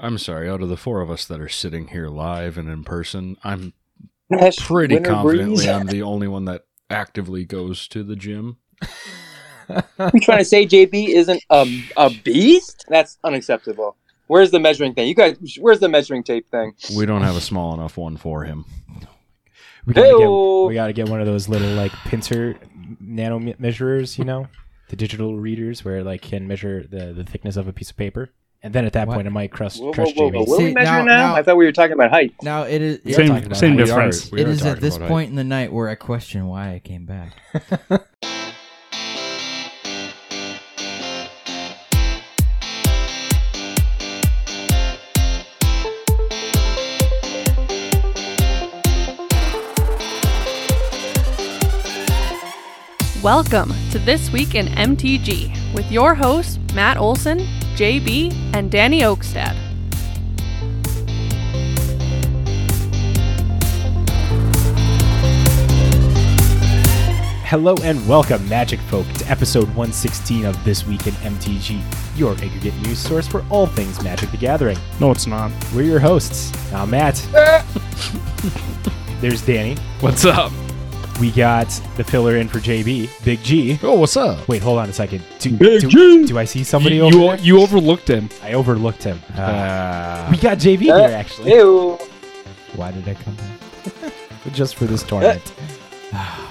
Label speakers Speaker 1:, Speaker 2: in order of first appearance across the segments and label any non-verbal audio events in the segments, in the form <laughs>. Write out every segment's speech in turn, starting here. Speaker 1: I'm sorry, out of the four of us that are sitting here live and in person, I'm
Speaker 2: Yes,
Speaker 1: pretty
Speaker 2: winter
Speaker 1: confidently
Speaker 2: breeze.
Speaker 1: I'm the only one that actively goes to the gym.
Speaker 2: <laughs> you trying to say JB isn't a, a beast? That's unacceptable. Where's the measuring thing? You guys, where's the measuring tape thing?
Speaker 1: We don't have a small enough one for
Speaker 3: <laughs>
Speaker 1: him.
Speaker 4: We gotta,
Speaker 2: Hey-o.
Speaker 4: get, we gotta get one of those little like pincer nano me- measurers, you know, the digital readers where it like can measure the, the thickness of a piece of paper. And then at that
Speaker 3: What?
Speaker 4: point, it might crust,
Speaker 2: Whoa, whoa,
Speaker 4: trust
Speaker 2: whoa, whoa.
Speaker 4: Jamie.
Speaker 2: What are we
Speaker 3: See,
Speaker 2: measuring
Speaker 3: now-
Speaker 2: now,
Speaker 3: now-
Speaker 2: I thought we were talking about height.
Speaker 3: Now it is
Speaker 4: Yeah,
Speaker 3: it-
Speaker 4: talking about
Speaker 5: Same, same
Speaker 4: height.
Speaker 1: We are-
Speaker 5: difference.
Speaker 1: we
Speaker 3: it
Speaker 1: are
Speaker 3: is at
Speaker 1: talking
Speaker 3: this
Speaker 1: about height.
Speaker 3: point in the night where I question why I came back.
Speaker 6: Welcome to This Week in MTG with your hosts, Matt Olson, JB, and Danny Oakstad.
Speaker 4: Hello and welcome, Magic Folk, to episode 116 of This Week in MTG, your aggregate news source for all things Magic the Gathering.
Speaker 5: No, it's not.
Speaker 4: We're your hosts. Now, Matt.
Speaker 2: Eh.
Speaker 4: There's Danny.
Speaker 5: What's up?
Speaker 4: We got the filler in for JB, Big G.
Speaker 1: Oh, what's up?
Speaker 4: Wait, hold on a second. Do,
Speaker 5: Big
Speaker 4: do,
Speaker 5: G!
Speaker 4: do I see somebody
Speaker 5: you,
Speaker 4: over
Speaker 5: you,
Speaker 4: there?
Speaker 5: you overlooked him.
Speaker 4: I overlooked him. Uh, <laughs>
Speaker 1: Uh,
Speaker 4: we got JB
Speaker 2: Uh,
Speaker 4: here, actually.
Speaker 2: Ew.
Speaker 4: Why did I come back? Just for this tournament.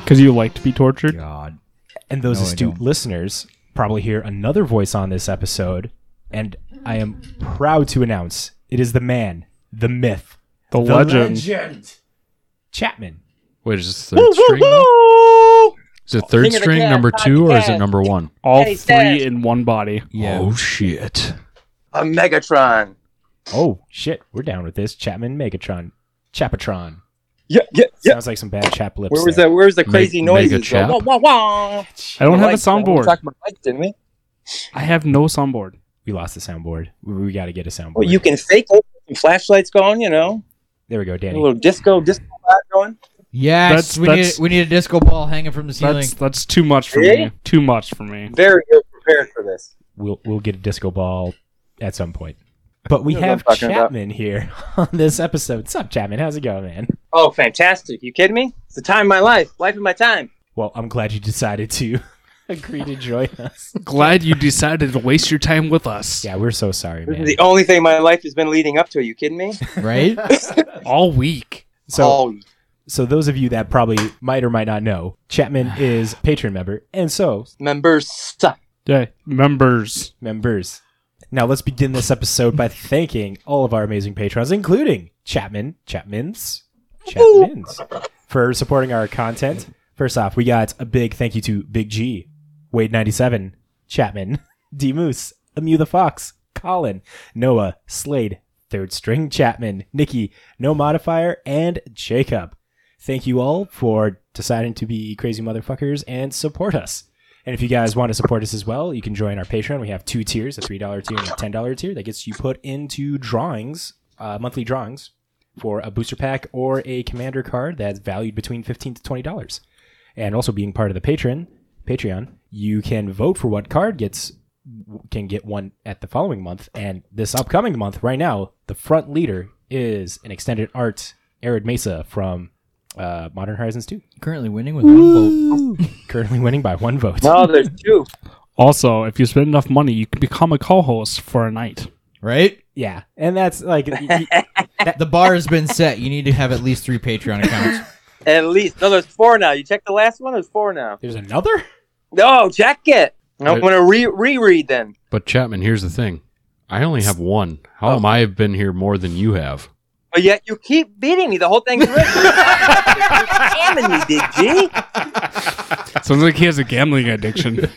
Speaker 5: Because you like to be tortured.
Speaker 3: God.
Speaker 4: And those
Speaker 3: No, I
Speaker 4: astute
Speaker 3: don't.
Speaker 4: listeners probably hear another voice on this episode. And I am proud to announce it is the man, the myth,
Speaker 5: The,
Speaker 4: the
Speaker 5: legend.
Speaker 4: legend, Chapman.
Speaker 1: Wait, is this third string? now? Is it third
Speaker 2: King of the
Speaker 1: string
Speaker 2: cat,
Speaker 1: number
Speaker 2: top of
Speaker 1: two
Speaker 2: the
Speaker 1: or is it
Speaker 2: cat.
Speaker 1: number one?
Speaker 5: All
Speaker 2: Yeah, he said.
Speaker 5: three in one body.
Speaker 3: Yeah.
Speaker 1: Oh shit!
Speaker 2: A Megatron.
Speaker 4: Oh, shit. We're down with this. Chapman Megatron. Chapatron.
Speaker 2: Yeah, yeah, yeah.
Speaker 4: Sounds like some bad chap lips.
Speaker 2: Where was
Speaker 4: there.
Speaker 2: the Where's the
Speaker 1: Me-
Speaker 2: crazy
Speaker 1: mega
Speaker 2: noises?
Speaker 1: chap.
Speaker 2: Wah, wah, wah.
Speaker 5: I don't have a
Speaker 2: Lights, man. We were
Speaker 5: soundboard.
Speaker 2: talking about lights, didn't we?
Speaker 5: I have no soundboard.
Speaker 4: We lost the soundboard. We, we got to get a soundboard.
Speaker 2: Well, you can fake it. Some flashlights going, you know,
Speaker 4: there we go,
Speaker 2: a
Speaker 4: Danny.
Speaker 2: little disco, disco vibe going.
Speaker 5: That's-
Speaker 3: Yes, we
Speaker 5: that's-
Speaker 3: need we need a disco ball hanging from the ceiling.
Speaker 5: That's that's too much for
Speaker 2: Really?
Speaker 5: me. Too much for me.
Speaker 2: Very ill prepared for this.
Speaker 4: we'll we'll get a disco ball at some point. But we
Speaker 2: You know what
Speaker 4: have
Speaker 2: I'm talking about.
Speaker 4: Chapman here <laughs> on this episode. What's up, Chapman? How's it going, man?
Speaker 2: Oh, fantastic! You kidding me? It's the time of my life, life of my time.
Speaker 4: Well, I'm glad you decided to <laughs> agree to join us.
Speaker 5: Glad you decided to waste your time with us
Speaker 4: Yeah, we're so sorry,
Speaker 2: This
Speaker 4: man.
Speaker 2: is the only thing my life has been leading up to. Are you kidding me?
Speaker 3: <laughs> right?
Speaker 5: all week.
Speaker 4: So,
Speaker 2: oh,
Speaker 4: so those of you that probably might or might not know, Chapman is a patron member, and so
Speaker 2: members suck.
Speaker 5: Yeah. Members.
Speaker 4: members. Now let's begin this episode by thanking all of our amazing patrons, including Chapman, Chapman's, Chapman's, for supporting our content. First off, we got a big thank you to Big G, Wade97, Chapman, <laughs> D Moose, Amu the Fox, Colin, Noah, Slade, Third String Chapman, Nikki, No Modifier, and Jacob. Thank you all for deciding to be crazy motherfuckers and support us. And if you guys want to support us as well, you can join our Patreon. We have two tiers, a $3 tier and a $10 tier that gets you put into drawings, uh, monthly drawings for a booster pack or a commander card that's valued between $15 to $20. And also being part of the patron, Patreon, you can vote for what card gets can get one at the following month and this upcoming month right now, the front leader is an extended art Arid Mesa from uh, Modern Horizons 2,
Speaker 3: Currently winning with one vote.
Speaker 4: currently winning by one vote.
Speaker 2: No, there's two.
Speaker 5: Also, if you spend enough money, you can become a co-host for a night.
Speaker 3: Right?
Speaker 4: Yeah, and that's like y- y-
Speaker 3: The bar has been set. You need to have at least three Patreon accounts.
Speaker 2: At least no, there's four now. You checked the last one. There's four now.
Speaker 4: there's another.
Speaker 2: No, check it. I'm
Speaker 1: Right.
Speaker 2: gonna re- reread then.
Speaker 1: But Chapman, here's the thing: I only have one. How
Speaker 2: Oh.
Speaker 1: am I have been here more than you have?
Speaker 2: But yet you keep beating me the whole thing's written. Damn me, Big G.
Speaker 5: Sounds like he has a gambling addiction.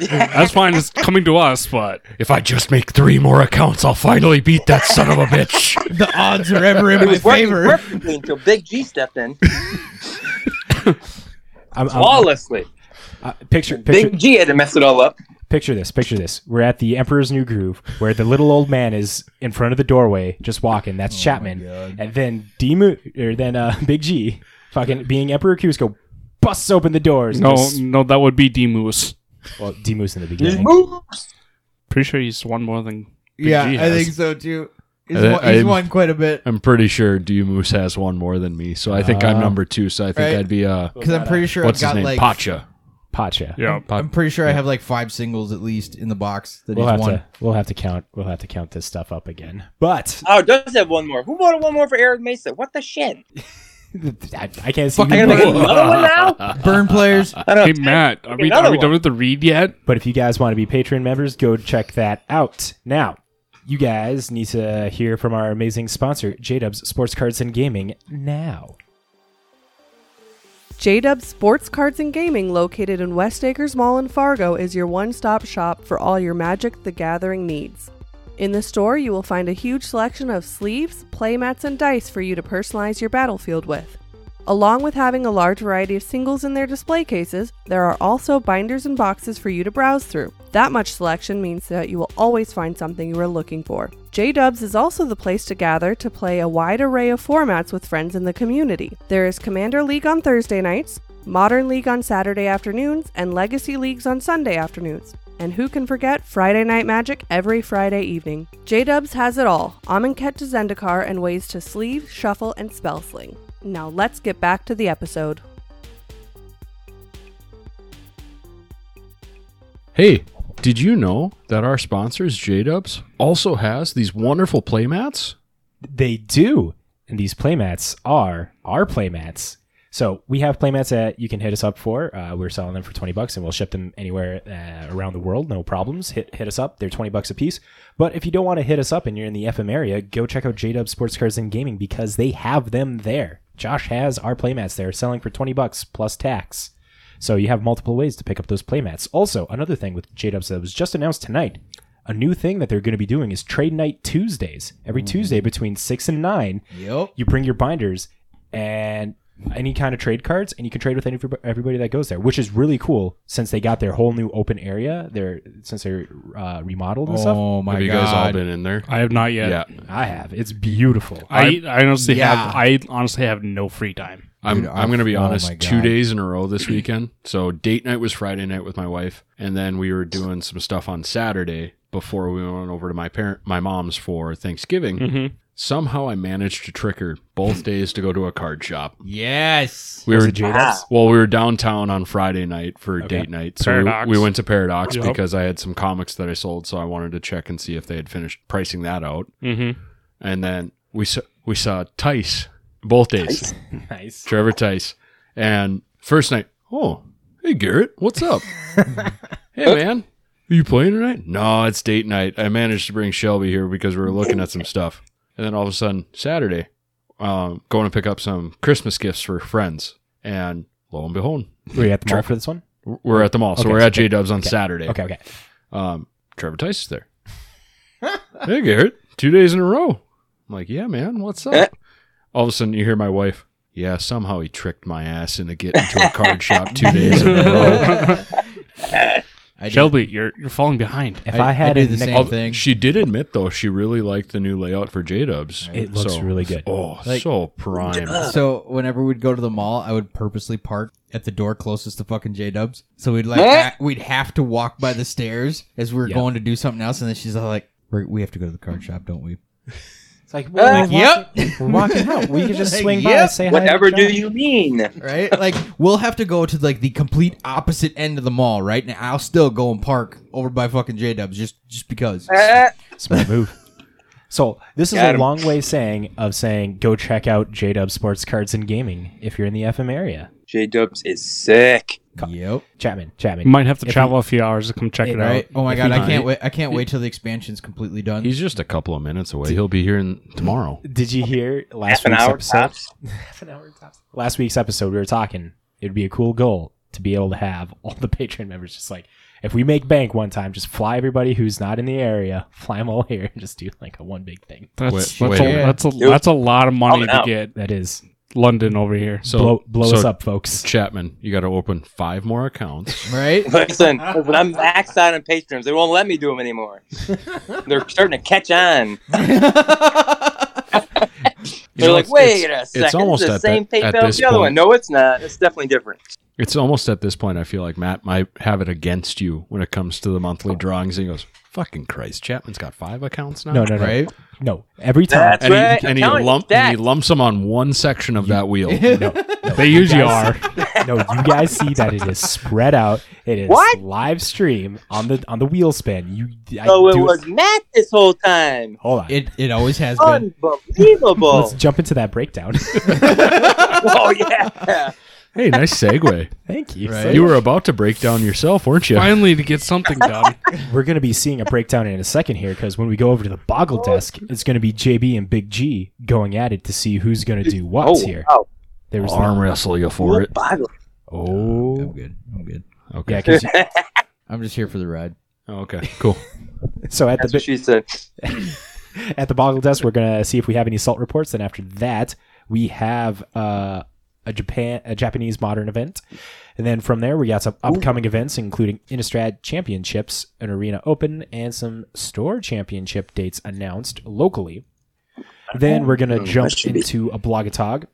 Speaker 5: That's fine. It's coming to us, but
Speaker 1: If I just make three more accounts, I'll finally beat that son of a bitch.
Speaker 2: <laughs>
Speaker 3: <laughs> the odds are ever in
Speaker 2: It
Speaker 3: my
Speaker 2: was working
Speaker 3: favor.
Speaker 2: perfectly until Big G stepped in
Speaker 4: I'm, I'm-
Speaker 2: flawlessly.
Speaker 4: uh, picture picture
Speaker 2: Big G had to mess it all up.
Speaker 4: picture this. Picture this. We're at the Emperor's New Groove, where the little old man is in front of the doorway, just walking. That's Chapman, and then Demu or then uh, <laughs> Big G, fucking being Emperor Cusco, busts open the doors.
Speaker 5: no,
Speaker 4: and just-
Speaker 5: no, that would be D Moose.
Speaker 4: well, Demu's in the beginning.
Speaker 2: Oops.
Speaker 5: Pretty sure he's one more than
Speaker 3: yeah,
Speaker 5: G
Speaker 3: I
Speaker 5: has.
Speaker 3: think so too. He's,
Speaker 1: I thi-
Speaker 3: won, he's
Speaker 1: I'm-
Speaker 3: won quite a bit
Speaker 1: I'm pretty sure D Moose has one more than me, so I think I'm
Speaker 4: Uh,
Speaker 1: number two. So I think
Speaker 3: right.
Speaker 1: I'd be uh,
Speaker 3: because I'm pretty sure
Speaker 1: what's
Speaker 3: I've
Speaker 1: his
Speaker 3: got
Speaker 1: name,
Speaker 3: like
Speaker 1: Pacha.
Speaker 4: Pacha.
Speaker 5: Yeah.
Speaker 1: Pa-
Speaker 3: I'm pretty sure I have like five singles at least in the box that
Speaker 4: We'll
Speaker 3: he's
Speaker 4: have
Speaker 3: won.
Speaker 4: to we'll have to count we'll have to count this stuff up again. But <laughs>
Speaker 2: Oh, it does have one more. Who voted one more for Eric Mesa? What the shit?
Speaker 4: I, I can't see.
Speaker 3: Fucking
Speaker 2: I gotta
Speaker 4: you
Speaker 2: make
Speaker 4: voting.
Speaker 2: another one now.
Speaker 3: Burn <laughs> players.
Speaker 2: I
Speaker 5: Hey
Speaker 2: don't know.
Speaker 5: Matt, are we,
Speaker 2: Another
Speaker 5: are we done
Speaker 2: one.
Speaker 5: with the read yet?
Speaker 4: But if you guys want to be Patreon members, go check that out. Now, you guys need to hear from our amazing sponsor, J Dubs Sports Cards and Gaming, now.
Speaker 6: J Dub Sports Cards and Gaming, located in West Acres Mall in Fargo, is your one stop shop for all your Magic the Gathering needs. In the store, you will find a huge selection of sleeves, playmats, and dice for you to personalize your battlefield with. Along with having a large variety of singles in their display cases, there are also binders and boxes for you to browse through. That much selection means that you will always find something you are looking for. J Dubs is also the place to gather to play a wide array of formats with friends in the community. There is Commander League on Thursday nights, Modern League on Saturday afternoons, and Legacy Leagues on Sunday afternoons. And who can forget Friday Night Magic every Friday evening? J Dubs has it all Amonkhet to Zendikar and ways to sleeve, shuffle, and spell sling. Now let's get back to the episode.
Speaker 1: Hey, did you know that our sponsors J Dubs also has these wonderful playmats?
Speaker 4: They do. And these playmats are our playmats. So we have playmats that you can hit us up for. Uh, we're selling them for 20 bucks and we'll ship them anywhere uh, around the world. No problems. Hit, hit us up. They're 20 bucks a piece. But if you don't want to hit us up and you're in the FM area, go check out J-Dub Sports Cards and Gaming because they have them there. Josh has our playmats there selling for 20 bucks plus tax. So you have multiple ways to pick up those playmats. Also, another thing with J-Dubs that was just announced tonight, a new thing that they're going to be doing is trade night Tuesdays. Every
Speaker 3: Mm-hmm.
Speaker 4: Tuesday between 6 and 9,
Speaker 3: Yep.
Speaker 4: you bring your binders and any kind of trade cards and you can trade with any everybody that goes there which is really cool since they got their whole new open area They're since they're uh, remodeled and stuff
Speaker 3: Oh my
Speaker 1: have you
Speaker 3: god.
Speaker 1: guys all been in there?
Speaker 5: I have not yet.
Speaker 1: yeah,
Speaker 4: i have it's beautiful
Speaker 5: I, I honestly
Speaker 3: Yeah.
Speaker 5: have I honestly have no free time.
Speaker 1: I'm.
Speaker 3: Dude,
Speaker 1: I'm gonna be
Speaker 3: oh my
Speaker 1: honest.
Speaker 3: God.
Speaker 1: Two days in a row this weekend. So date night was Friday night with my wife, and then we were doing some stuff on Saturday before we went over to my parent, my mom's for Thanksgiving.
Speaker 3: Mm.
Speaker 1: Somehow I managed to trick her both days to go to a card shop.
Speaker 3: Yes.
Speaker 1: We
Speaker 4: Was
Speaker 1: were
Speaker 4: it J-Dubs?
Speaker 1: well, we were downtown on Friday night for date night, so
Speaker 5: Paradox.
Speaker 1: we, we went to Paradox
Speaker 5: Yep.
Speaker 1: because I had some comics that I sold, so I wanted to check and see if they had finished pricing that out.
Speaker 5: Mm-hmm.
Speaker 1: And then we saw we saw Tice both days.
Speaker 4: nice
Speaker 1: Trevor Tice. And first night, oh, hey Garrett, what's
Speaker 4: <laughs>
Speaker 1: up? hey man, are you playing tonight? No, it's date night. I managed to bring Shelby here because we were looking at some stuff. And then all of a sudden, Saturday, um, going to pick up some Christmas gifts for friends. And lo and behold,
Speaker 4: were you at the mall for this one
Speaker 1: we're at the mall. So
Speaker 4: Okay,
Speaker 1: we're at
Speaker 4: okay,
Speaker 1: J Dubs on Saturday.
Speaker 4: okay okay
Speaker 1: Um, Trevor Tice is there. <laughs> hey, Garrett, two days in a row. I'm like, yeah, man, what's up? All of a sudden, you hear my wife. Yeah, somehow he tricked my ass into getting to a card shop two
Speaker 5: <laughs>
Speaker 1: days
Speaker 4: <laughs>
Speaker 1: in a row.
Speaker 3: I did.
Speaker 5: Shelby, you're you're falling behind.
Speaker 4: if i,
Speaker 3: I-
Speaker 4: had
Speaker 3: I
Speaker 4: a
Speaker 3: do the
Speaker 4: nickel-
Speaker 3: same.
Speaker 1: Although
Speaker 3: thing.
Speaker 1: She did admit though she really liked the new layout for J Dubs.
Speaker 4: It looks really good.
Speaker 1: Oh,
Speaker 3: Like-
Speaker 1: so prime.
Speaker 3: <laughs> So whenever we'd go to the mall, I would purposely park at the door closest to fucking J Dubs. So we'd like
Speaker 2: What?
Speaker 3: ha- we'd have to walk by the stairs as we were
Speaker 4: Yeah.
Speaker 3: going to do something else, and then she's all like, We're, "We have to go to the card shop,
Speaker 4: <laughs>
Speaker 3: don't we?"
Speaker 4: it's like, well,
Speaker 2: Uh,
Speaker 4: we're, walking, we're walking out we could just
Speaker 3: <laughs> Like,
Speaker 4: swing by
Speaker 3: yep.
Speaker 4: and say hi to
Speaker 2: Whatever do
Speaker 4: Josh.
Speaker 2: you mean?
Speaker 3: Right? like we'll have to go to like the complete opposite end of the mall, right? And I'll still go and park over by fucking J Dubs just just because.
Speaker 2: Eh,
Speaker 4: <laughs> Smart move. So this is
Speaker 2: Got
Speaker 4: a
Speaker 2: him.
Speaker 4: long way saying of saying go check out J Dub Sports Cards and Gaming if you're in the FM area.
Speaker 2: J Dubs is sick.
Speaker 3: Yep.
Speaker 4: Chapman, Chapman.
Speaker 5: Might have to
Speaker 4: If
Speaker 5: travel a few hours to come check it out.
Speaker 3: Right. Oh my
Speaker 4: If
Speaker 3: god,
Speaker 4: he-
Speaker 3: I can't wait! I can't wait till the expansion's completely done.
Speaker 1: He's just a couple of minutes away. He'll be here in, tomorrow.
Speaker 4: Did you hear last
Speaker 2: Half an
Speaker 4: week's
Speaker 2: hour
Speaker 4: episode?
Speaker 2: tops.
Speaker 4: <laughs>
Speaker 2: <laughs>
Speaker 4: Half an hour tops. Last week's episode, we were talking. It'd be a cool goal to be able to have <laughs> all the Patreon members just like, if we make bank one time, just fly everybody who's not in the area, <laughs> fly them all here, and just do like a one big thing.
Speaker 5: That's
Speaker 1: Wait-
Speaker 5: that's,
Speaker 1: wait.
Speaker 5: a, that's a that's a lot of money
Speaker 2: Coming
Speaker 5: to
Speaker 2: out.
Speaker 5: get
Speaker 4: That is
Speaker 5: London over here.
Speaker 1: So
Speaker 4: blow blow
Speaker 1: so
Speaker 4: us up, folks.
Speaker 1: Chapman. You got to open five more accounts.
Speaker 4: <laughs>
Speaker 3: <laughs> right.
Speaker 2: Listen, when I'm maxed out on Patreons, they won't let me do
Speaker 1: <laughs>
Speaker 2: them anymore. They're starting to catch on.
Speaker 1: You
Speaker 2: They're
Speaker 1: know,
Speaker 2: like,
Speaker 1: it's-
Speaker 2: wait a
Speaker 1: it's-
Speaker 2: second,
Speaker 1: It's almost
Speaker 2: it's the
Speaker 1: at
Speaker 2: same
Speaker 1: that- at
Speaker 2: PayPal as
Speaker 1: this
Speaker 2: the other one.
Speaker 1: point.
Speaker 2: No, it's not. It's definitely different.
Speaker 4: Oh.
Speaker 1: It's almost at this point I feel like Matt might have it against you when it comes to the monthly drawings. He goes, Fucking Christ, Chapman's got five accounts now.
Speaker 4: No, no, no,
Speaker 3: Right?
Speaker 4: no. Every
Speaker 1: And,
Speaker 4: time,
Speaker 2: That's right,
Speaker 1: he, and he
Speaker 2: I'm telling you,
Speaker 1: lump, and he
Speaker 2: stats.
Speaker 1: lumps them on one section of that
Speaker 4: <laughs>
Speaker 1: wheel.
Speaker 4: no,
Speaker 2: <laughs>
Speaker 5: They usually are.
Speaker 4: <laughs> no. You guys see that it is spread out. It is
Speaker 2: What?
Speaker 4: live stream on the on the wheel spin. You, I
Speaker 2: So Oh, it
Speaker 4: do-
Speaker 2: was Matt this whole time.
Speaker 4: Hold on.
Speaker 3: It it always has been.
Speaker 1: <laughs>
Speaker 2: Unbelievable.
Speaker 4: Let's jump into that breakdown. <laughs>
Speaker 2: oh
Speaker 1: <laughs>
Speaker 2: yeah.
Speaker 1: Hey, nice
Speaker 4: <laughs>
Speaker 1: segue.
Speaker 4: Thank you.
Speaker 3: Right.
Speaker 4: So
Speaker 1: you were about to break down yourself, weren't you?
Speaker 5: Finally, to get something done.
Speaker 4: We're going to be seeing a breakdown in a second here because when we go over to the
Speaker 2: Oh.
Speaker 4: boggle desk, it's going to be JB and Big G going at it to see who's going to do what
Speaker 2: Oh,
Speaker 4: here.
Speaker 2: wow.
Speaker 4: There was
Speaker 1: Arm wrestle you for it.
Speaker 2: Boggle.
Speaker 3: I'm
Speaker 1: Oh,
Speaker 3: good. I'm good.
Speaker 4: yeah,
Speaker 1: okay.
Speaker 4: 'cause you-
Speaker 3: I'm just here for the ride.
Speaker 1: Oh, okay, cool.
Speaker 2: <laughs>
Speaker 4: so at
Speaker 2: That's
Speaker 4: the
Speaker 2: what
Speaker 1: <laughs>
Speaker 2: she said.
Speaker 4: at the boggle desk, we're going to see if we have any salt reports. And after that, we have uh, a Japan a Japanese modern event, and then from there we got some upcoming events, including Innistrad Championships, an arena open, and some store championship dates announced locally. Then we're gonna jump
Speaker 2: Oh, should be-
Speaker 4: into a blogatog.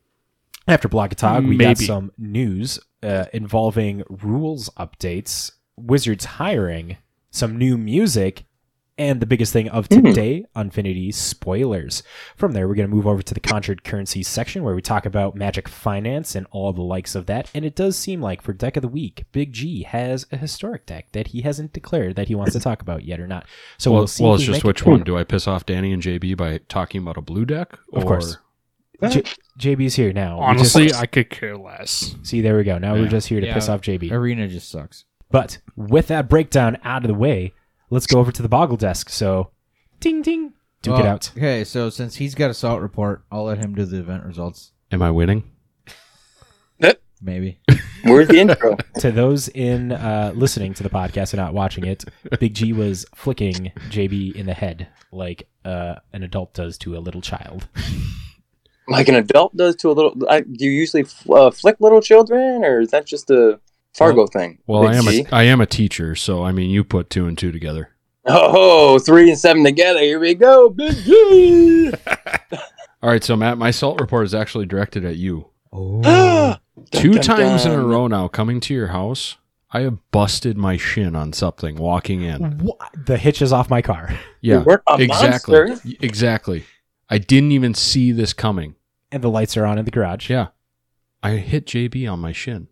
Speaker 4: After blogatog, we got
Speaker 5: Maybe.
Speaker 4: some news uh, involving rules updates, wizards hiring, some new music, and the biggest thing of today, Unfinity spoilers. From there, we're going to move over to the contract currency section where we talk about magic finance and all the likes of that. And it does seem like for deck of the week, Big G has a historic deck that he hasn't declared that he wants to talk about yet or not. <laughs> So we'll,
Speaker 1: well,
Speaker 4: see.
Speaker 1: well,
Speaker 4: if
Speaker 1: it's
Speaker 4: we
Speaker 1: just
Speaker 4: make it
Speaker 1: which one? Do I piss off Danny and JB by talking about a blue deck? Or
Speaker 4: Hmm. Of course. J- JB's here now. We just-
Speaker 5: Honestly, I could care less.
Speaker 4: see, there we go. Now we're
Speaker 1: Yeah.
Speaker 4: just here to
Speaker 3: Yeah.
Speaker 4: piss off JB.
Speaker 3: Arena just sucks.
Speaker 4: But with that breakdown out of the way, let's go over to the boggle desk. So, ding, ding, duke it
Speaker 1: Uh,
Speaker 3: Oh,
Speaker 4: out.
Speaker 3: Okay, so since he's got a salt report, I'll let him do the event results.
Speaker 1: Am I winning?
Speaker 3: Maybe.
Speaker 2: Where's the intro?
Speaker 4: to those in uh, listening to the podcast and not watching it, Big G was flicking JB in the head like uh, an adult does to a little child.
Speaker 2: like an adult does to a little. I, do you usually f- uh, flick little children, or is that just a Fargo thing?
Speaker 1: Well, I
Speaker 2: Big
Speaker 1: am
Speaker 2: G?
Speaker 1: a I am a teacher, so I mean, you put two and two together.
Speaker 2: Oh, three and seven together. Here we go, Big G.
Speaker 1: All right, so Matt, my salt report is actually directed at you.
Speaker 4: <gasps>
Speaker 3: Oh.
Speaker 1: Two
Speaker 2: dun,
Speaker 1: times in a
Speaker 2: dun.
Speaker 1: row now, coming to your house, I have busted my shin on something walking in.
Speaker 4: The hitch is off my car,
Speaker 1: Yeah,
Speaker 2: You weren't a
Speaker 1: exactly,
Speaker 2: monster.
Speaker 1: Y- exactly. I didn't even see this coming.
Speaker 4: and the lights are on in the garage.
Speaker 1: Yeah, I hit JB on my shin.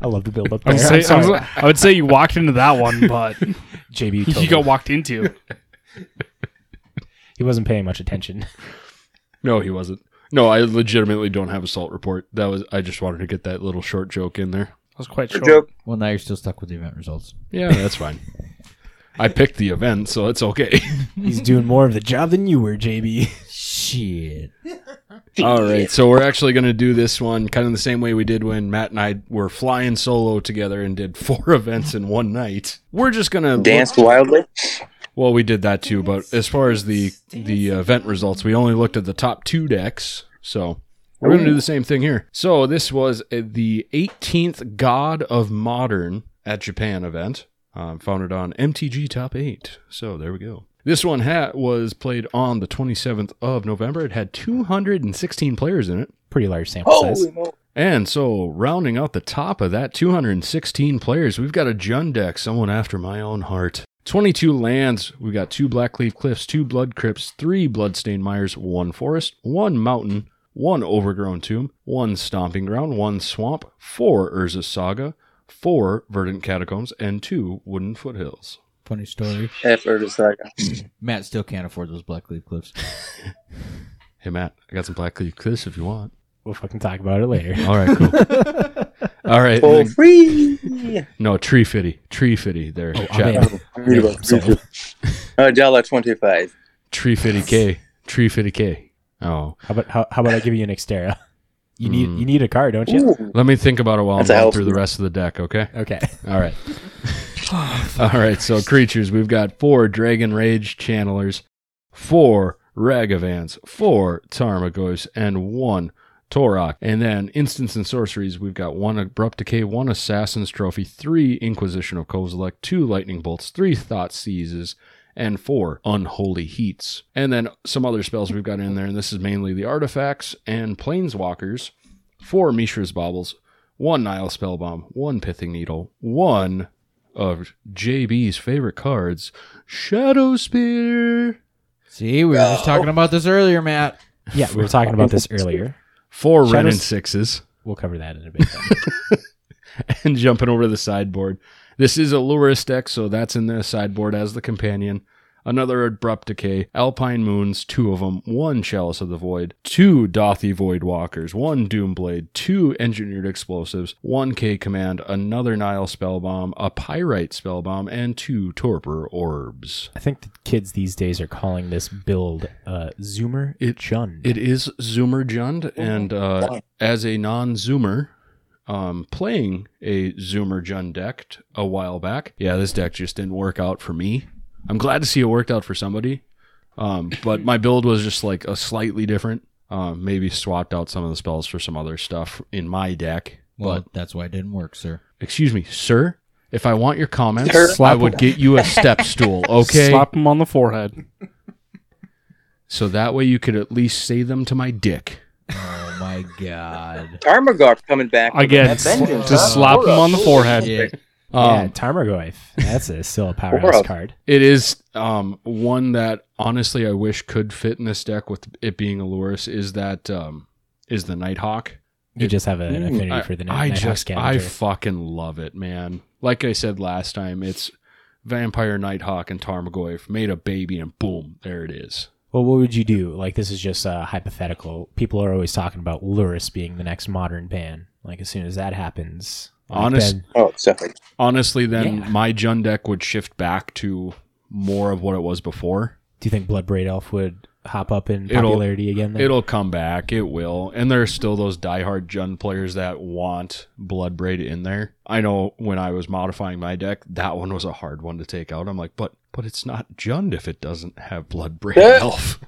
Speaker 4: I love the build up
Speaker 5: I
Speaker 4: there.
Speaker 5: would,
Speaker 4: I'm
Speaker 5: say, I,
Speaker 4: sorry.
Speaker 5: was- I would say you walked into that one,
Speaker 1: <laughs>
Speaker 5: but
Speaker 4: JB,
Speaker 5: <laughs> you
Speaker 4: totally-
Speaker 5: got walked into.
Speaker 4: he wasn't paying much attention.
Speaker 1: No, he wasn't. No, I legitimately don't have a salt report. That was I just wanted to get that little short joke in there.
Speaker 5: I was quite
Speaker 2: Good
Speaker 5: sure.
Speaker 2: Joke.
Speaker 3: Well, now you're still stuck with the event results.
Speaker 1: Yeah, that's fine. I picked the event, so it's okay.
Speaker 4: He's doing more of the job than you were, JB.
Speaker 3: Shit.
Speaker 1: <laughs> All right, so we're actually going to do this one kind of the same way we did when Matt and I were flying solo together and did <laughs> four events in one night. We're just going to
Speaker 2: Danced wildly.
Speaker 1: Well, we did that too, but as far as the the event results, we only looked at the top two decks. So we're going to do the same thing here. So this was uh, the 18th God of Modern at Japan event, um, founded on MTG Top 8. So there we go. This one hat was played on the 27th of November. It had 216 players in it.
Speaker 4: Pretty large sample size.
Speaker 2: Holy moly.
Speaker 1: And so, rounding out the top of that 216 players, we've got a Jun deck, someone after my own heart. 22 lands. We've got two Blackleaf Cliffs, two Blood Crypts, three Bloodstained Mires, one Forest, one Mountain, one Overgrown Tomb, one Stomping Ground, one Swamp, four Urza's Saga, four Verdant Catacombs, and two Wooden Foothills.
Speaker 3: Funny story.
Speaker 2: F or
Speaker 1: <laughs>
Speaker 2: just like
Speaker 3: Matt still can't afford those black leaf cliffs.
Speaker 1: Hey, Matt, I got some Blackleaf Cliffs if you want.
Speaker 4: We'll fucking talk about it later.
Speaker 1: All right, cool. All right.
Speaker 2: full free.
Speaker 1: No, Tree Fitty. Tree Fitty there.
Speaker 4: Oh, I'm
Speaker 1: Chapman.
Speaker 4: in.
Speaker 2: Unbelievable.
Speaker 4: So-
Speaker 1: <laughs>
Speaker 2: A dollar Uh, twenty-five.
Speaker 1: Tree fifty k. Tree fifty k. Oh,
Speaker 4: How about how, how about I give you an Xterra? You need
Speaker 1: Mm.
Speaker 4: you need a car, don't you?
Speaker 2: Ooh.
Speaker 1: let me think about it while
Speaker 2: That's a
Speaker 1: I'm going
Speaker 2: hell-
Speaker 1: through the rest of the deck. Okay.
Speaker 4: Okay.
Speaker 1: All right. <laughs> All right. So creatures, we've got four Dragon Rage Channelers, four Ragavans, four Tarmogoyfs, and one Torok. And then instants and sorceries, we've got one Abrupt Decay, one Assassin's Trophy, three Inquisition of Kozilek, two Lightning Bolts, three Thought Seizes, and four Unholy Heats. And then some other spells we've got in there, and this is mainly the artifacts and planeswalkers. four Mishra's Baubles, one Nile Spellbomb, one Pithing Needle, one of JB's favorite cards, Shadow Spear,
Speaker 3: See, we were just talking about this earlier, Matt.
Speaker 4: Yeah,
Speaker 1: <laughs>
Speaker 4: we were talking about this earlier.
Speaker 1: four Ren
Speaker 4: Shadow
Speaker 1: and
Speaker 4: Sp-
Speaker 1: Sixes. <laughs>
Speaker 4: We'll cover that in a bit.
Speaker 1: and jumping over to the sideboard. This is a Lurus deck, so that's in the sideboard as the companion. Another Abrupt Decay, Alpine Moons, two of them, one Chalice of the Void, two Dothy Void Walkers, one Doomblade, two Engineered Explosives, one K Command, another Nile Spellbomb, a Pyrite Spellbomb, and two Torpor Orbs.
Speaker 4: I think the kids these days are calling this build uh, Zoomer
Speaker 1: It-
Speaker 4: Chun.
Speaker 1: It is Zoomer Jund, and uh, as a non-Zoomer, um, playing a Zoomer Jund deck t- a while back. Yeah, this deck just didn't work out for me. I'm glad to see it worked out for somebody, um, but my build was just like a slightly different. Um, maybe swapped out some of the spells for some other stuff in my deck.
Speaker 3: Well,
Speaker 1: but
Speaker 3: that's why it didn't work, sir.
Speaker 1: excuse me, sir. If I want your comments,
Speaker 2: Sir.
Speaker 1: I
Speaker 5: Slap
Speaker 1: would get you a step stool. Okay.
Speaker 5: Slap him on the forehead.
Speaker 1: So that way you could at least say them to my dick.
Speaker 3: Oh my god.
Speaker 2: <laughs> Tarmogoyf coming back.
Speaker 5: Again,
Speaker 2: With that vengeance,
Speaker 5: just
Speaker 2: huh? Oh,
Speaker 5: slap him
Speaker 2: Aura.
Speaker 5: on the forehead.
Speaker 3: Yeah.
Speaker 4: yeah,
Speaker 1: Um,
Speaker 4: Tarmogoyf. That's a, still
Speaker 1: <laughs>
Speaker 4: a powerhouse
Speaker 2: World.
Speaker 4: card.
Speaker 1: It is um, one that honestly I wish could fit in this deck with it being a Lurus is that um, is the Nighthawk.
Speaker 4: You
Speaker 1: It- Mm,
Speaker 4: just have an affinity
Speaker 1: I,
Speaker 4: for the
Speaker 1: I
Speaker 4: Night
Speaker 1: just I
Speaker 4: Scavenger.
Speaker 1: fucking love it, man. Like I said last time, it's Vampire Nighthawk and Tarmogoyf made a baby and boom, there it is.
Speaker 4: well, what would you do? Like, this is just uh, hypothetical. People are always talking about Luris being the next modern ban. Like, as soon as that happens, like,
Speaker 1: Honest-
Speaker 4: then-
Speaker 2: Oh, sorry.
Speaker 1: Honestly, then
Speaker 4: Yeah.
Speaker 1: my Jun deck would shift back to more of what it was before.
Speaker 4: do you think Bloodbraid Elf would hop up in
Speaker 1: It'll-
Speaker 4: popularity again? Then?
Speaker 1: It'll come back. It will. And there are still those diehard Jun players that want Bloodbraid in there. I know when I was modifying my deck, that one was a hard one to take out. I'm like, but but it's not Jund if it doesn't have Bloodbraid
Speaker 2: Yeah.
Speaker 1: Elf.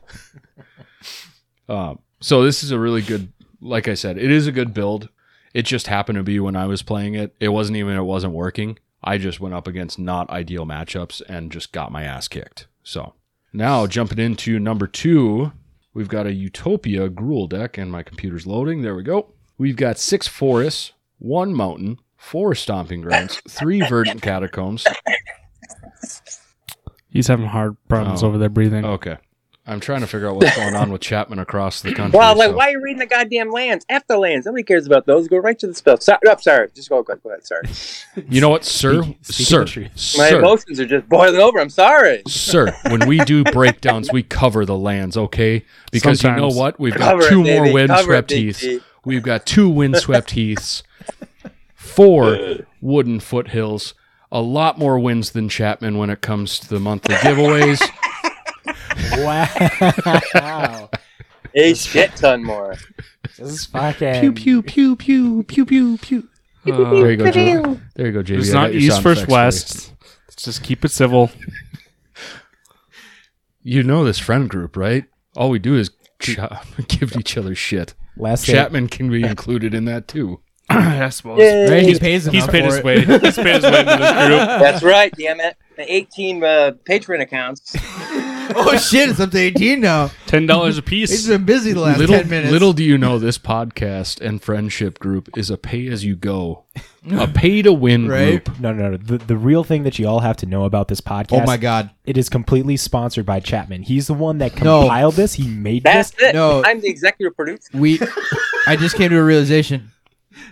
Speaker 1: <laughs> um, so this is a really good. Like I said, it is a good build. It just happened to be when I was playing it. It wasn't even. It wasn't working. I just went up against not ideal matchups and just got my ass kicked. So now jumping into number two, We've got a Utopia Gruel deck, and my computer's loading. There we go. We've got six forests, one mountain, four stomping grounds, three verdant catacombs.
Speaker 5: He's having hard problems
Speaker 1: Oh.
Speaker 5: over there breathing.
Speaker 1: Okay. I'm trying to figure out what's going on with Chapman across the country.
Speaker 2: Wow, like
Speaker 1: so-
Speaker 2: why are you reading the goddamn lands? F the lands. Nobody cares about those. Go right to the spell. Sorry, no, sorry. Just go quick. Go ahead. Sorry.
Speaker 1: You know what, sir?
Speaker 4: Speaking- speaking
Speaker 1: sir,
Speaker 4: the truth.
Speaker 2: My
Speaker 1: sir,
Speaker 2: emotions are just boiling over. I'm sorry.
Speaker 1: sir, when we do breakdowns, we cover the lands, okay? Because you
Speaker 5: Sometimes.
Speaker 1: know what? We've got
Speaker 2: Cover it,
Speaker 1: two more
Speaker 2: baby. Cover it,
Speaker 1: windswept
Speaker 2: Big
Speaker 1: heaths.
Speaker 2: G.
Speaker 1: We've got two windswept heaths, four wooden foothills, a lot more wins than Chapman when it comes to the monthly giveaways.
Speaker 4: <laughs>
Speaker 1: <laughs>
Speaker 4: wow.
Speaker 2: A shit ton more.
Speaker 4: this is fucking.
Speaker 1: pew pew pew pew pew pew pew. Uh, Oh, there you go, Jay. There you go, JB.
Speaker 5: it's
Speaker 1: I
Speaker 5: not
Speaker 1: got your
Speaker 5: east
Speaker 1: sound
Speaker 5: versus
Speaker 1: effects for you.
Speaker 5: west. Let's just keep
Speaker 1: <laughs>
Speaker 5: it civil.
Speaker 1: You know this friend group, right? All we do is ch- <laughs> give each other shit.
Speaker 4: Last day,
Speaker 1: Chapman can be included in that too.
Speaker 5: I suppose.
Speaker 3: Right?
Speaker 2: Yay.
Speaker 3: He pays
Speaker 5: He's
Speaker 3: enough
Speaker 5: paid
Speaker 3: for
Speaker 5: his
Speaker 3: it.
Speaker 5: way. He's paid his way into
Speaker 1: <laughs>
Speaker 5: this group.
Speaker 2: That's right, damn it. The 18 uh, patron accounts.
Speaker 3: oh shit, it's up to 18 now.
Speaker 5: Ten dollars a
Speaker 3: He's
Speaker 5: piece.
Speaker 3: been busy the last
Speaker 1: little,
Speaker 3: 10 minutes.
Speaker 1: little do you know, this podcast and friendship group is a pay as you go, a pay to win
Speaker 3: Right?
Speaker 1: group.
Speaker 4: No, no, no. The, the real thing that you all have to know about this podcast.
Speaker 3: Oh my god.
Speaker 4: It is completely sponsored by Chapman. He's the one that
Speaker 3: No.
Speaker 4: compiled this. He made
Speaker 2: That's
Speaker 4: this.
Speaker 2: it.
Speaker 3: No.
Speaker 2: I'm the executive producer.
Speaker 3: We I just came to a realization.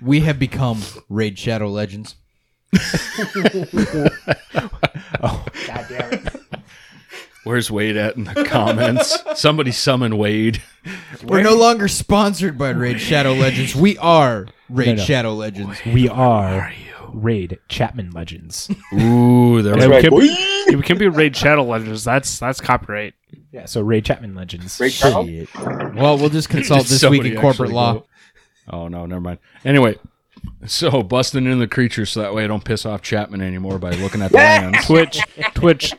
Speaker 3: We have become Raid Shadow Legends.
Speaker 1: Where's Wade at in the
Speaker 3: <laughs>
Speaker 1: comments? Somebody summon Wade.
Speaker 3: We're no longer sponsored by Raid Shadow Legends. We are Raid
Speaker 4: no.
Speaker 3: Shadow Legends.
Speaker 4: <laughs> We are, Raid Chapman Legends.
Speaker 1: Ooh, there we
Speaker 5: Yeah,
Speaker 1: go.
Speaker 5: we, can't be, <laughs> we can't be raid shadow legends. That's that's copyright.
Speaker 4: yeah, so Raid Chapman Legends.
Speaker 2: Ray Charles.
Speaker 3: Well, we'll just consult this week
Speaker 1: Somebody
Speaker 3: in corporate
Speaker 1: actually
Speaker 3: law.
Speaker 1: go- Oh no, never mind. Anyway, so busting in the creature so that way I don't piss off Chapman anymore by looking
Speaker 3: <laughs>
Speaker 1: at the lands.
Speaker 5: Twitch, Twitch,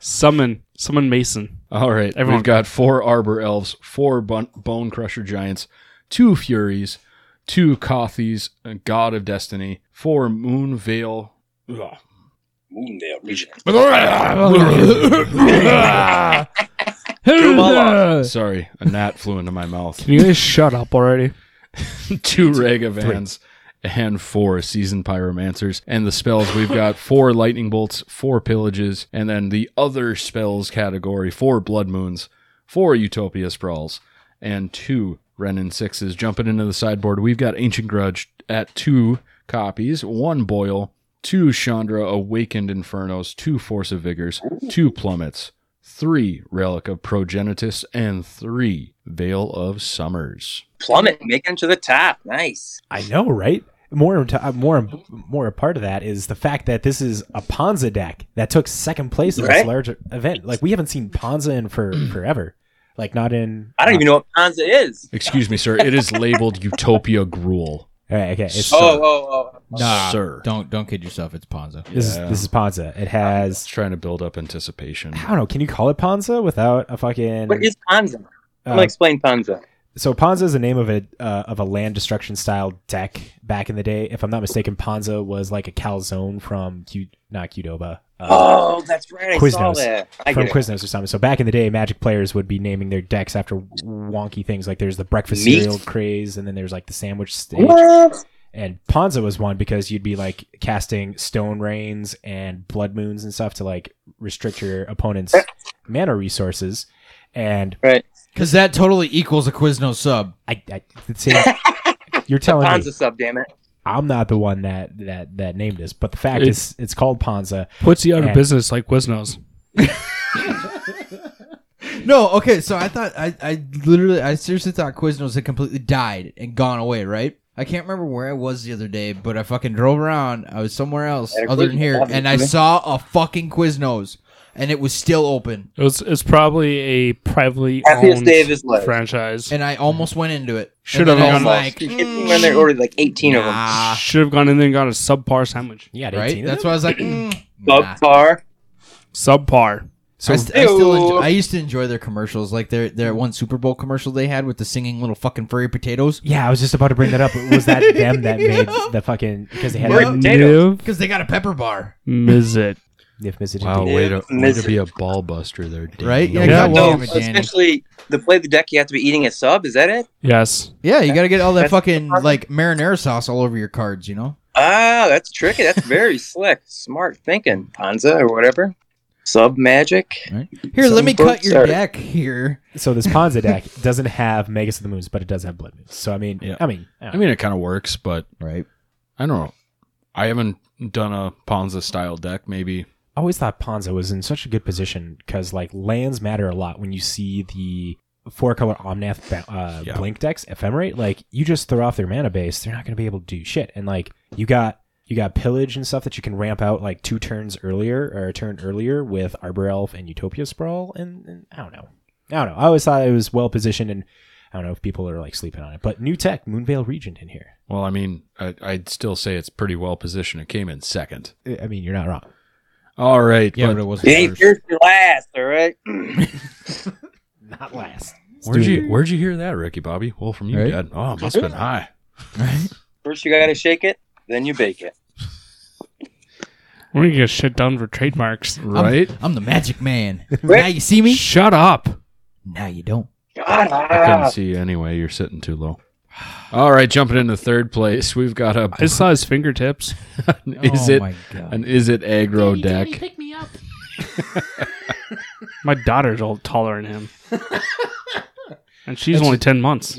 Speaker 5: summon,
Speaker 1: <laughs>
Speaker 5: summon Mason. <laughs>
Speaker 1: All right,
Speaker 5: Everyone-
Speaker 1: we've got four Arbor Elves, four bun- Bone Crusher Giants, two Furies, two Kothies, a God of Destiny, four Moon Veil. Ugh.
Speaker 2: Moondale region.
Speaker 5: Can Uh,
Speaker 1: Sorry, a gnat flew into my mouth.
Speaker 5: you guys shut up already?
Speaker 1: <laughs> two Rega Vans, and four Seasoned Pyromancers. And the spells we've got four Lightning Bolts, four Pillages, and then the other spells category four Blood Moons, four Utopia Sprawls, and two Renin Sixes. Jumping into the sideboard, we've got Ancient Grudge at two copies, one Boil, two Chandra Awakened Infernos, two Force of Vigors, two Plummets. Three Relic of Progenitus and three Veil of Summers.
Speaker 2: Plummet making it to the top. Nice.
Speaker 4: I know, right? More, to, uh, more, more. A part of that is the fact that this is a Ponza deck that took second place in this
Speaker 2: Right.
Speaker 4: large event. Like we haven't seen Ponza in for <clears throat> forever. Like not in.
Speaker 2: I don't even know what Ponza is.
Speaker 1: Excuse me, sir. It is labeled Utopia Gruel.
Speaker 4: uh, All right, okay. It's,
Speaker 1: So-
Speaker 2: Oh, oh, oh.
Speaker 3: Nah,
Speaker 1: Sir.
Speaker 3: Don't don't kid yourself. It's Ponza.
Speaker 4: this is this is Ponza. It has.
Speaker 1: It's trying to build up anticipation.
Speaker 4: I don't know. Can you call it Ponza without a fucking?
Speaker 2: What is Ponza? I'm
Speaker 4: uh,
Speaker 2: gonna explain Ponza.
Speaker 4: so Ponza is the name of a uh, of a land destruction style deck back in the day. If I'm not mistaken, Ponza was like a calzone from Q, not Qdoba. Uh,
Speaker 2: Oh, that's right. I saw
Speaker 4: Quiznos.
Speaker 2: that. I
Speaker 4: from
Speaker 2: get it.
Speaker 4: Quiznos or something. So back in the day, Magic players would be naming their decks after wonky things like there's the breakfast
Speaker 2: Meat.
Speaker 4: cereal craze, and then there's like the sandwich stage.
Speaker 2: What?
Speaker 4: And Ponza was one because you'd be like casting Stone Rains and Blood Moons and stuff to like restrict your opponent's
Speaker 2: Eh.
Speaker 4: mana resources. And
Speaker 3: Because that totally equals a Quiznos sub.
Speaker 4: I, I see, you're telling me
Speaker 2: Ponza sub, damn it.
Speaker 4: I'm not the one that that that named this, but the fact
Speaker 5: It-
Speaker 4: is, it's called Ponza.
Speaker 5: Puts you out
Speaker 4: Yeah.
Speaker 5: of business like Quiznos.
Speaker 3: No, okay. So I thought I, I literally I seriously thought Quiznos had completely died and gone away. Right? I can't remember where I was the other day, but I fucking drove around. I was somewhere else
Speaker 2: At a
Speaker 3: other than
Speaker 2: Quiznos,
Speaker 3: here, and I
Speaker 2: obviously.
Speaker 3: saw a fucking Quiznos, and it was still open,
Speaker 5: It was, it's probably a privately
Speaker 2: Happiest
Speaker 5: owned
Speaker 2: day of his life.
Speaker 5: franchise.
Speaker 3: and I almost went into it.
Speaker 5: Should
Speaker 3: And
Speaker 5: have
Speaker 3: then I
Speaker 5: gone
Speaker 3: was
Speaker 2: Almost.
Speaker 3: like,
Speaker 2: You kidding me? when they ordered like 18 of them.
Speaker 3: Mm. nah,
Speaker 5: Should have gone in there and got a subpar sandwich.
Speaker 4: Yeah,
Speaker 3: right. That's why I was like, mm,
Speaker 2: Bug
Speaker 3: nah.
Speaker 2: car.
Speaker 5: Subpar.
Speaker 3: I, st- I still
Speaker 2: Ew.
Speaker 3: enjoy, I used to enjoy their commercials, like their their one Super Bowl commercial they had with the singing little fucking furry potatoes,
Speaker 4: Yeah, I was just about to bring that up. Was that them that made the fucking because they had
Speaker 3: Right.
Speaker 4: like,
Speaker 2: Potatoes.
Speaker 3: because they got a pepper bar,
Speaker 5: Miss it.
Speaker 4: Nif Mizzet-
Speaker 1: Wow,
Speaker 2: Yeah,
Speaker 1: way to, way
Speaker 2: miss
Speaker 1: to
Speaker 2: it.
Speaker 1: be a ball buster there, Dan.
Speaker 3: right?
Speaker 1: No,
Speaker 5: Yeah,
Speaker 3: God
Speaker 2: No,
Speaker 3: damn it, Danny.
Speaker 2: essentially, to play the deck, you have to be eating a sub. Is that it?
Speaker 5: Yes.
Speaker 3: Yeah, you gotta get all that
Speaker 2: That's
Speaker 3: fucking
Speaker 2: the problem.
Speaker 3: like marinara sauce all over your cards, you know.
Speaker 2: Ah, that's tricky. That's very slick. Smart thinking, Ponza or whatever. Sub magic.
Speaker 3: Here, let me
Speaker 2: Some
Speaker 3: cut
Speaker 2: folks
Speaker 3: your
Speaker 2: are-
Speaker 3: deck here. <laughs>
Speaker 4: So this Ponza deck doesn't have Megas of the Moons, but it does have Blood Moons. So I mean,
Speaker 3: Yeah.
Speaker 4: I mean, I
Speaker 1: I mean, it kind of works, but
Speaker 3: Right.
Speaker 1: I don't know. I haven't done a Ponza style deck. Maybe
Speaker 4: I always thought Ponza was in such a good position because like lands matter a lot when you see the four color Omnath ba- uh,
Speaker 1: Yeah.
Speaker 4: blink decks ephemerate. Like you just throw off their mana base, they're not going to be able to do shit. And like you got you got pillage and stuff that you can ramp out like two turns earlier or a turn earlier with Arbor Elf and Utopia Sprawl. And, and I don't know, I don't know. I always thought it was well positioned, and I don't know if people are like sleeping on it. But new tech, Moonveil Regent in here.
Speaker 1: well, I mean, I, I'd still say it's pretty well positioned. It came in second.
Speaker 4: I- I mean, you're not wrong.
Speaker 1: All right,
Speaker 3: Yeah, but,
Speaker 1: but
Speaker 3: it wasn't.
Speaker 2: You ain't
Speaker 3: yours.
Speaker 2: first, you last, all right?
Speaker 4: Not last.
Speaker 1: where'd
Speaker 4: Dude.
Speaker 1: you where'd you hear that, Ricky Bobby? Well, from you,
Speaker 3: Right?
Speaker 1: Dad. Oh, it must have been high.
Speaker 2: First, you gotta shake it, then you bake it.
Speaker 5: We're going to get shit done for trademarks.
Speaker 1: Right?
Speaker 3: I'm the magic man. now you see me.
Speaker 5: Shut up.
Speaker 3: Now you don't.
Speaker 2: God,
Speaker 1: I couldn't
Speaker 2: ah.
Speaker 1: see you anyway. You're sitting too low. All right, jumping into third place, we've got a
Speaker 5: I saw his fingertips.
Speaker 1: is
Speaker 3: oh
Speaker 1: it
Speaker 3: My God.
Speaker 1: an is it aggro deck?
Speaker 5: My daughter's all taller than him.
Speaker 3: <laughs>
Speaker 5: and she's only 10 months.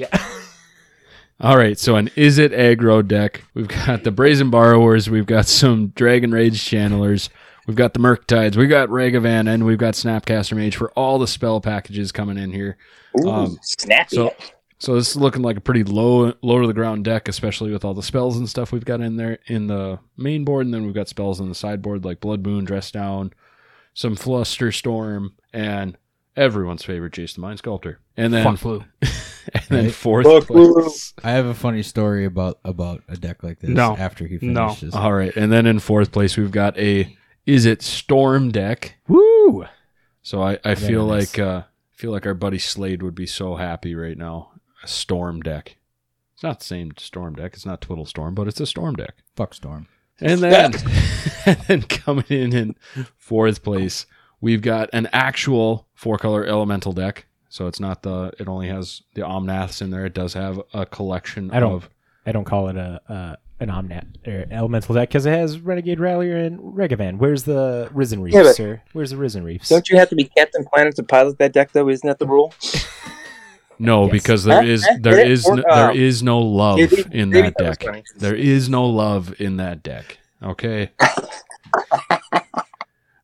Speaker 1: All right, so an is it aggro deck. We've got the Brazen Borrowers, we've got some Dragon Rage Channelers, we've got the Murktides, we've got Ragavan, and we've got Snapcaster Mage for all the spell packages coming in here.
Speaker 2: Ooh,
Speaker 1: Um,
Speaker 2: snappy.
Speaker 1: So so this is looking like a pretty low low to the ground deck, especially with all the spells and stuff we've got in there in the main board, and then we've got spells in the sideboard like Blood Moon, Dress Down, some Fluster Storm, and everyone's favorite Jace the Mind Sculptor. And then
Speaker 5: Fuck flu.
Speaker 1: <laughs> and then
Speaker 3: Right.
Speaker 1: fourth
Speaker 2: Fuck Blue.
Speaker 1: place.
Speaker 3: I have a funny story about about a deck like this.
Speaker 5: No.
Speaker 3: After he
Speaker 5: No.
Speaker 3: finishes.
Speaker 1: All right, and then in fourth place we've got a is it Storm deck.
Speaker 4: Woo!
Speaker 1: So I, I feel
Speaker 4: Very
Speaker 1: like
Speaker 4: nice.
Speaker 1: uh, feel like our buddy Slade would be so happy right now. A storm deck. It's not the same storm deck. It's not Twiddle Storm, but it's a storm deck.
Speaker 3: Fuck storm.
Speaker 1: And then <laughs> and then coming in in fourth place, we've got an actual four color elemental deck. So it's not the. It only has the Omnaths in there. It does have a collection
Speaker 4: I don't-
Speaker 1: of.
Speaker 4: I don't call it a uh, an omnat or elemental deck because it has renegade rallier and regavan. Where's the risen reefs,
Speaker 2: Yeah, but-
Speaker 4: sir? Where's the risen reefs?
Speaker 2: Don't you have to be Captain Planet to pilot that deck, though? Isn't that the rule?
Speaker 1: No,
Speaker 4: Yes.
Speaker 1: because there
Speaker 2: Eh,
Speaker 1: is
Speaker 2: eh,
Speaker 1: there
Speaker 2: eh,
Speaker 1: is
Speaker 2: or,
Speaker 1: no,
Speaker 2: uh,
Speaker 1: there is no love
Speaker 2: maybe-
Speaker 1: in
Speaker 2: maybe
Speaker 1: that
Speaker 2: that was
Speaker 1: deck.
Speaker 2: funny.
Speaker 1: There is no love in that deck. Okay.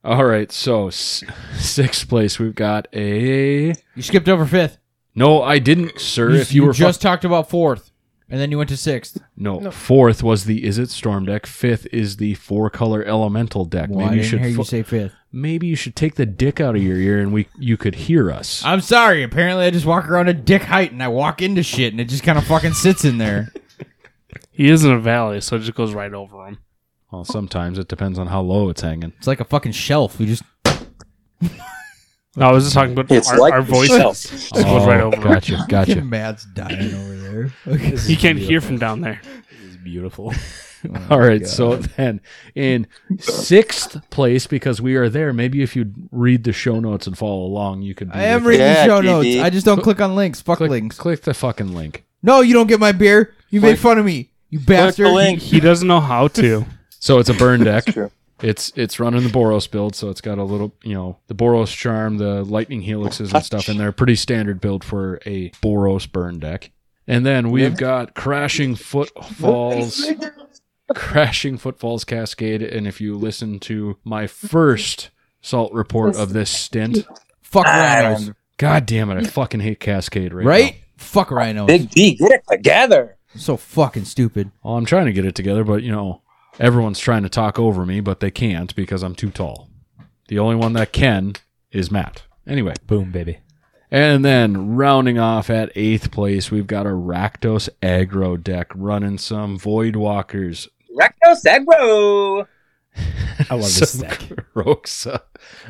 Speaker 1: All right. So s- sixth place, we've got a.
Speaker 3: You skipped over fifth.
Speaker 1: No, I didn't, sir.
Speaker 3: You-
Speaker 1: if you,
Speaker 3: you
Speaker 1: were fuck-
Speaker 3: just talked about fourth, and then you went to sixth.
Speaker 1: no, fourth was the is it storm deck. Fifth is the four color elemental deck.
Speaker 3: Well, I
Speaker 1: maybe you
Speaker 3: didn't
Speaker 1: should
Speaker 3: hear
Speaker 1: fu-
Speaker 3: you say fifth.
Speaker 1: maybe you should take the dick out of your ear and we you could hear us.
Speaker 3: I'm sorry. Apparently, I just walk around a dick height and I walk into shit, and it just kind of fucking sits in <laughs> there.
Speaker 5: He is in a valley, so it just goes right over him.
Speaker 1: Well, sometimes it depends on how low it's hanging.
Speaker 3: It's like a fucking shelf. We just
Speaker 5: No, I was just talking about
Speaker 2: It's
Speaker 5: our,
Speaker 2: like
Speaker 5: our voices.
Speaker 2: itself.
Speaker 5: Just goes right over
Speaker 3: Oh,
Speaker 5: him.
Speaker 1: Oh,
Speaker 3: <laughs>
Speaker 1: gotcha, gotcha.
Speaker 3: Matt's dying over <laughs> there.
Speaker 5: You can't hear from down there.
Speaker 4: beautiful. <laughs>
Speaker 3: Oh
Speaker 1: All right, so <laughs> then in sixth place, because we are there, maybe if you read the show notes and follow along, you could. Be
Speaker 3: I am
Speaker 1: with
Speaker 3: reading
Speaker 2: Yeah,
Speaker 3: show
Speaker 2: GB.
Speaker 3: notes. I just don't click on links. Fuck
Speaker 1: click,
Speaker 3: links.
Speaker 1: Click the fucking link.
Speaker 3: No, you don't get my beer. You made
Speaker 2: Click-
Speaker 3: fun of me. You
Speaker 2: Click
Speaker 3: bastard.
Speaker 2: the link.
Speaker 5: He doesn't know how to.
Speaker 1: So it's a
Speaker 3: <laughs>
Speaker 1: burn deck.
Speaker 2: true.
Speaker 1: It's it's running the Boros build, so it's got a little, you know, the Boros charm, the lightning helixes and stuff in there. Pretty standard build for a Boros burn deck. And then we've got crashing footfalls. crashing footfalls cascade and if you listen to my first salt report of this stint
Speaker 3: Fuck
Speaker 2: I don't
Speaker 3: rhinos.
Speaker 1: God damn it! I fucking hate Cascade right,
Speaker 3: Right? Fuck rhinos.
Speaker 2: Big D, get it together.
Speaker 3: so fucking stupid.
Speaker 1: now. Well, I'm trying to get it together, but you know, everyone's trying to talk over me, but they can't because I'm too tall. The only one that can is Matt. Anyway,
Speaker 4: Boom, baby.
Speaker 1: and then rounding off at eighth place, we've got a Rakdos aggro deck running some Void Walkers, <laughs>
Speaker 2: Recto Segro.
Speaker 4: I love this deck.
Speaker 1: Roxa.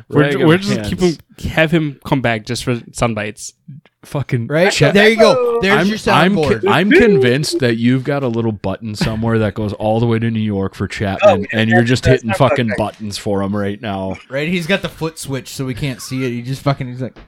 Speaker 5: We're, we're just
Speaker 1: Ragavans.
Speaker 5: keep him, have him come back just for sunbites.
Speaker 1: fucking
Speaker 3: Right?
Speaker 1: Chat-
Speaker 3: There you go. There's your
Speaker 1: I'm,
Speaker 3: soundboard.
Speaker 1: con- I'm convinced that you've got a little button somewhere that goes all the way to New York for Chapman,
Speaker 5: <laughs> Oh,
Speaker 1: and you're just hitting fucking buttons for him right now.
Speaker 3: right? He's got the foot switch so we can't see it. He just fucking he's like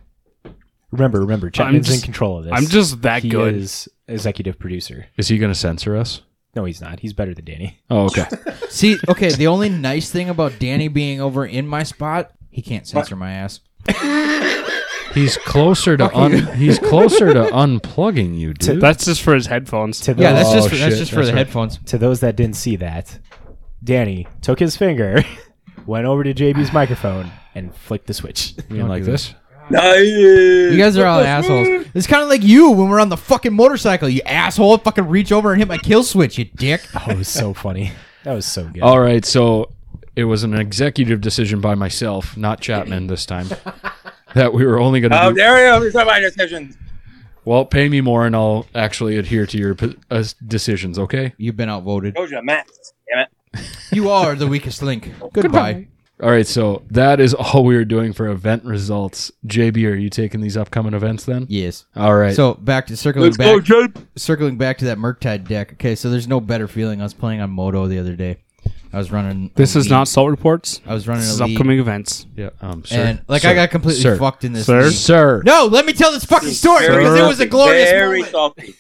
Speaker 4: Remember, remember, Chapman's
Speaker 5: just-
Speaker 4: in control of this.
Speaker 5: I'm just that
Speaker 4: he
Speaker 5: good.
Speaker 4: is executive producer.
Speaker 1: Is he going to censor us?
Speaker 4: No, he's not. He's better than Danny.
Speaker 1: Oh, okay.
Speaker 3: See, okay, the only nice thing about Danny being over in my spot, he can't censor my ass.
Speaker 1: <laughs> He's closer to
Speaker 3: <laughs>
Speaker 1: un- he's closer to unplugging you, dude.
Speaker 5: That's just for his headphones.
Speaker 4: To
Speaker 3: Yeah,
Speaker 4: those, Oh,
Speaker 3: that's just for,
Speaker 1: Oh, shit,
Speaker 3: that's just for
Speaker 1: that's
Speaker 3: the
Speaker 1: right.
Speaker 3: headphones.
Speaker 4: to those that didn't see that. Danny took his finger, <laughs> went over to JB's microphone, and flicked the
Speaker 5: <laughs>
Speaker 4: switch.
Speaker 1: You mean like this?
Speaker 3: You guys are all assholes. It's kind of like you when we're on the fucking motorcycle. You asshole, fucking reach over and hit my kill switch, you dick.
Speaker 4: Oh, it was so funny. That was so good.
Speaker 5: Oh.
Speaker 1: All right, so it was an executive decision by myself, not Chapman this time,
Speaker 3: <laughs>
Speaker 1: that we were only going to
Speaker 2: Oh,
Speaker 1: do
Speaker 2: there we go. We're talking about discussions.
Speaker 1: Well, pay me more and I'll actually adhere to your p- uh, decisions, okay?
Speaker 3: You've been outvoted.
Speaker 2: Told you, Matt. Damn it.
Speaker 3: You are the weakest link. Goodbye.
Speaker 1: All right, so that is all we are doing for event results. JB, are you taking these upcoming events then?
Speaker 3: Yes.
Speaker 1: All right.
Speaker 3: So back to circling back, circling back to that Murktide deck. Okay, so there's no better feeling. I was playing on Moto the other day. I was running.
Speaker 5: This
Speaker 3: a
Speaker 5: is
Speaker 3: lead.
Speaker 5: not salt reports.
Speaker 3: I was running
Speaker 5: This is
Speaker 3: a lead,
Speaker 5: upcoming <laughs> events.
Speaker 1: yeah, um, sir,
Speaker 3: and like I
Speaker 1: sir,
Speaker 3: got completely
Speaker 1: sir,
Speaker 3: fucked in this.
Speaker 5: Sir?
Speaker 3: lead.
Speaker 1: Sir,
Speaker 3: No, let me tell this fucking story
Speaker 2: Very
Speaker 3: because it was a
Speaker 2: salty,
Speaker 3: glorious
Speaker 2: Very
Speaker 3: moment.
Speaker 2: salty.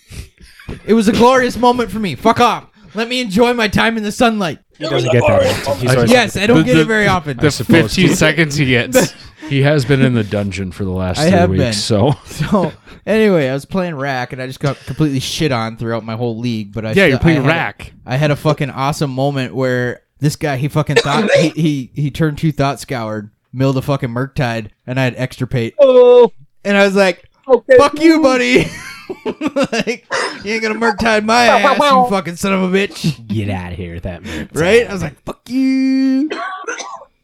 Speaker 3: It was a glorious moment for me. Fuck off. Let me enjoy my time in the sunlight.
Speaker 4: he doesn't get that. often. He's always-
Speaker 3: Yes, I don't
Speaker 5: The-
Speaker 3: get
Speaker 5: the-
Speaker 3: it very often.
Speaker 5: The
Speaker 1: suppose
Speaker 5: 15 seconds he
Speaker 4: <laughs>
Speaker 5: gets.
Speaker 1: he has been in the dungeon for the last
Speaker 3: I
Speaker 1: three
Speaker 3: have
Speaker 1: weeks,
Speaker 3: been.
Speaker 1: so
Speaker 3: <laughs> So anyway, I was playing rack and I just got completely shit on throughout my whole league. But I
Speaker 5: yeah,
Speaker 3: still-
Speaker 5: you're playing
Speaker 3: I had a-
Speaker 5: rack.
Speaker 3: I had a fucking awesome moment where this guy he fucking thought he, he he turned two thought scoured, milled a fucking merktide, and I had extirpate,
Speaker 2: Oh,
Speaker 3: and I was like,
Speaker 2: okay.
Speaker 3: "Fuck you, buddy! <laughs> like you ain't gonna
Speaker 2: <laughs>
Speaker 3: merktide my ass, you fucking son of a bitch!"
Speaker 4: Get out of here with that. man.
Speaker 3: Right? I was like, "Fuck you!" <coughs>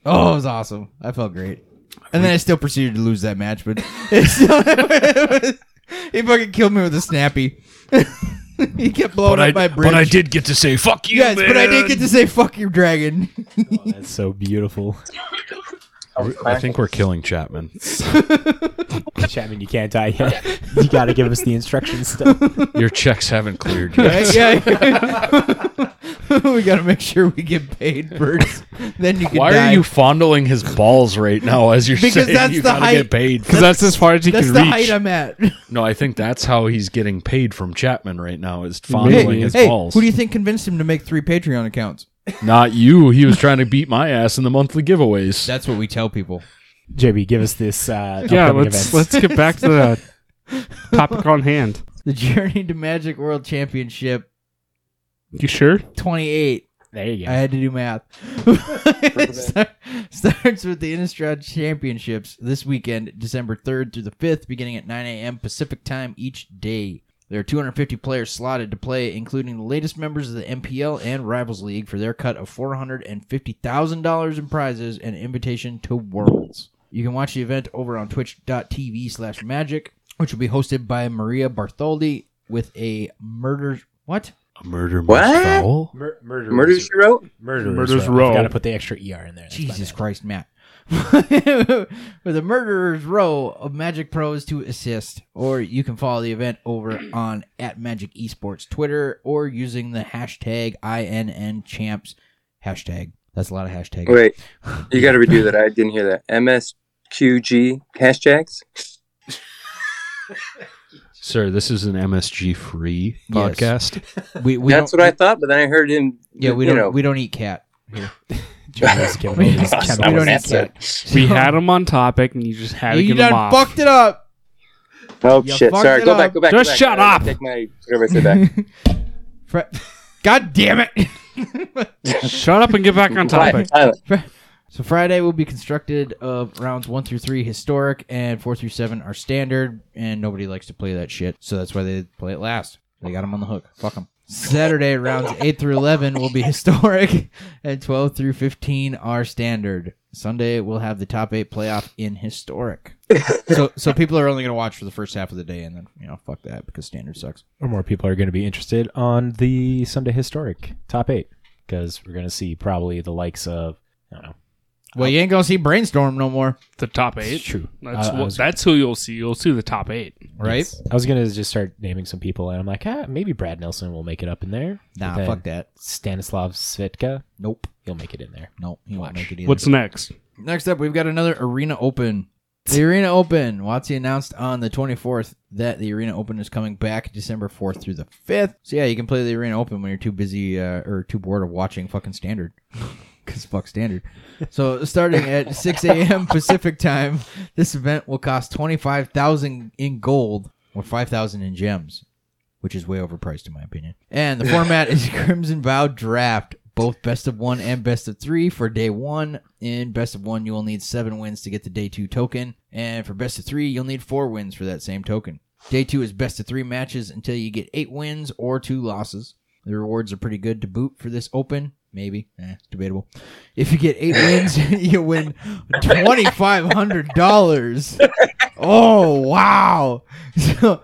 Speaker 3: Oh, it was awesome. I felt great, and then I still proceeded to lose that match, but <laughs> it's <laughs> he fucking killed me with a snappy. <laughs> he kept blowing up my bridge.
Speaker 1: did get to say fuck you,
Speaker 3: Yes, but I did get to say "fuck
Speaker 1: <laughs>
Speaker 3: you, dragon."
Speaker 4: That's so beautiful.
Speaker 1: I think we're killing Chapman.
Speaker 4: Chapman, you can't die yet. <laughs> You got to give us the instructions still.
Speaker 1: <laughs> Your checks haven't cleared yet.
Speaker 3: <laughs> Right? Yeah. <laughs> we got to make sure we get paid first. <laughs> Then you can
Speaker 1: Why
Speaker 3: die.
Speaker 1: are you fondling his balls right now as you're
Speaker 3: Because
Speaker 1: saying
Speaker 3: that's
Speaker 1: you
Speaker 3: the
Speaker 1: gotta
Speaker 3: height.
Speaker 1: get paid?
Speaker 5: Because that's as far as he
Speaker 3: That's
Speaker 5: can
Speaker 3: the height
Speaker 5: reach.
Speaker 3: I'm at.
Speaker 1: No, I think that's how he's getting paid from Chapman right now is fondling
Speaker 3: hey,
Speaker 1: his
Speaker 3: hey,
Speaker 1: balls.
Speaker 3: who do you think convinced him to make three Patreon accounts?
Speaker 1: Not you. He was trying to beat my ass in the monthly giveaways.
Speaker 3: That's what we tell people.
Speaker 4: JB, give us this uh,
Speaker 5: <laughs> Yeah,
Speaker 4: upcoming
Speaker 5: let's
Speaker 4: events.
Speaker 5: let's get back to the
Speaker 4: <laughs>
Speaker 5: topic on hand.
Speaker 3: The Journey to Magic World Championship
Speaker 5: You sure?
Speaker 3: 28
Speaker 4: There you go.
Speaker 3: I had to do math. <laughs> Start- starts with the Innistrad Championships this weekend, December 3rd through the 5th, beginning at 9 a.m. Pacific time each day. There are 250 players slotted to play, including the latest members of the MPL and Rivals League, for their cut of $450,000 in prizes and invitation to Worlds. You can watch the event over on twitch.tv slash magic, which will be hosted by Maria Bartholdi with a murder. What?
Speaker 1: A murder most
Speaker 2: What?
Speaker 1: foul?
Speaker 4: Mur- murderers.
Speaker 2: Murder she wrote.
Speaker 4: Murderers.
Speaker 5: Murderers
Speaker 4: Row.
Speaker 5: Row.
Speaker 4: Got to put the extra ER in there. That's
Speaker 3: Jesus
Speaker 4: my
Speaker 3: Christ, Matt. <laughs> With a murderer's row of Magic Pros to assist, or you can follow the event over on at Magic Esports Twitter or using the hashtag INNChamps hashtag. That's a lot of hashtags.
Speaker 2: Wait, you got to redo that. I didn't hear that. MSQG hashtags.
Speaker 1: Sir, this is an MSG free
Speaker 3: Yes.
Speaker 1: podcast.
Speaker 3: We, we
Speaker 2: That's
Speaker 3: don't-
Speaker 2: what I thought, but then I heard him.
Speaker 3: Yeah, we
Speaker 2: you
Speaker 3: don't
Speaker 2: know.
Speaker 3: we don't eat cat. here.
Speaker 4: bad. JB's
Speaker 3: <laughs>
Speaker 4: giving all these
Speaker 3: That
Speaker 4: chemicals.
Speaker 3: was-
Speaker 5: We had him on topic, and you just had to
Speaker 3: you
Speaker 5: give him
Speaker 3: done
Speaker 5: off.
Speaker 3: fucked it up.
Speaker 2: oh
Speaker 3: You
Speaker 2: shit!
Speaker 3: fucked
Speaker 2: Sorry,
Speaker 3: it
Speaker 2: go
Speaker 3: up.
Speaker 2: back, go back.
Speaker 5: Just
Speaker 2: go back.
Speaker 5: shut
Speaker 2: I
Speaker 5: up.
Speaker 2: Take my whatever I said
Speaker 3: <laughs>
Speaker 2: back.
Speaker 3: Fre- God damn it.
Speaker 5: <laughs> Shut up and get back on topic.
Speaker 2: Quiet, silent.
Speaker 3: So Friday will be constructed of rounds one through three historic and four through seven are standard, and nobody likes to play that shit. So that's why they play it last. They got them on the hook. Fuck them. Saturday rounds eight through eleven will be <laughs> historic, and twelve through fifteen are standard. Sunday we'll have the top eight playoff in historic. so so people are only gonna watch for the first half of the day, and then you know fuck that because standard sucks.
Speaker 4: or more people are going to be interested on the Sunday historic top eight because we're going to see probably the likes of I don't know.
Speaker 3: Well, you ain't gonna see brainstorm no more,
Speaker 5: The top eight.
Speaker 4: It's true. Uh,
Speaker 5: That's
Speaker 4: I- I
Speaker 5: what,
Speaker 4: was-
Speaker 5: that's who you'll see. You'll see the top eight.
Speaker 3: right?
Speaker 4: I was going to just start naming some people, and I'm like, ah, maybe Brad Nelson will make it up in there.
Speaker 3: Nah,
Speaker 4: But then
Speaker 3: fuck that.
Speaker 4: Stanislav Svitka,
Speaker 3: Nope,
Speaker 4: he'll make it in there.
Speaker 3: nope. He won't make it either.
Speaker 5: What's next?
Speaker 3: Next up, we've got another Arena Open. The Arena Open. Watsy announced on the 24th that the Arena Open is coming back December 4th through the 5th. So, yeah, you can play the Arena Open when you're too busy uh, or too bored of watching fucking Standard. <laughs> Because fuck Standard. So, starting at 6 a.m. Pacific time, this event will cost 25000 in gold or 5000 in gems, which is way overpriced in my opinion. And <laughs> the format is Crimson Vow Draft, both best of one and best of three for day one. In best of one, you will need seven wins to get the day two token, and for best of three, you'll need four wins for that same token. Day two is best of three matches until you get eight wins or two losses. The rewards are pretty good to boot for this open. Maybe. Eh, it's debatable. If you get eight wins, <laughs> you win <laughs> $2,500. Oh, wow. <laughs> So,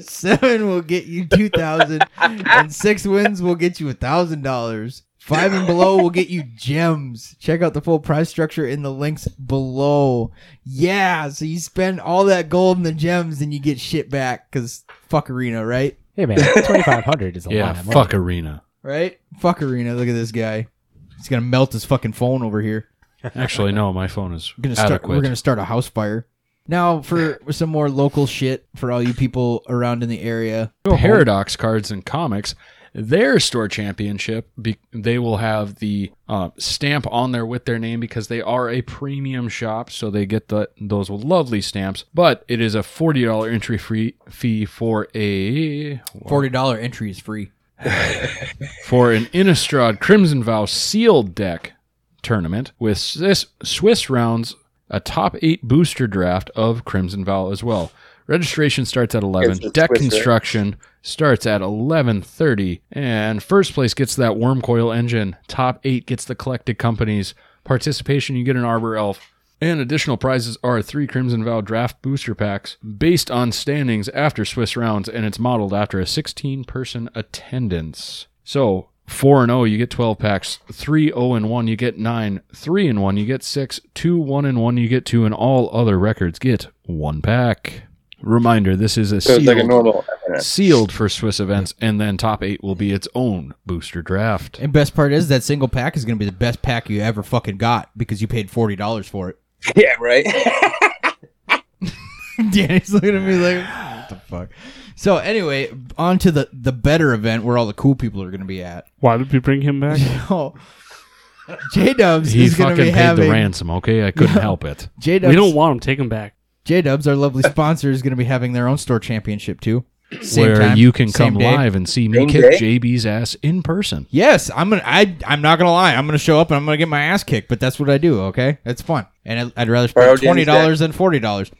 Speaker 3: <laughs> seven will get you 2000 and six wins will get you $1,000. Five and below will get you gems. Check out the full prize structure in the links below. Yeah, so you spend all that gold and the gems and you get shit back because fuck Arena, right?
Speaker 4: Hey man, 2,500 is a
Speaker 1: Yeah,
Speaker 4: lot. of money.
Speaker 1: fuck arena.
Speaker 3: Right? Fuck Arena. Look at this guy. He's gonna melt his fucking phone over here.
Speaker 1: Actually, no, my phone is
Speaker 3: We're gonna start.
Speaker 1: adequate.
Speaker 3: We're gonna start a house fire. Now for some more local shit for all you people around in the area.
Speaker 1: Paradox Cards and Comics, their store championship, be, they will have the uh, stamp on there with their name because they are a premium shop, so they get the those lovely stamps. But it is a forty dollar entry free fee for a
Speaker 3: Forty dollar entry is free.
Speaker 1: for an Innistrad Crimson Vow sealed deck tournament with Swiss, Swiss rounds, a top eight booster draft of Crimson Vow as well. Registration starts at
Speaker 2: It's a
Speaker 1: 11. Deck
Speaker 2: Swiss, right?
Speaker 1: construction starts at 11:30 and first place gets that worm coil engine. Top 8 gets the collected companies. Participation you get an arbor elf. And additional prizes are three Crimson Vow draft booster packs based on standings after Swiss rounds, and it's modeled after a 16 person attendance. So 4 and 0 you get 12 packs 3 0 and 1 you get 9 3 and 1 you get 6 2 1 and 1 you get 2 and all other records get 1 pack reminder this is a
Speaker 2: So it's like a
Speaker 1: sealed,
Speaker 2: normal.
Speaker 1: sealed for swiss events and then top 8 will be its own booster draft
Speaker 3: And best part is that single pack is going to be the best pack you ever fucking got because you paid forty dollars for it.
Speaker 2: <laughs>
Speaker 3: <laughs>
Speaker 2: Yeah, right.
Speaker 3: Danny's looking at me like, what the fuck? So anyway, on to the the better event where all the cool people are going to be at. <laughs>
Speaker 5: Why did we bring
Speaker 4: <laughs>
Speaker 5: him back?
Speaker 3: Oh, J Dubs
Speaker 1: he
Speaker 3: is going
Speaker 1: fucking
Speaker 3: to be
Speaker 1: paid the
Speaker 3: having
Speaker 1: ransom okay i couldn't help it
Speaker 3: J
Speaker 5: we don't
Speaker 3: Dubs.
Speaker 5: want him. Take him back.
Speaker 3: J Dubs, our lovely sponsor, is going to be having their own store championship too. Same
Speaker 1: where
Speaker 3: time,
Speaker 1: you can
Speaker 3: same
Speaker 1: come
Speaker 3: day.
Speaker 1: live and see me
Speaker 2: Same
Speaker 1: kick
Speaker 2: day?
Speaker 1: jb's ass in person
Speaker 3: Yes, I'm gonna. I I'm not gonna lie. I'm gonna show up and I'm gonna get my ass kicked. But that's what I do. Okay, it's fun, and I, I'd rather
Speaker 2: Borrow
Speaker 3: spend
Speaker 2: Danny's
Speaker 3: twenty dollars than forty dollars.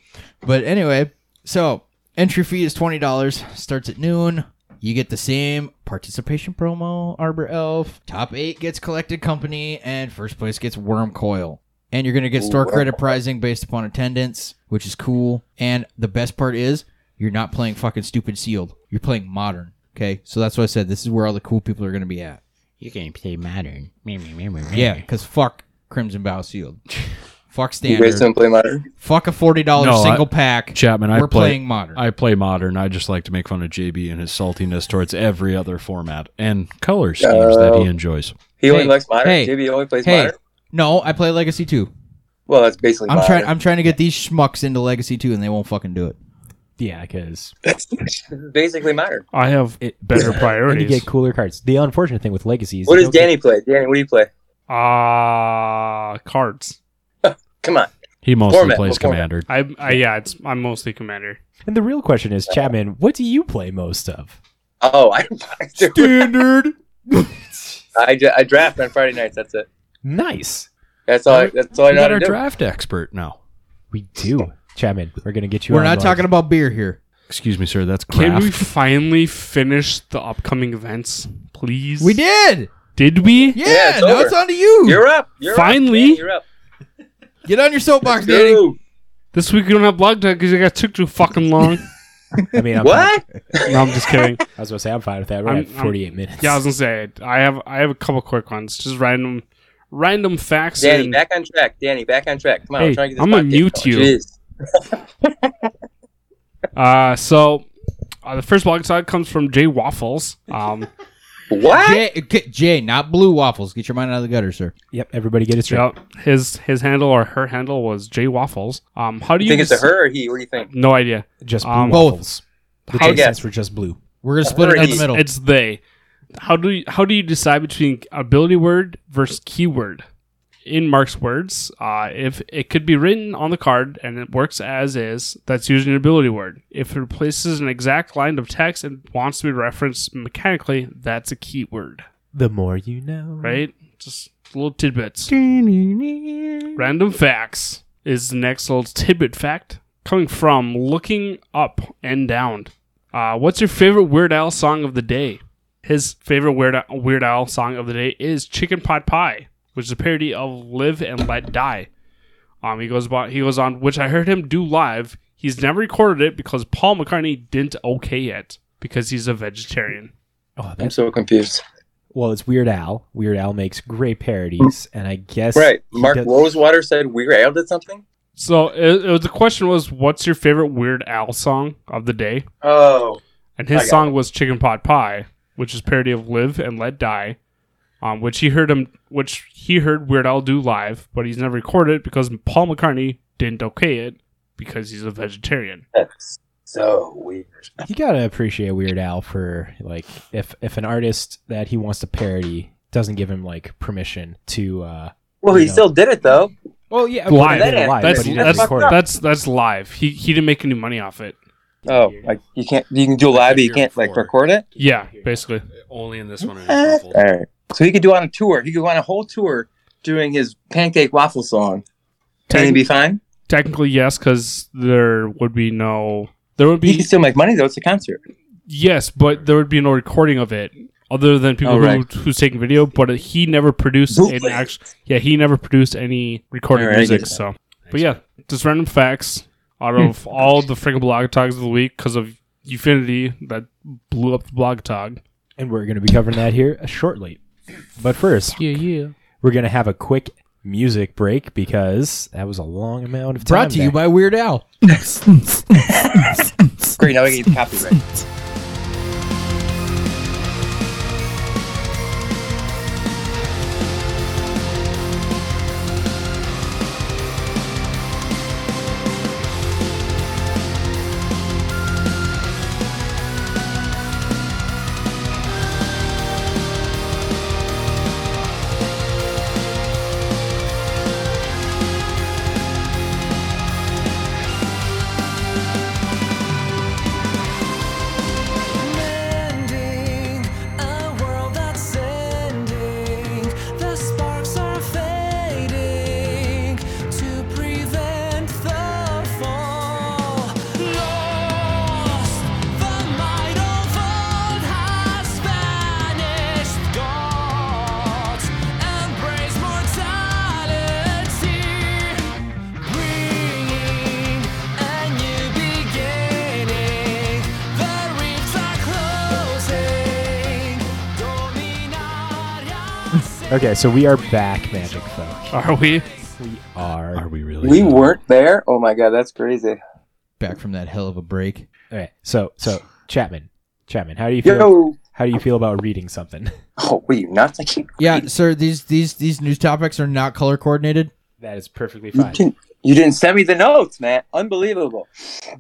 Speaker 3: But anyway, so entry fee is twenty dollars. Starts at noon. You get the same participation promo, Arbor Elf. Top eight gets collected company, and first place gets Worm Coil. And you're gonna get store
Speaker 2: Worm
Speaker 3: credit pricing based upon attendance, which is cool. And the best part is you're not playing fucking stupid sealed. You're playing modern. Okay, so that's what I said. This is where all the cool people are gonna be at.
Speaker 7: You can play modern. Me, me, me, me, me.
Speaker 3: Yeah, because fuck Crimson
Speaker 7: <laughs>
Speaker 3: Bow Sealed. fuck
Speaker 2: you guys
Speaker 3: standard.
Speaker 2: don't play modern.
Speaker 3: Fuck a forty dollar
Speaker 1: No, I-
Speaker 3: single pack.
Speaker 1: chapman i
Speaker 3: We're
Speaker 1: play-
Speaker 3: playing modern.
Speaker 1: I play modern. I just like to make fun of JB and his saltiness towards every other format and color schemes that
Speaker 3: Uh,
Speaker 1: he enjoys.
Speaker 2: He only
Speaker 3: Hey,
Speaker 2: likes modern.
Speaker 3: hey,
Speaker 2: JB only plays
Speaker 3: hey,
Speaker 2: modern.
Speaker 3: no, I play Legacy two.
Speaker 2: Well, that's basically.
Speaker 3: I'm
Speaker 2: modern.
Speaker 3: trying. I'm trying to get these schmucks into Legacy two, and they won't fucking do it.
Speaker 4: Yeah, because
Speaker 2: <laughs> basically modern.
Speaker 5: I have
Speaker 3: <laughs>
Speaker 5: better
Speaker 4: and you
Speaker 5: priorities.
Speaker 4: get cooler cards. The unfortunate thing with Legacy is
Speaker 2: What
Speaker 4: you
Speaker 2: does
Speaker 4: don't
Speaker 2: Danny play? Danny, what do you play?
Speaker 5: Ah, cards.
Speaker 2: Come on.
Speaker 1: He mostly
Speaker 2: Format,
Speaker 1: plays
Speaker 2: what format?
Speaker 1: Commander.
Speaker 5: I, I yeah, it's I'm mostly commander.
Speaker 4: get- and the real question is, Chapman, what do you play most of?
Speaker 2: Oh, I don't I do-
Speaker 3: Standard.
Speaker 2: <laughs> I, dra- I draft on Friday nights. That's it.
Speaker 4: Nice.
Speaker 2: That's all. I, that's all I
Speaker 1: we
Speaker 2: know
Speaker 1: got
Speaker 2: how to
Speaker 1: our
Speaker 2: do.
Speaker 1: draft expert now.
Speaker 4: We do, Chapman. We're gonna get you.
Speaker 3: We're
Speaker 4: on
Speaker 3: not
Speaker 4: one.
Speaker 3: talking about beer here.
Speaker 1: Excuse me, sir. That's
Speaker 5: Can
Speaker 1: craft. <laughs>
Speaker 5: we finally finish the upcoming events, please?
Speaker 3: We did.
Speaker 5: Did we?
Speaker 3: Yeah.
Speaker 2: Yeah, it's
Speaker 3: now
Speaker 2: over.
Speaker 3: it's on to you.
Speaker 2: You're up. You're
Speaker 5: Finally.
Speaker 2: up, Dan, you're up.
Speaker 3: Get on your soapbox, Danny.
Speaker 2: Dude,
Speaker 5: This week we don't have blog talk because it got took too
Speaker 3: <laughs>
Speaker 5: fucking long.
Speaker 4: I mean, I'm fine.
Speaker 2: <laughs> what?
Speaker 5: no, I'm just kidding.
Speaker 4: I was gonna say I'm fine with that. We're
Speaker 5: I'm-
Speaker 4: at 48 minutes.
Speaker 5: Yeah, I was gonna say I have I have a couple quick ones, just random random facts.
Speaker 2: Danny,
Speaker 5: and-
Speaker 2: back on track. Danny, back on track. Come on,
Speaker 5: Hey,
Speaker 2: I'm trying to get this
Speaker 5: I'm gonna
Speaker 2: podcast
Speaker 5: mute
Speaker 2: going.
Speaker 5: you.
Speaker 2: Jeez.
Speaker 5: uh, so uh, the first blog talk comes from Jay Waffles.
Speaker 3: <laughs>
Speaker 5: Um,
Speaker 2: What?
Speaker 3: Jay, get- Jay, not blue waffles. Get your mind out of the gutter, sir.
Speaker 4: Yep. Everybody get it straight.
Speaker 5: yep, his his handle or her handle was Jay Waffles. Um, how do
Speaker 2: You
Speaker 5: you
Speaker 2: think it's a
Speaker 5: dec-
Speaker 2: her or he? What do you think?
Speaker 5: No idea.
Speaker 4: Just blue
Speaker 5: Um,
Speaker 3: both.
Speaker 4: waffles. The
Speaker 5: How
Speaker 4: taste
Speaker 2: guess.
Speaker 4: tests were just blue.
Speaker 3: We're gonna split it down the
Speaker 2: It's-
Speaker 3: middle.
Speaker 5: It's they. How do you, how do you decide between ability word versus keyword? In Mark's words, uh, if it could be written on the card and it works as is, that's usually an ability word. If it replaces an exact line of text and wants to be referenced mechanically, that's a keyword,
Speaker 4: The more you know.
Speaker 5: right? Just little tidbits. Random facts is the next little tidbit fact coming from looking up and down. Uh, what's your favorite Weird Al song of the day? His favorite Weird Al, Weird Al song of the day is "Chicken Pot Pie," which is a parody of "Live and Let Die." Um, he goes about, he goes on, which I heard him do live. He's never recorded it because Paul McCartney didn't okay it because he's a vegetarian.
Speaker 4: Oh,
Speaker 2: I'm
Speaker 4: that's
Speaker 2: so confused.
Speaker 4: well. It's Weird Al. Weird Al makes great parodies, and I guess
Speaker 2: Right.
Speaker 4: he
Speaker 2: Mark
Speaker 4: does-
Speaker 2: Rosewater said we Al did something?
Speaker 5: So it, it was, the question was, what's your favorite Weird Al song of the day?
Speaker 2: Oh.
Speaker 5: And
Speaker 2: I
Speaker 5: his
Speaker 2: got
Speaker 5: song was Chicken Pot Pie, which is parody of Live and Let Die, um, which he heard him, which he heard Weird Al do live, but he's never recorded it because Paul McCartney didn't okay it because he's a vegetarian.
Speaker 2: That's so weird.
Speaker 4: you gotta appreciate Weird Al for like if if an artist that he wants to parody doesn't give him like permission to. uh
Speaker 2: Well, he
Speaker 4: Yeah.
Speaker 2: still did it though.
Speaker 4: Well, yeah,
Speaker 5: Live.
Speaker 4: but he did it
Speaker 5: That's
Speaker 4: but he didn't
Speaker 5: that's
Speaker 4: record it.
Speaker 5: that's that's live. He he didn't make any money off it.
Speaker 2: Oh, like you can't. You can do live, but you can't like record it.
Speaker 5: Yeah, basically.
Speaker 1: Only in this one.
Speaker 2: All
Speaker 3: Uh,
Speaker 2: right. So he could do on a tour. He could go on a whole tour doing his pancake waffle song, and he'd be fine.
Speaker 5: Technically, yes, because there would be no there would
Speaker 2: He
Speaker 5: be
Speaker 4: <laughs>
Speaker 2: could still make money though. It's a concert.
Speaker 5: Yes, but there would be no recording of it other than people
Speaker 2: Oh, right.
Speaker 5: who, who's taking video. But he never produced an
Speaker 2: Bootleg.
Speaker 5: actual. Yeah, he never produced any recorded
Speaker 2: All right, I
Speaker 5: music.
Speaker 2: get that.
Speaker 5: So, but yeah, just random facts out of all the freaking blog tags of the week because of Ufinity that blew up the blog tag.
Speaker 4: and we're going to be covering that here shortly. But first,
Speaker 5: Yeah, yeah.
Speaker 4: we're going to have a quick music break because that was a long amount of time.
Speaker 3: Brought to you
Speaker 4: there.
Speaker 3: by Weird Al.
Speaker 2: Great, now we get copyright.
Speaker 8: Mending a world that's ending. The sparks are fading to prevent the fall. Lost, the might of old has vanished. Gods embrace mortality. Bringing a new beginning. The reefs are closing. Dominarias.
Speaker 4: Okay, so we are back, Magic Folk.
Speaker 5: Are we?
Speaker 4: We are.
Speaker 1: Are we really?
Speaker 2: <laughs> We weren't there. Oh my god, that's crazy.
Speaker 3: Back from that hell of a break.
Speaker 4: All right. So, so Chapman, Chapman, how do you feel?
Speaker 2: Yo.
Speaker 4: How do you feel about reading something? <laughs>
Speaker 2: Oh, what are you nuts? I can't.
Speaker 3: Yeah, sir. These these these news topics are not color coordinated.
Speaker 4: That is perfectly
Speaker 2: You didn't. You didn't send me the notes, man. Unbelievable.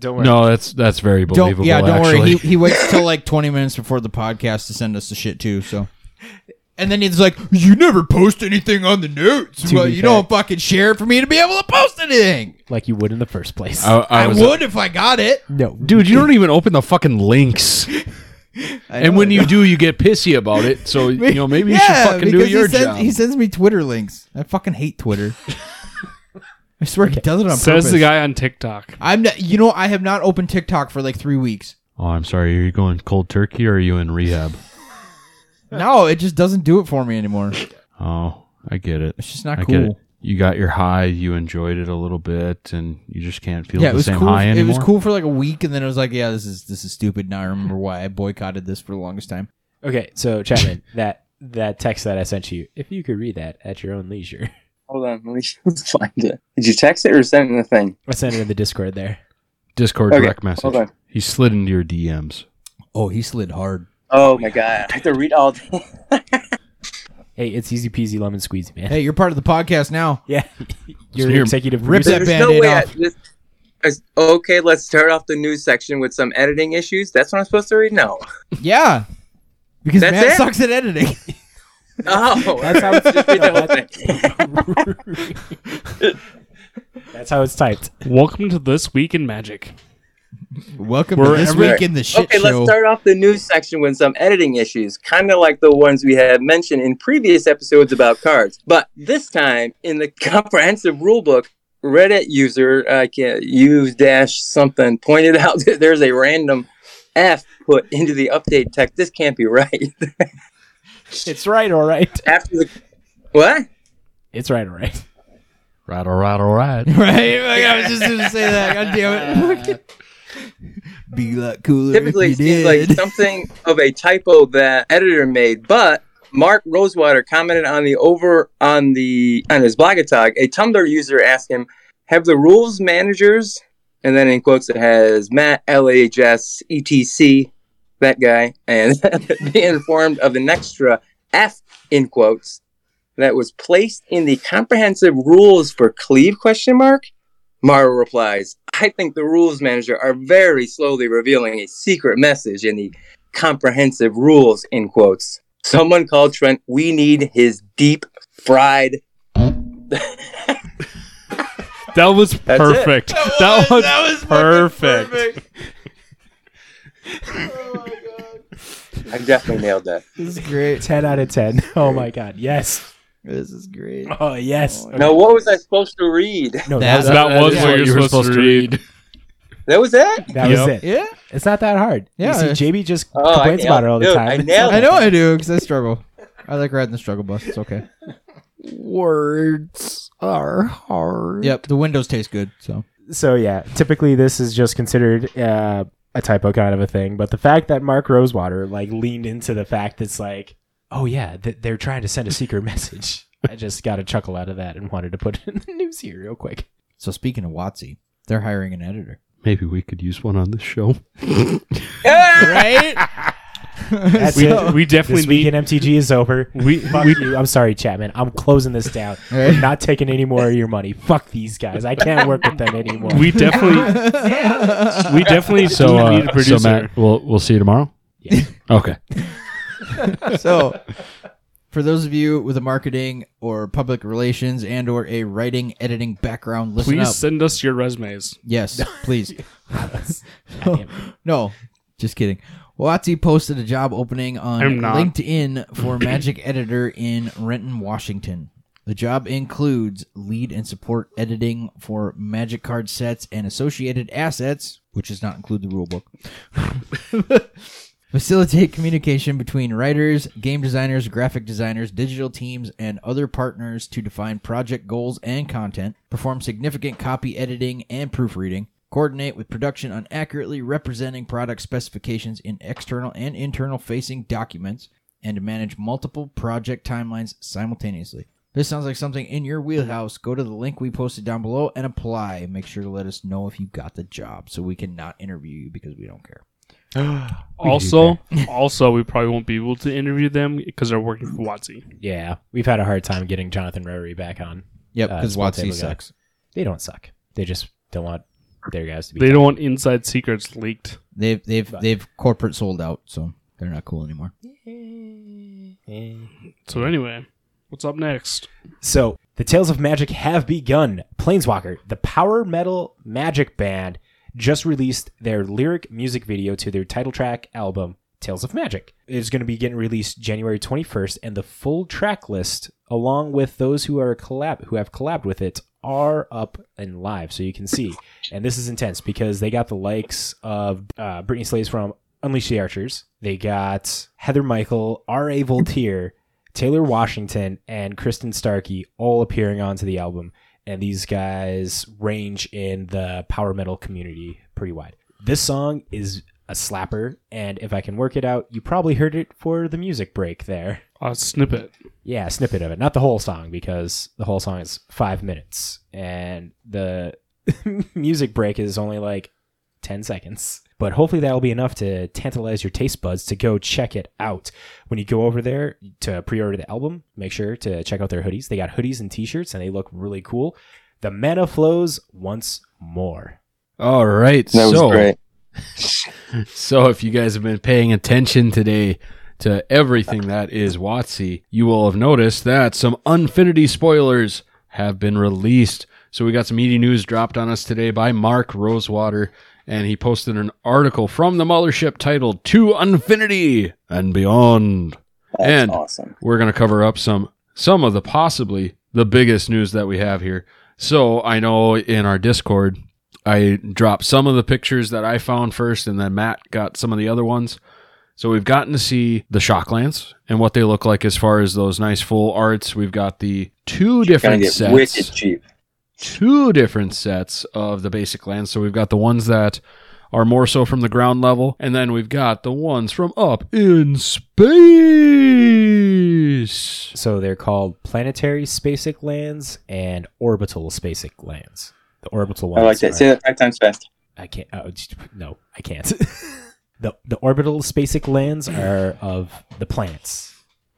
Speaker 4: Don't worry.
Speaker 1: No, that's that's very believable.
Speaker 3: Don't yeah. Don't
Speaker 1: actually.
Speaker 3: worry. He, he waits till like twenty minutes before the podcast to send us the shit too. So. And then he's like, "You never post anything on the notes.
Speaker 4: To
Speaker 3: Well,
Speaker 4: be
Speaker 3: you
Speaker 4: fair.
Speaker 3: don't fucking share it for me to be able to post anything.
Speaker 4: Like you would in the first place.
Speaker 1: I, I
Speaker 3: I
Speaker 1: was-
Speaker 3: would if I got it.
Speaker 4: no.
Speaker 1: dude. You don't even open the fucking
Speaker 3: <laughs>
Speaker 1: links, and when you do, you get pissy about it. So you
Speaker 3: <laughs>
Speaker 1: know maybe you should fucking do
Speaker 3: because
Speaker 1: your
Speaker 3: he sends,
Speaker 1: job.
Speaker 3: He sends me Twitter links. I fucking
Speaker 1: <laughs>
Speaker 3: hate Twitter. I swear he does it on
Speaker 5: Says
Speaker 3: purpose.
Speaker 5: the guy on TikTok.
Speaker 3: I'm not, you know I have not opened TikTok for like three weeks.
Speaker 1: oh, I'm sorry. Are you going cold turkey or are you in rehab?
Speaker 3: No, it just doesn't do it for me anymore.
Speaker 1: Oh, I get it.
Speaker 3: It's just not
Speaker 1: I get it.
Speaker 3: cool.
Speaker 1: You got your high. You enjoyed it a little bit, and you just can't feel
Speaker 3: Yeah, it
Speaker 1: the
Speaker 3: was
Speaker 1: same
Speaker 3: cool.
Speaker 1: high
Speaker 3: It
Speaker 1: anymore.
Speaker 3: was cool for like a week, and then it was like, yeah, this is this is stupid. Now I remember why I boycotted this for the longest time.
Speaker 4: Okay, so Chapman, <laughs> that that text that I sent you, if you could read that at your own leisure, <laughs>
Speaker 2: Hold on, let me <laughs> find it. Did you text it or send it in the thing?
Speaker 4: I sent it in the Discord there.
Speaker 1: Discord
Speaker 2: Okay,
Speaker 1: direct message.
Speaker 2: hold on.
Speaker 1: He slid into your DMs.
Speaker 3: Oh, he slid hard.
Speaker 2: Oh my god, I have to read all. Day.
Speaker 4: Hey, it's easy peasy lemon squeezy, man.
Speaker 3: Hey, you're part of the
Speaker 2: <laughs>
Speaker 3: podcast now.
Speaker 4: <laughs> Yeah, you're
Speaker 1: Here,
Speaker 4: executive.
Speaker 3: rip
Speaker 4: producer.
Speaker 3: that Band-Aid
Speaker 2: I-
Speaker 3: off.
Speaker 2: this- is- okay, let's start off the news section with some editing issues. That's what I'm supposed to read. No.
Speaker 3: Yeah, because
Speaker 2: That's
Speaker 3: Matt
Speaker 2: it?
Speaker 3: sucks at editing.
Speaker 2: <laughs> Oh,
Speaker 4: That's how it's
Speaker 2: just read the whole thing.
Speaker 4: <laughs> That's how it's typed.
Speaker 5: Welcome to This Week in Magic.
Speaker 3: <laughs> Welcome to
Speaker 5: We're
Speaker 3: this
Speaker 5: every-
Speaker 3: week in the shit
Speaker 2: Okay,
Speaker 3: show.
Speaker 2: let's start off the news section with some editing issues, kind of like the ones we have mentioned in previous episodes about cards. But this time, in the <laughs> comprehensive rulebook, Reddit user I can't use dash something pointed out that there's a random F put into the update text. This can't be right. <laughs>
Speaker 4: It's right, all right.
Speaker 2: After the what?
Speaker 4: It's right, all right.
Speaker 1: Right, all right, all right.
Speaker 3: <laughs> Right? Like, I was just gonna say that.
Speaker 2: <laughs>
Speaker 3: God damn it. Be a lot cooler.
Speaker 2: Typically, it
Speaker 3: if you
Speaker 2: seems
Speaker 3: did. <laughs>
Speaker 2: like something of a typo that editor made, but Mark Rosewater commented on the over on the on his blogatog. A Tumblr user asked him, "Have the rules managers?" And then in quotes, it has Matt LHS etc. E That guy and <laughs> be informed of an extra F in quotes that was placed in the comprehensive rules for Cleve question mark. Mara replies, I think the rules manager are very slowly revealing a secret message in the comprehensive rules, in quotes. Someone called Trent, we need his deep fried.
Speaker 5: That
Speaker 4: <laughs>
Speaker 5: was
Speaker 2: it.
Speaker 5: perfect. That, was, perfect.
Speaker 2: I definitely nailed that.
Speaker 3: This is great.
Speaker 4: Ten out of ten. <laughs> Oh my god, yes.
Speaker 3: This is great.
Speaker 4: Oh yes.
Speaker 2: Now, what was I supposed to read?
Speaker 4: No,
Speaker 3: That-
Speaker 4: that,
Speaker 5: That,
Speaker 4: was,
Speaker 5: was
Speaker 1: is
Speaker 5: what you were supposed, to read.
Speaker 2: That was it?
Speaker 4: that
Speaker 5: Yep.
Speaker 4: was it.
Speaker 3: Yeah,
Speaker 4: It's not that hard.
Speaker 3: Yeah,
Speaker 4: Yeah, you
Speaker 3: it's-
Speaker 4: see, JB just
Speaker 2: Oh, I
Speaker 4: complains about it all the
Speaker 2: nailed- dude,
Speaker 4: time.
Speaker 2: I
Speaker 4: It's <laughs>
Speaker 2: nailed
Speaker 4: not
Speaker 3: I know I do because I struggle. I like riding the struggle bus. It's okay.
Speaker 7: Words are hard.
Speaker 3: Yep, the windows taste good. So
Speaker 4: so yeah typically this is just considered uh, a typo kind of a thing, but the fact that Mark Rosewater like leaned into the fact that's like, oh yeah, th- they're trying to send a secret <laughs> message. I just got a chuckle out of that and wanted to put it in the news here real quick.
Speaker 3: So speaking of Watsy, they're hiring an
Speaker 7: <laughs>
Speaker 3: editor.
Speaker 1: Maybe we could use one on this show.
Speaker 3: Right?
Speaker 4: That's
Speaker 5: <laughs> We,
Speaker 4: it.
Speaker 5: we
Speaker 4: This
Speaker 5: definitely need.
Speaker 4: weekend MTG is over.
Speaker 5: We,
Speaker 4: Fuck
Speaker 5: we,
Speaker 4: you. I'm sorry, Chapman. I'm closing this
Speaker 5: <laughs>
Speaker 4: down. I'm not taking any more of your money. Fuck these guys. I can't work with them anymore.
Speaker 5: we definitely we
Speaker 1: <laughs>
Speaker 5: definitely
Speaker 1: So,
Speaker 5: do
Speaker 1: uh,
Speaker 5: need a producer.
Speaker 1: so Matt, we'll we'll see you tomorrow.
Speaker 4: Yeah.
Speaker 1: <laughs> Okay.
Speaker 3: so for those of you with a marketing or public relations and or a writing editing background listen
Speaker 5: Please
Speaker 3: up
Speaker 5: send us your resumes. <laughs>
Speaker 3: yes please no just kidding Watsi posted a job opening on
Speaker 5: I'm not.
Speaker 3: LinkedIn
Speaker 5: <clears throat>
Speaker 3: for magic editor in Renton, Washington. The job includes lead and support editing for magic card sets and associated assets, which does not include the rulebook. Facilitate <laughs> communication between writers, game designers, graphic designers, digital teams, and other partners to define project goals and content. Perform significant copy editing and proofreading. Coordinate with production on accurately representing product specifications in external and internal facing documents. And to manage multiple project timelines simultaneously. This sounds like something in your wheelhouse. Go to the link we posted down below and apply. Make sure to let us know if you got the job so we can not interview you because we don't care.
Speaker 5: Also, <laughs> also we probably won't be able to interview them because they're working for Watsy.
Speaker 4: yeah, we've had a hard time getting Jonathan Rotary back on.
Speaker 3: Yep,
Speaker 4: Uh,
Speaker 3: because
Speaker 4: small
Speaker 3: Watsy
Speaker 4: table guy.
Speaker 3: sucks.
Speaker 4: They don't suck. They just don't want their guys to be.
Speaker 5: They don't want inside secrets leaked.
Speaker 3: They've they've they've corporate sold out, so they're not cool anymore.
Speaker 5: So anyway, what's up next?
Speaker 4: So the tales of magic have begun. Planeswalker, the power metal magic band, just released their lyric music video to their title track album, Tales of Magic. It's going to be getting released January 21st, and the full track list, along with those who are collab who have collabed with it, are up and live, so you can see. And this is intense because they got the likes of uh, Britney Slays from Unleash the Archers. They got Heather Michael, R.A. Voltaire, Taylor Washington and Kristen Starkey all appearing onto the album, and these guys range in the power metal community pretty wide. This song is a slapper, and if I can work it out, you probably heard it for the music break there.
Speaker 5: A snippet.
Speaker 4: Yeah, a snippet of it, not the whole song, because the whole song is five minutes, and the <laughs> music break is only like 10 seconds. But hopefully that'll be enough to tantalize your taste buds to go check it out. When you go over there to pre order the album, make sure to check out their hoodies. They got hoodies and t shirts, and they look really cool. The mana flows once more.
Speaker 1: All right.
Speaker 2: That was
Speaker 1: so,
Speaker 2: great.
Speaker 1: So if you guys have been paying attention today to everything that is Watsy, you will have noticed that some Unfinity spoilers have been released. So we got some meaty news dropped on us today by Mark Rosewater, and he posted an article from the Mothership titled "To Unfinity and Beyond."
Speaker 2: That's
Speaker 1: And-
Speaker 2: awesome.
Speaker 1: we're going to cover up some some of the possibly the biggest news that we have here. So I know in our Discord, I dropped some of the pictures that I found first, and then Matt got some of the other ones. So we've gotten to see the Shocklands and what they look like as far as those nice full arts. We've got the two
Speaker 2: Gonna
Speaker 1: different
Speaker 2: get
Speaker 1: sets
Speaker 2: wicked cheap.
Speaker 1: two different sets of the basic lands. So we've got the ones that are more so from the ground level, and then we've got the ones from up in space.
Speaker 4: So they're called Planetary Spacic Lands and Orbital Spacic Lands. The orbital
Speaker 2: I
Speaker 4: ones.
Speaker 2: like that.
Speaker 4: are-
Speaker 2: Say that five times fast.
Speaker 4: I can't. Oh, just- no, I can't. <laughs> the The orbital spacic lands are of the planets,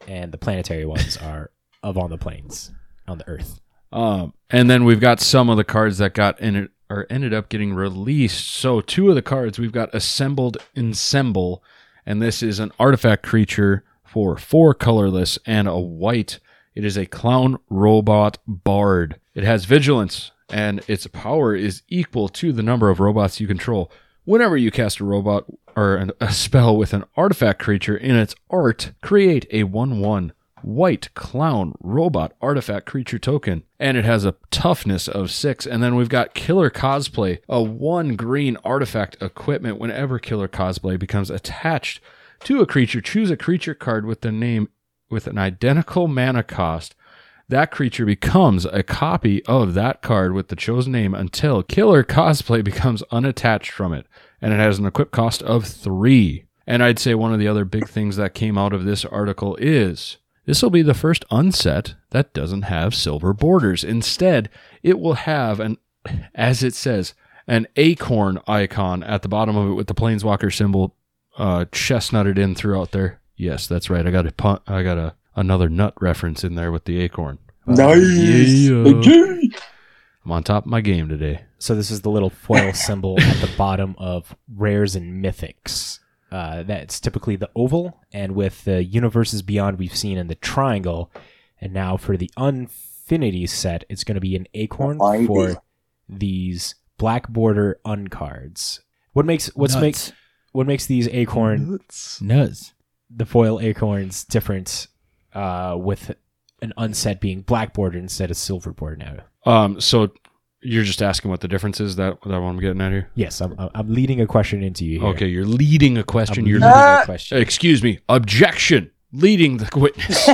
Speaker 4: and the planetary ones are of on the planes on the Earth.
Speaker 1: Um, and then we've got some of the cards that got in it or ended up getting released. So two of the cards we've got assembled ensemble, and this is an artifact creature for four colorless and a white. It is a clown robot bard. It has vigilance, and its power is equal to the number of robots you control. Whenever you cast a robot or an, a spell with an artifact creature in its art, create a 1 1 white clown robot artifact creature token. And it has a toughness of 6. And then we've got Killer Cosplay, a 1 green artifact equipment. Whenever Killer Cosplay becomes attached to a creature, choose a creature card with the name with an identical mana cost That creature becomes a copy of that card with the chosen name until Killer Cosplay <laughs> becomes unattached from it, and it has an equip cost of three. And I'd say one of the other big things that came out of this article is this will be the first unset that doesn't have silver borders. Instead, it will have an, as it says, an acorn icon at the bottom of it with the planeswalker symbol uh, chestnutted in throughout there. Yes, that's right. I got a pun- I got a another nut reference in there with the acorn. yeah.
Speaker 2: Okay.
Speaker 1: I'm on top of my game today.
Speaker 4: So this is the little foil symbol at the bottom of rares and mythics. Uh, that's typically the oval, and with the universes beyond, we've seen in the triangle, and now for the Unfinity set, it's going to be an acorn
Speaker 2: Alrighty.
Speaker 4: for these black border uncards. What makes what's
Speaker 3: Nuts.
Speaker 4: makes what makes these
Speaker 3: Mm-hmm.
Speaker 4: acorn
Speaker 3: Nuts.
Speaker 4: the foil acorns different uh, with an unset being black border instead of silver border now?
Speaker 1: Um, so you're just asking what the difference is that that one I'm getting at here.
Speaker 4: Yes, I'm, I'm- I'm leading a question into you here.
Speaker 1: Okay, you're leading a question.
Speaker 4: I'm
Speaker 1: you're
Speaker 4: leading
Speaker 2: Ah!
Speaker 4: a question.
Speaker 1: excuse me, objection, leading the
Speaker 4: <laughs>
Speaker 1: witness.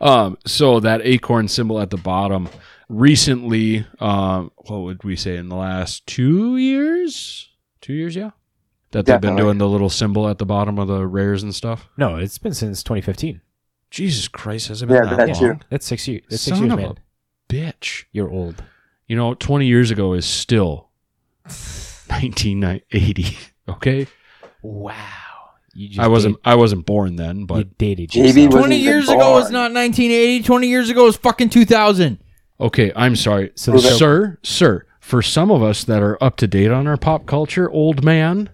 Speaker 1: um, so that acorn symbol at the bottom recently, um, what would we say in the last two years? Two years, yeah. That they've been
Speaker 2: Definitely.
Speaker 1: doing the little symbol at the bottom of the rares and stuff.
Speaker 4: No, it's been since 2015.
Speaker 1: Jesus Christ, has it been
Speaker 2: Yeah,
Speaker 1: that,
Speaker 2: that
Speaker 1: long?
Speaker 2: too.
Speaker 4: That's six years. That's six
Speaker 1: Son
Speaker 4: years,
Speaker 1: of a-
Speaker 4: man.
Speaker 1: Bitch.
Speaker 4: You're old.
Speaker 1: You know, 20 years ago is still 1980. Okay,
Speaker 4: Wow. You just
Speaker 1: I wasn't I wasn't born then,
Speaker 4: Date, you
Speaker 1: but
Speaker 4: dated
Speaker 2: JB
Speaker 4: yourself.
Speaker 2: was-
Speaker 3: 20
Speaker 2: even
Speaker 3: years
Speaker 2: born.
Speaker 3: ago was not 1980. 20 years ago was fucking 2000.
Speaker 1: Okay, I'm sorry.
Speaker 4: So
Speaker 1: So,
Speaker 4: the-
Speaker 1: sir, sir, for some of us that are up to date on our pop culture, old man,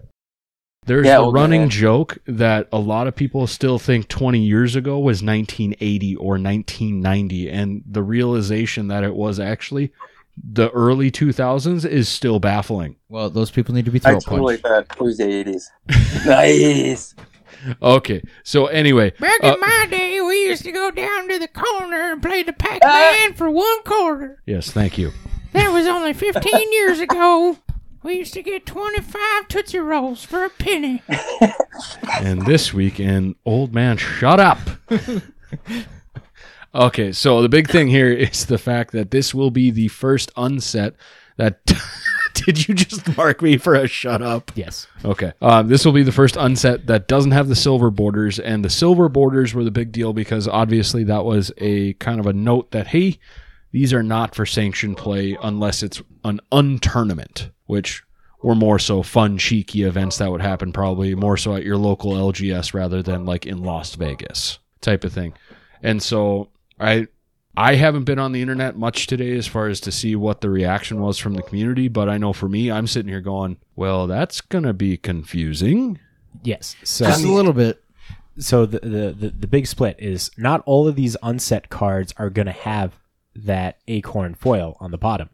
Speaker 1: there's
Speaker 2: Yeah,
Speaker 1: the
Speaker 2: old
Speaker 1: running
Speaker 2: man.
Speaker 1: joke that a lot of people still think 20 years ago was 1980 or 1990, and the realization that it was actually the early 2000s is still baffling.
Speaker 3: Well, those people need to be
Speaker 2: I
Speaker 3: throat
Speaker 2: totally
Speaker 3: punched.
Speaker 2: thought it was the
Speaker 1: <laughs>
Speaker 2: 80s. nice.
Speaker 1: Okay, so anyway,
Speaker 8: Back
Speaker 1: uh,
Speaker 8: in my day, we used to go down to the corner and play the Pac-Man for one quarter.
Speaker 1: yes, thank you.
Speaker 8: That was only 15 years ago. We used to get 25 Tootsie Rolls for a penny.
Speaker 1: and this week in Old Man Shut Up. okay, so the big thing here <laughs> is the fact that this will be the first unset that. <laughs> Did you just mark me for a shut up?
Speaker 4: Yes.
Speaker 1: Okay. Um, this will be the first unset that doesn't have the silver borders, and the silver borders were the big deal because obviously that was a kind of a note that hey, these are not for sanctioned play unless it's an untournament, which were more so fun, cheeky events that would happen probably more so at your local LGS rather than like in Las Vegas type of thing. And so I I haven't been on the internet much today as far as to see what the reaction was from the community, but I know for me, I'm sitting here going, well, that's going to be confusing.
Speaker 4: Yes. So
Speaker 3: Just a little bit.
Speaker 4: so the, the the the big split is not all of these unset cards are going to have that acorn foil on the bottom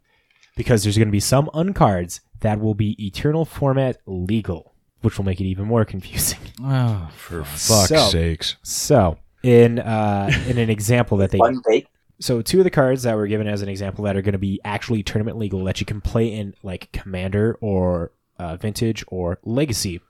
Speaker 4: because there's going to be some uncards that will be eternal format legal, which will make it even more <laughs> confusing.
Speaker 3: Oh,
Speaker 1: For fuck's
Speaker 4: So-
Speaker 1: sakes.
Speaker 4: So, in uh in an example that they
Speaker 2: One bake.
Speaker 4: so two of the cards that were given as an example that are going to be actually tournament legal that you can play in like commander or uh, vintage or legacy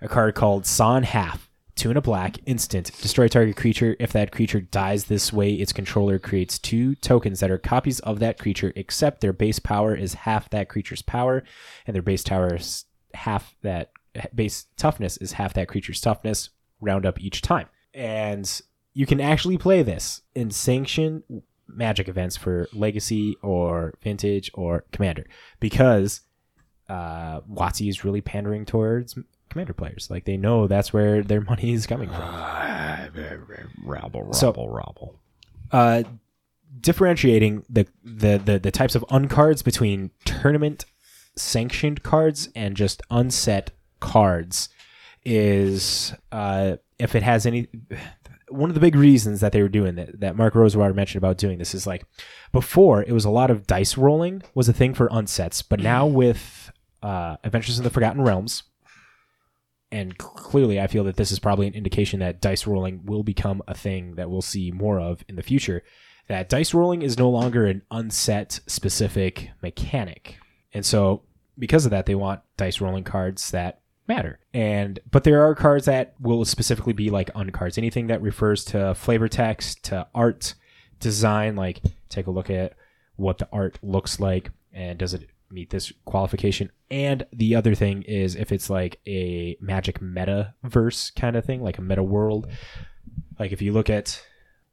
Speaker 4: a card called son half two and a black instant destroy target creature if that creature dies this way its controller creates two tokens that are copies of that creature except their base power is half that creature's power and their base tower is half that base toughness is half that creature's toughness round up each time and you can actually play this in sanction magic events for legacy or vintage or commander because uh Watsy is really pandering towards commander players like they know that's where their <laughs> money is coming from
Speaker 1: rabble,
Speaker 4: So-
Speaker 1: rabble, rabble.
Speaker 4: uh differentiating the the the, the types of uncards between tournament sanctioned cards and just unset cards is uh if it has any one of the big reasons that they were doing that, that Mark Rosewater mentioned about doing this is like before it was a lot of dice rolling was a thing for unsets, but now with uh, Adventures in the Forgotten Realms, and clearly I feel that this is probably an indication that dice rolling will become a thing that we'll see more of in the future. That dice rolling is no longer an unset specific mechanic. And so because of that, they want dice rolling cards that matter. And but there are cards that will specifically be like uncards. Anything that refers to flavor text, to art, design, like take a look at what the art looks like and does it meet this qualification. And the other thing is if it's like a magic metaverse kind of thing, like a meta world. Like if you look at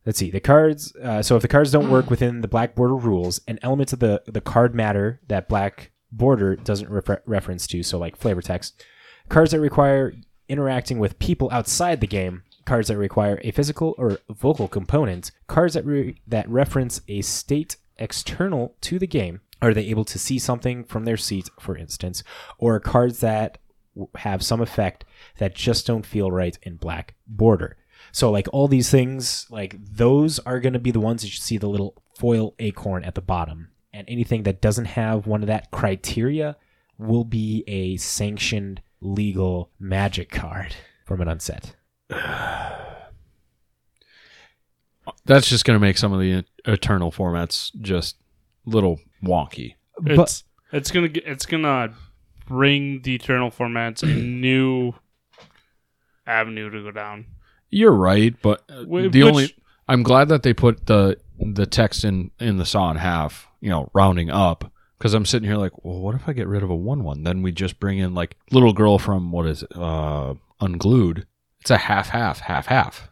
Speaker 4: let's see the cards uh, so if the cards don't work within the black border rules and elements of the the card matter that black border doesn't refer reference to so like flavor text cards that require interacting with people outside the game cards that require a physical or vocal component cards that re- that reference a state external to the game are they able to see something from their seat for instance or cards that w- have some effect that just don't feel right in black border so like all these things, like those are going to be the ones that you see the little foil acorn at the bottom. And anything that doesn't have one of that criteria will be a sanctioned legal magic card from an unset.
Speaker 1: That's just going to make some of the eternal formats just little wonky.
Speaker 4: But
Speaker 5: It's it's gonna get, it's gonna bring the eternal <clears throat> formats a new avenue to go down.
Speaker 1: You're right, but uh,
Speaker 5: Wh-
Speaker 1: the
Speaker 5: which-
Speaker 1: only I'm glad that they put the the text in in the saw in half, you know, rounding up. Because I'm sitting here like, well, what if I get rid of a one one? Then we just bring in like little girl from what is it, uh, Unglued. It's a half half half half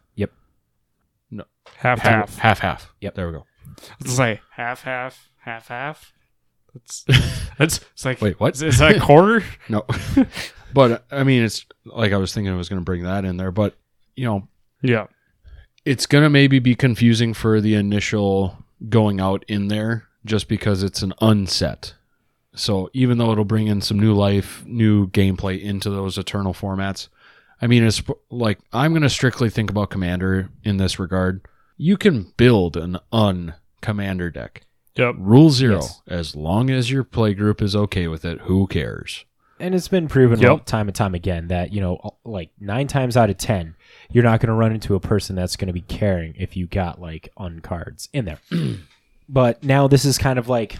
Speaker 5: Half half.
Speaker 1: half half.
Speaker 4: Yep.
Speaker 1: there we go.
Speaker 5: It's like half half half half. <laughs> That's that's it's like
Speaker 1: Wait, what?
Speaker 5: is, is that a <laughs> quarter?
Speaker 1: No, <laughs> but I mean, it's like I was thinking I was going to bring that in there, but you know,
Speaker 5: yeah.
Speaker 1: it's going to maybe be confusing for the initial going out in there just because it's an unset. So even though it'll bring in some new life, new gameplay into those eternal formats, I mean, it's like I'm going to strictly think about Commander in this regard. You can build an un Commander deck.
Speaker 5: Yep.
Speaker 1: Rule zero,
Speaker 4: Yes.
Speaker 1: as long as your play group is okay with it, who cares?
Speaker 4: and it's been proven
Speaker 5: Yep.
Speaker 4: all- time and time again that you know, like nine times out of ten, you're not going to run into a person that's going to be caring if you got like uncards in
Speaker 5: <clears throat>
Speaker 4: there. but now this is kind of like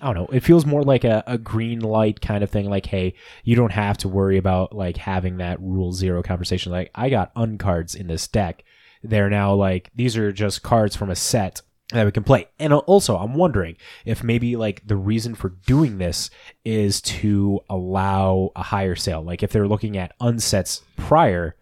Speaker 4: I don't know. It feels more like a, a green light kind of thing. Like, hey, you don't have to worry about like having that rule zero conversation. Like, I got uncards in this deck. They're now like these are just cards from a set that we can play. And also, I'm wondering if maybe like the reason for doing this is to allow a higher sale. Like, if they're looking at unsets prior,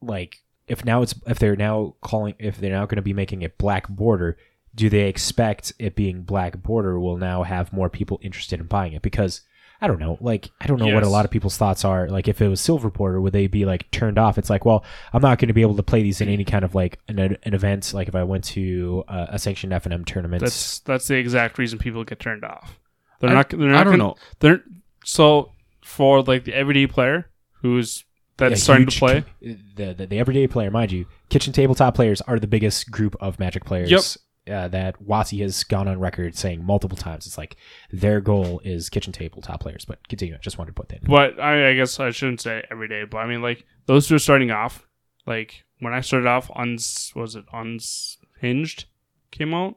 Speaker 4: like if now it's if they're now calling if they're now going to be making it black border do they expect it being black border will now have more people interested in buying it because i don't know like i don't know what a
Speaker 5: Yes.
Speaker 4: lot of people's thoughts are like if it was silver border would they be like turned off it's like well i'm not going to be able to play these in any kind of like an, an event like if i went to uh, a sanctioned f&m tournament
Speaker 5: That's that's the exact reason people get turned off. They're
Speaker 1: I-
Speaker 5: not. They're not
Speaker 1: I don't
Speaker 5: gonna-
Speaker 1: know.
Speaker 5: They're so for like the everyday player who's
Speaker 4: a
Speaker 5: that's starting to
Speaker 4: huge
Speaker 5: play.
Speaker 4: com- the, the the everyday player, mind you. Kitchen tabletop players are the biggest group of Magic players.
Speaker 5: Yep.
Speaker 4: Uh, that Wasi has gone on record saying multiple times. It's like their goal is kitchen tabletop players. But continue. I just wanted to put that. in.
Speaker 5: But I, I guess I shouldn't say every day, but I mean like those who are starting off. Like when I started off, uns was it unhinged came out.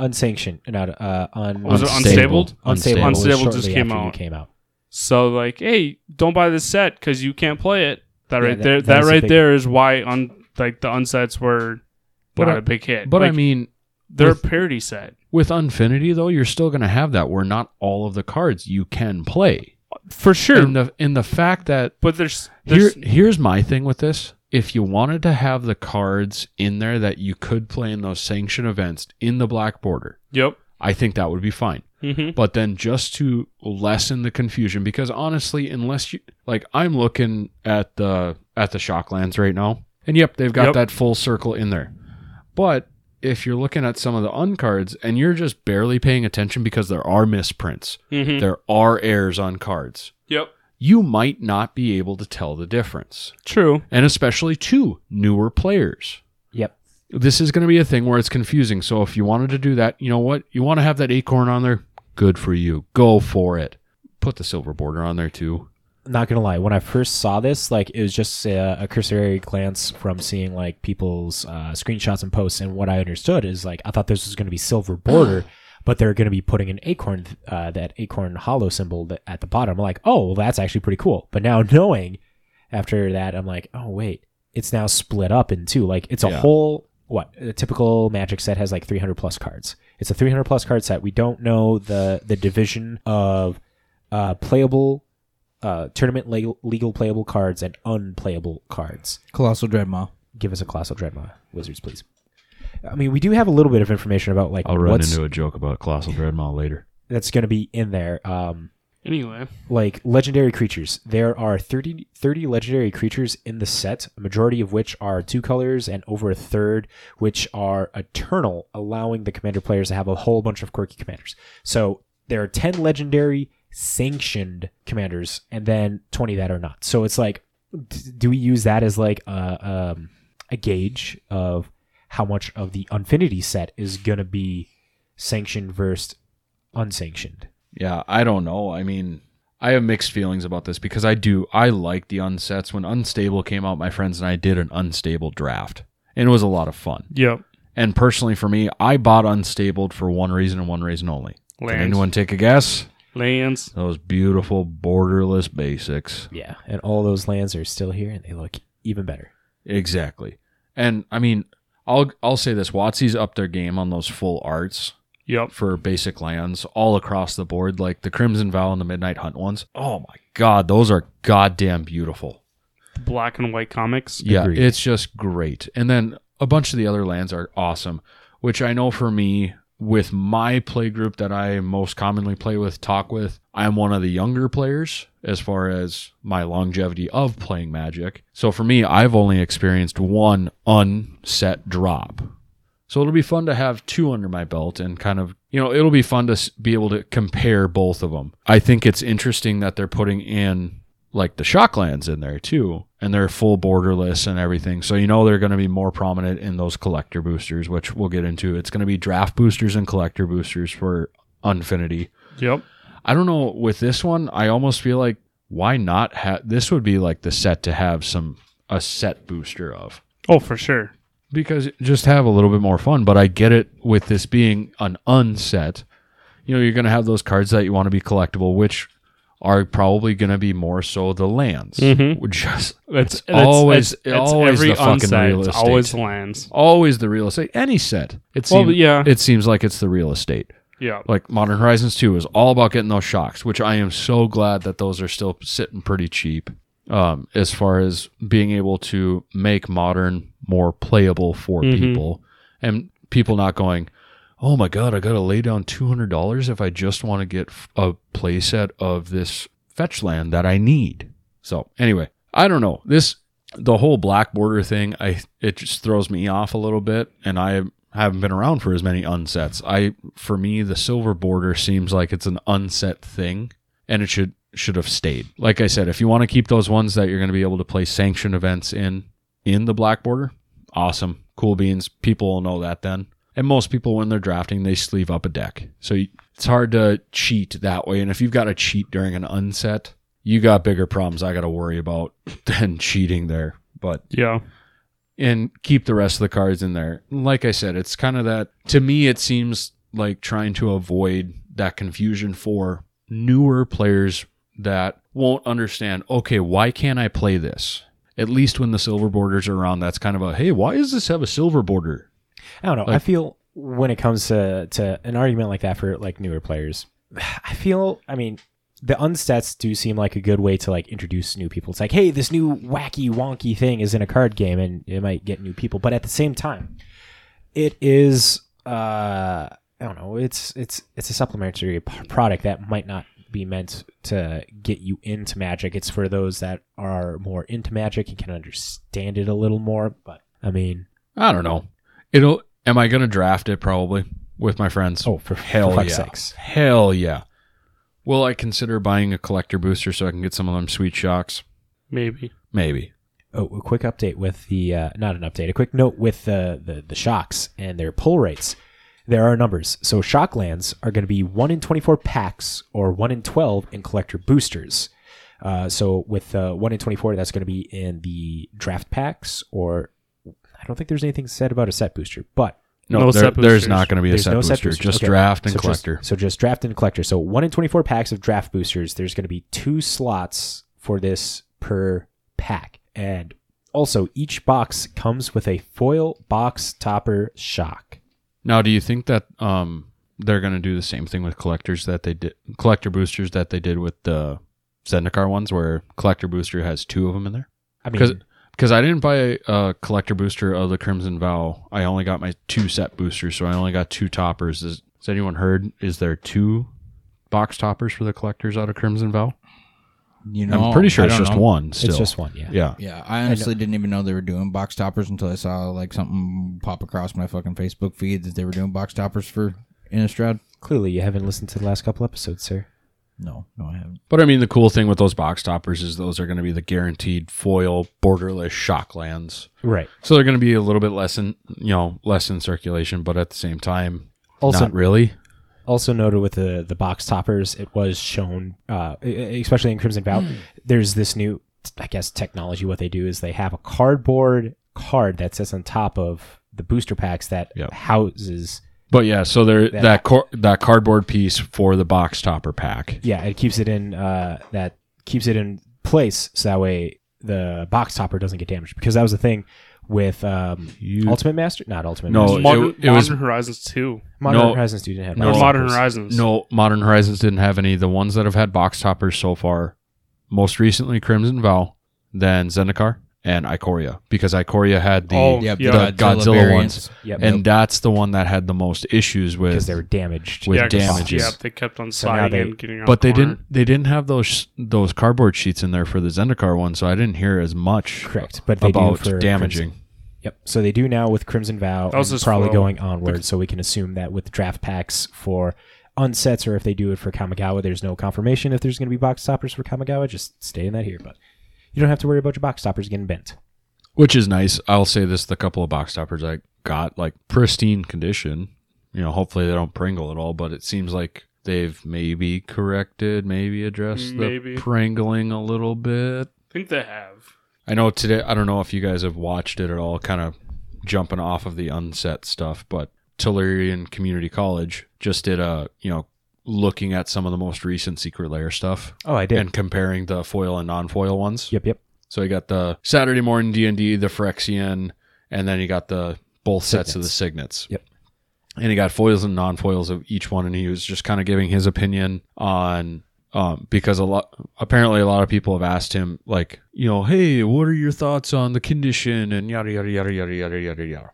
Speaker 4: Unsanctioned, not uh, un-
Speaker 5: Was it Unstabled?
Speaker 4: Unstable.
Speaker 1: Unstable
Speaker 5: just
Speaker 4: shortly
Speaker 5: came
Speaker 4: after you
Speaker 5: out.
Speaker 4: Came out.
Speaker 5: So like, hey, don't buy this set because you can't play it. That
Speaker 4: Yeah,
Speaker 5: right
Speaker 4: that-
Speaker 5: there,
Speaker 4: that
Speaker 5: that,
Speaker 4: is a
Speaker 5: right
Speaker 4: big-
Speaker 5: there is why on like the unsets were
Speaker 1: But
Speaker 5: not
Speaker 1: I-
Speaker 5: a big hit.
Speaker 1: But I
Speaker 5: Like,
Speaker 1: mean,
Speaker 5: they're
Speaker 1: with-
Speaker 5: a parody set.
Speaker 1: With Unfinity, though, you're still going to have that where not all of the cards you can play.
Speaker 5: for sure.
Speaker 1: In the in the fact that
Speaker 5: but there's,
Speaker 1: here,
Speaker 5: there's
Speaker 1: here's my thing with this: if you wanted to have the cards in there that you could play in those sanction events in the black border,
Speaker 5: yep.
Speaker 1: I think that would be fine.
Speaker 5: Mm-hmm.
Speaker 1: But then just to lessen the confusion, because honestly, unless you like, I'm looking at the at the Shocklands right now, and yep, they've got
Speaker 5: Yep.
Speaker 1: that full circle in there. But if you're looking at some of the uncards and you're just barely paying attention because there are misprints,
Speaker 5: Mm-hmm.
Speaker 1: there are errors on cards,
Speaker 5: Yep.
Speaker 1: you might not be able to tell the difference,
Speaker 5: True.
Speaker 1: and especially to newer players
Speaker 4: Yep.
Speaker 1: this is going to be a thing where it's confusing. So if you wanted to do that, you know what? You want to have that acorn on there? Good for you. Go for it. Put the silver border on there too.
Speaker 4: not gonna lie when i first saw this like it was just uh, a cursory glance from seeing like people's uh, screenshots and posts and what i understood is like i thought this was gonna be silver border but they're going to be putting an acorn, uh, that acorn hollow symbol that, at the bottom. I'm like, oh, well, that's actually pretty cool. But now <laughs> knowing after that, I'm like, oh, wait, it's now split up in two. Like it's a
Speaker 1: Yeah.
Speaker 4: whole, what a typical magic set has like 300 plus cards. It's a 300 plus card set. We don't know the, the division of, uh, playable, uh, tournament legal, legal playable cards and unplayable cards
Speaker 3: Colossal Dreadmaw.
Speaker 4: give us a colossal dreadmaw wizards please i mean we do have a little bit of information about like
Speaker 1: I'll run
Speaker 4: what's
Speaker 1: into a joke about Colossal Dreadmaw later.
Speaker 4: that's going to be in there um
Speaker 5: Anyway,
Speaker 4: like legendary creatures there are 30 30 legendary creatures in the set a majority of which are two colors and over a third which are eternal allowing the commander players to have a whole bunch of quirky commanders so there are 10 legendary sanctioned commanders and then 20 that are not so it's like d- do we use that as like a um, a gauge of how much of the infinity set is going to be sanctioned versus unsanctioned
Speaker 1: Yeah, I don't know. I mean, I have mixed feelings about this because I do. I like the unsets. When Unstable came out, my friends and I did an Unstable draft, and it was a lot of fun.
Speaker 5: yep.
Speaker 1: And personally, for me, I bought Unstabled for one reason and one reason only. Can
Speaker 5: Lands.
Speaker 1: anyone take a guess?
Speaker 5: Lands.
Speaker 1: Those beautiful borderless basics.
Speaker 4: Yeah, and all those lands are still here, and they look even better.
Speaker 1: Exactly. And I mean, I'll I'll say this: Watsy's up their game on those full arts.
Speaker 5: Yep.
Speaker 1: for basic lands all across the board, like the Crimson Vow and the Midnight Hunt ones. Oh my god, those are goddamn beautiful.
Speaker 5: Black and white comics.
Speaker 1: Yeah,
Speaker 4: Agreed.
Speaker 1: it's just great. And then a bunch of the other lands are awesome, which I know for me, with my play group that I most commonly play with, talk with, I'm one of the younger players as far as my longevity of playing Magic. So for me, I've only experienced one unset drop. So it'll be fun to have two under my belt and kind of, you know, it'll be fun to s- be able to compare both of them. I think it's interesting that they're putting in like the Shocklands in there too, and they're full borderless and everything. So you know they're going to be more prominent in those collector boosters, which we'll get into. It's going to be draft boosters and collector boosters for Unfinity.
Speaker 5: Yep.
Speaker 1: I don't know with this one. I almost feel like why not have this would be like the set to have some a set booster of
Speaker 5: Oh, for sure.
Speaker 1: because just have a little bit more fun. But I get it with this being an unset. You know, you're going to have those cards that you want to be collectible, which are probably going to be more so the lands.
Speaker 5: Mhm.
Speaker 1: Which Just
Speaker 5: That's,
Speaker 1: It's always- always the fucking
Speaker 5: unsigned,
Speaker 1: real
Speaker 5: it's
Speaker 1: estate.
Speaker 5: always lands.
Speaker 1: always the real estate. Any set, it
Speaker 5: Well,
Speaker 1: seems.
Speaker 5: yeah.
Speaker 1: It seems like it's the real estate.
Speaker 5: Yeah.
Speaker 1: Like Modern Horizons Two is all about getting those shocks, which I am so glad that those are still sitting pretty cheap. Um, as far as being able to make modern more playable for
Speaker 5: Mhm.
Speaker 1: people, and people not going, "Oh my god, I got to lay down two hundred dollars if I just want to get f- a playset of this fetch land that I need." So anyway, I don't know this the whole black border thing. I it just throws me off a little bit, and I haven't been around for as many unsets. I for me the silver border seems like it's an unset thing, and it should should have stayed. Like I said, if you want to keep those ones that you're going to be able to play sanction events in in the black border, awesome, cool beans. People will know that then. And most people, when they're drafting, they sleeve up a deck. So you, it's hard to cheat that way. And if you've got to cheat during an unset, you got bigger problems I got to worry about <laughs> than cheating there. But
Speaker 5: Yeah.
Speaker 1: and keep the rest of the cards in there. Like I said, it's kind of that to me it seems like trying to avoid that confusion for newer players that won't understand, okay, why can't I play this? At least when the silver borders are around, that's kind of a hey, why does this have a silver border?
Speaker 4: I don't know. I
Speaker 1: Like-
Speaker 4: feel when it comes to to an argument like that for like newer players, I feel. I mean, the unstats do seem like a good way to like introduce new people. It's like, hey, this new wacky wonky thing is in a card game, and it might get new people. But at the same time, it is. uh I don't know. It's it's it's a supplementary p- product that might not be meant to get you into magic. It's for those that are more into magic and can understand it a little more. But I mean,
Speaker 1: I don't know. It'll am I gonna draft it probably with my friends?
Speaker 4: oh, for
Speaker 1: Hell
Speaker 4: for fuck's
Speaker 1: yeah.
Speaker 4: sakes.
Speaker 1: Hell yeah. Will I consider buying a collector booster so I can get some of them sweet shocks?
Speaker 5: Maybe.
Speaker 1: Maybe.
Speaker 4: Oh, a quick update with the uh, not an update, a quick note with the, the the shocks and their pull rates. There are numbers. So shock lands are going to be one in twenty four packs or one in twelve in collector boosters. Uh, so with uh, one in twenty four, that's going to be in the draft packs or I don't think there's anything said about a set booster, but
Speaker 1: No,
Speaker 5: No
Speaker 1: there-
Speaker 5: set
Speaker 1: there's
Speaker 5: boosters.
Speaker 1: not going to be a
Speaker 4: There's
Speaker 1: set
Speaker 4: no
Speaker 1: booster.
Speaker 4: set boosters.
Speaker 1: Just
Speaker 4: Okay.
Speaker 1: draft and
Speaker 4: so just-
Speaker 1: collector.
Speaker 4: so just draft and collector. So one in twenty-four packs of draft boosters. There's going to be two slots for this per pack, and also each box comes with a foil box topper shock.
Speaker 1: now, do you think that um they're going to do the same thing with collectors that they did collector boosters that they did with the Zendikar ones, where collector booster has two of them in there?
Speaker 4: I
Speaker 1: Because
Speaker 4: mean,
Speaker 1: because I didn't buy a, a collector booster of the Crimson Vow. I only got my two set boosters, so I only got two toppers. Is, has anyone heard? Is there two box toppers for the collectors out of Crimson Vow?
Speaker 3: You know,
Speaker 1: I'm pretty sure
Speaker 3: I
Speaker 1: it's
Speaker 3: don't
Speaker 1: just
Speaker 3: know.
Speaker 1: one. Still,
Speaker 4: it's just one. Yeah.
Speaker 1: yeah.
Speaker 3: Yeah, I honestly didn't even know they were doing box toppers until I saw like something pop across my fucking Facebook feed that they were doing box toppers for Innistrad.
Speaker 4: Clearly, you haven't listened to the last couple episodes, sir.
Speaker 3: No, no, I haven't.
Speaker 1: But I mean, the cool thing with those box toppers is those are going to be the guaranteed foil borderless shock lands.
Speaker 4: Right.
Speaker 1: So they're going to be a little bit less in, you know, less in circulation, but at the same time,
Speaker 4: Also,
Speaker 1: not really.
Speaker 4: also noted with the the box toppers, it was shown, uh, e- especially in Crimson
Speaker 5: Mm.
Speaker 4: Vow. There's this new, I guess, technology. What they do is they have a cardboard card that sits on top of the booster packs that
Speaker 1: Yep.
Speaker 4: houses.
Speaker 1: But yeah, so there
Speaker 4: That-
Speaker 1: that cor- that cardboard piece for the box topper pack.
Speaker 4: Yeah, it keeps it in. Uh, that keeps it in place, so that way the box topper doesn't get damaged. Because that was the thing with um,
Speaker 1: You-
Speaker 4: Ultimate Master, not Ultimate.
Speaker 1: No,
Speaker 4: Master.
Speaker 1: it-
Speaker 5: Modern,
Speaker 1: it was-
Speaker 5: Modern Horizons 2.
Speaker 4: Modern
Speaker 1: no.
Speaker 4: Horizons didn't have.
Speaker 1: No.
Speaker 5: or
Speaker 4: box
Speaker 5: Modern
Speaker 4: toppers.
Speaker 5: Horizons.
Speaker 1: No, Modern Horizons didn't have any. The ones that have had box toppers so far, most recently Crimson Vow, then Zendikar and Ikoria, because Ikoria had the
Speaker 5: Oh,
Speaker 3: Yeah,
Speaker 5: yeah.
Speaker 1: the Godzilla
Speaker 3: variants.
Speaker 1: ones.
Speaker 4: Yep.
Speaker 1: and that's the one that had the most issues
Speaker 4: because
Speaker 1: with
Speaker 4: they were damaged.
Speaker 1: with
Speaker 5: yeah, 'cause-
Speaker 1: damages.
Speaker 5: Yeah, they kept on
Speaker 4: So now
Speaker 5: sliding
Speaker 4: they-
Speaker 5: and getting out
Speaker 1: but they
Speaker 5: the corner.
Speaker 1: didn't they didn't have those those cardboard sheets in there for the Zendikar one, so I didn't hear as much
Speaker 4: Correct, but they
Speaker 1: about
Speaker 4: do for
Speaker 1: damaging.
Speaker 4: Yep. So they do now with Crimson Vow,
Speaker 5: That was
Speaker 4: and
Speaker 5: just
Speaker 4: probably
Speaker 5: flow.
Speaker 4: going onward. So we can assume that with draft packs for unsets, or if they do it for Kamigawa, there's no confirmation if there's going to be box stoppers for Kamigawa. Just stay in that here, but you don't have to worry about your box stoppers getting bent.
Speaker 1: Which is nice. I'll say this the couple of box toppers I got, like pristine condition. You know, hopefully they don't pringle at all, but it seems like they've maybe corrected, maybe addressed
Speaker 5: Maybe.
Speaker 1: the pringling a little bit.
Speaker 5: I think they have.
Speaker 1: I know today, I don't know if you guys have watched it at all, kind of jumping off of the unset stuff, but Tellurian Community College just did a, you know, looking at some of the most recent Secret Layer stuff
Speaker 4: Oh, I did.
Speaker 1: and comparing the foil and non-foil ones.
Speaker 4: yep, yep.
Speaker 1: So you got the Saturday morning D&D, the Phyrexian, and then you got the both sets of the signets.
Speaker 4: Yep.
Speaker 1: And he got foils and non-foils of each one and he was just kind of giving his opinion on um, because a lot apparently a lot of people have asked him like, you know, hey, what are your thoughts on the condition and yada yada yada yada yada yada yada.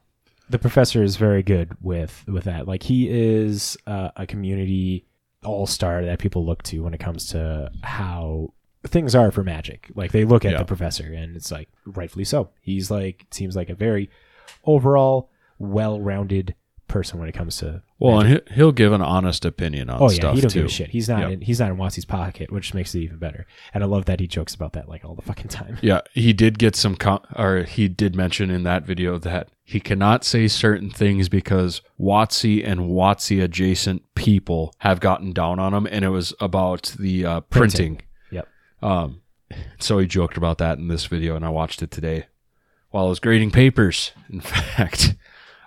Speaker 4: The professor is very good with with that. Like he is uh, a community all star that people look to when it comes to how things are for magic. Like they look at
Speaker 1: Yeah.
Speaker 4: the professor, and it's like rightfully so. He's like seems like a very overall well-rounded person when it comes to
Speaker 1: Well, and he- he'll give an honest opinion on
Speaker 4: oh yeah
Speaker 1: stuff
Speaker 4: he don't
Speaker 1: too.
Speaker 4: give a shit he's not
Speaker 1: Yep.
Speaker 4: in, he's not in Watsy's pocket which makes it even better and i love that he jokes about that like all the fucking time <laughs>
Speaker 1: Yeah, he did get some, com- or he did mention in that video that he cannot say certain things because Watsy and Watsy adjacent people have gotten down on him, and it was about the uh, printing.
Speaker 4: Yep.
Speaker 1: Um, so he joked about that in this video, and I watched it today while I was grading papers. In <laughs> fact,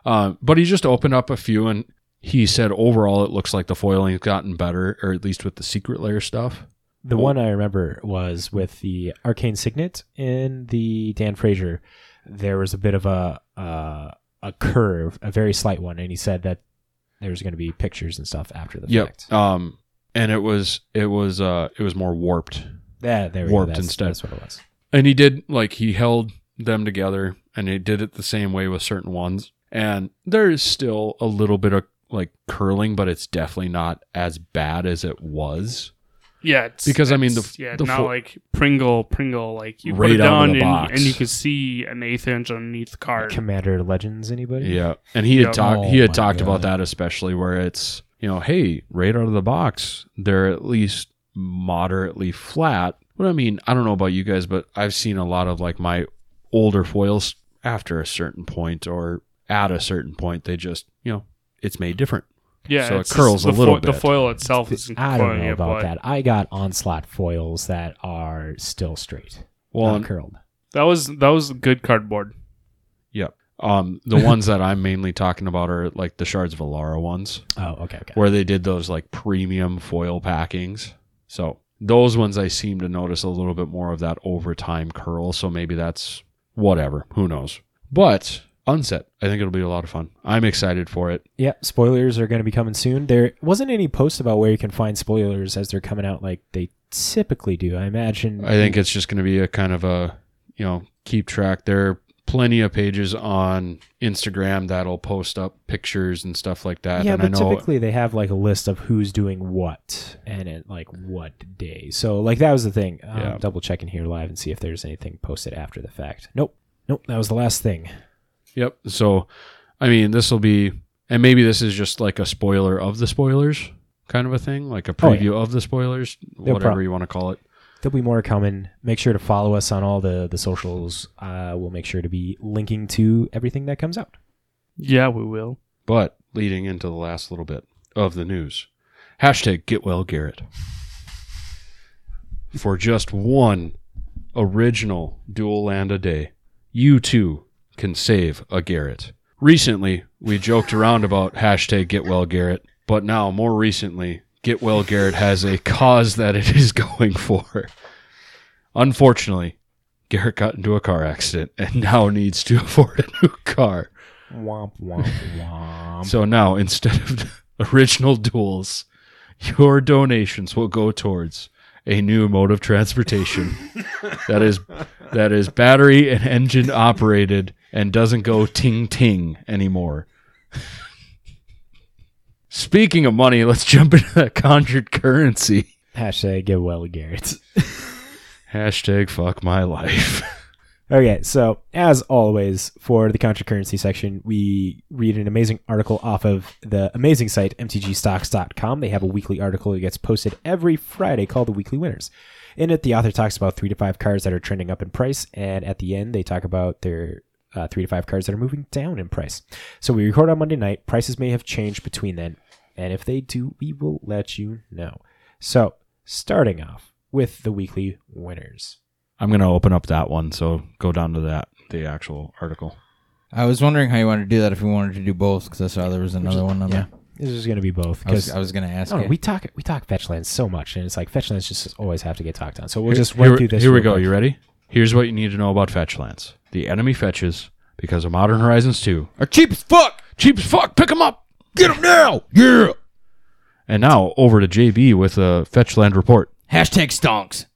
Speaker 1: um, but he just opened up a few, and he said overall it looks like the foiling's gotten better, or at least with the secret layer stuff.
Speaker 4: the
Speaker 1: Well-
Speaker 4: one i remember was with the arcane signet in the dan fraser there was a bit of a uh, a curve a very slight one and he said that there's going to be pictures and stuff after the fact
Speaker 1: Um, and it was it was uh it was more warped.
Speaker 4: yeah there we
Speaker 1: warped
Speaker 4: go that's,
Speaker 1: instead.
Speaker 4: that's what it was
Speaker 1: And he did like he held them together and he did it the same way with certain ones. And there is still a little bit of like curling, but it's definitely not as bad as it was.
Speaker 5: Yeah, it's,
Speaker 1: Because, I mean, the-
Speaker 5: it's- yeah,
Speaker 1: the
Speaker 5: not
Speaker 1: fo-
Speaker 5: like Pringle, Pringle. Like you
Speaker 1: Right
Speaker 5: put it
Speaker 1: out of
Speaker 5: down
Speaker 1: the
Speaker 5: and,
Speaker 1: box.
Speaker 5: and you can see an eighth inch underneath the card.
Speaker 4: commander legends anybody
Speaker 1: Yeah. And he had
Speaker 5: Yeah.
Speaker 1: talked
Speaker 3: Oh
Speaker 1: he had
Speaker 3: my
Speaker 1: talked about
Speaker 3: God.
Speaker 1: that especially where it's, you know, hey, right out of the box, they're at least moderately flat. But I mean, I don't know about you guys, but I've seen a lot of like my older foils after a certain point or at a certain point, they just, you know, it's made different.
Speaker 5: yeah,
Speaker 1: so it
Speaker 5: it's just
Speaker 1: curls a
Speaker 5: the
Speaker 1: little
Speaker 5: The
Speaker 1: bit.
Speaker 5: foil itself is
Speaker 4: I don't know about
Speaker 5: but
Speaker 4: that. I got onslaught foils that are still straight,
Speaker 1: Well,
Speaker 4: not curled.
Speaker 5: That was that was good cardboard.
Speaker 1: Yep. Um, the ones that I'm mainly talking about are like the Shards of Alara ones,
Speaker 4: Oh, okay, okay.
Speaker 1: where they did those like premium foil packings. So those ones I seem to notice a little bit more of that over time curl. So maybe that's whatever. Who knows? But Unset, I think it'll be a lot of fun. I'm excited for it.
Speaker 4: Yeah, spoilers are going to be coming soon. There wasn't any post about where you can find spoilers as they're coming out, like they typically do. I imagine.
Speaker 1: I think it's just going to be a kind of a, you know, keep track. There are plenty of pages on Instagram that'll post up pictures and stuff like that.
Speaker 4: yeah,
Speaker 1: and I
Speaker 4: but
Speaker 1: know
Speaker 4: typically they have like a list of who's doing what and at like what day. So like that was the thing. Um,
Speaker 1: Yeah.
Speaker 4: Double checking here live and see if there's anything posted after the fact. Nope, nope. That was the last thing.
Speaker 1: Yep. So, I mean, this will be, and maybe this is just like a spoiler of the spoilers kind of a thing, like a
Speaker 4: Oh, yeah.
Speaker 1: preview of the spoilers,
Speaker 4: No
Speaker 1: whatever
Speaker 4: prob-
Speaker 1: you want to call it.
Speaker 4: There'll be more coming. Make sure to follow us on all the the socials. Uh, we'll make sure to be linking to everything that comes out.
Speaker 5: Yeah, we will.
Speaker 1: But leading into the last little bit of the news hashtag get well, Garrett. For just one original dual land a day, you too can save a Garrett. Recently, we joked around about hashtag get well, Garrett, but now more recently, get well, Garrett has a cause that it is <laughs> going for. Unfortunately, Garrett got into a car accident and now needs to <laughs> afford a new car.
Speaker 4: Womp womp womp.
Speaker 1: Um, So now, <laughs> instead of the original duels, your donations will go towards a new mode of transportation that is that is battery and engine operated and doesn't go ting ting anymore. <laughs> Speaking of money, let's jump into that conjured currency.
Speaker 4: <laughs> Hashtag get well, Garrett.
Speaker 1: Hashtag fuck my life. <laughs>
Speaker 4: Okay, so as always, for the contra currency section, we read an amazing article off of the amazing site, mtgstocks.com. They have a weekly article that gets posted every Friday called The Weekly Winners. In it, the author talks about three to five cards that are trending up in price, and at the end, they talk about their uh, three to five cards that are moving down in price. So we record on Monday night. Prices may have changed between then, and if they do, we will let you know. So, starting off with the weekly winners.
Speaker 1: I'm gonna open up that one, so go down to that the actual article.
Speaker 3: I was wondering how you wanted to do that if we wanted to do both because I saw there was another one on
Speaker 4: yeah.
Speaker 3: there.
Speaker 4: This is going to be both
Speaker 3: I was,
Speaker 4: because
Speaker 3: I was gonna ask.
Speaker 4: No,
Speaker 3: you.
Speaker 4: we talk we talk fetchlands so much, and it's like fetchlands just always have to get talked on. So we'll just
Speaker 1: here,
Speaker 4: run through this.
Speaker 1: Here we
Speaker 4: real
Speaker 1: go.
Speaker 4: quick.
Speaker 1: You ready? Here's what you need to know about fetch lands. The enemy fetches because of Modern Horizons 2.
Speaker 3: are cheap as fuck.
Speaker 1: Cheap as fuck. Pick them up.
Speaker 3: Get them now. Yeah.
Speaker 1: And now over to JB with a fetch land report.
Speaker 3: Hashtag stonks.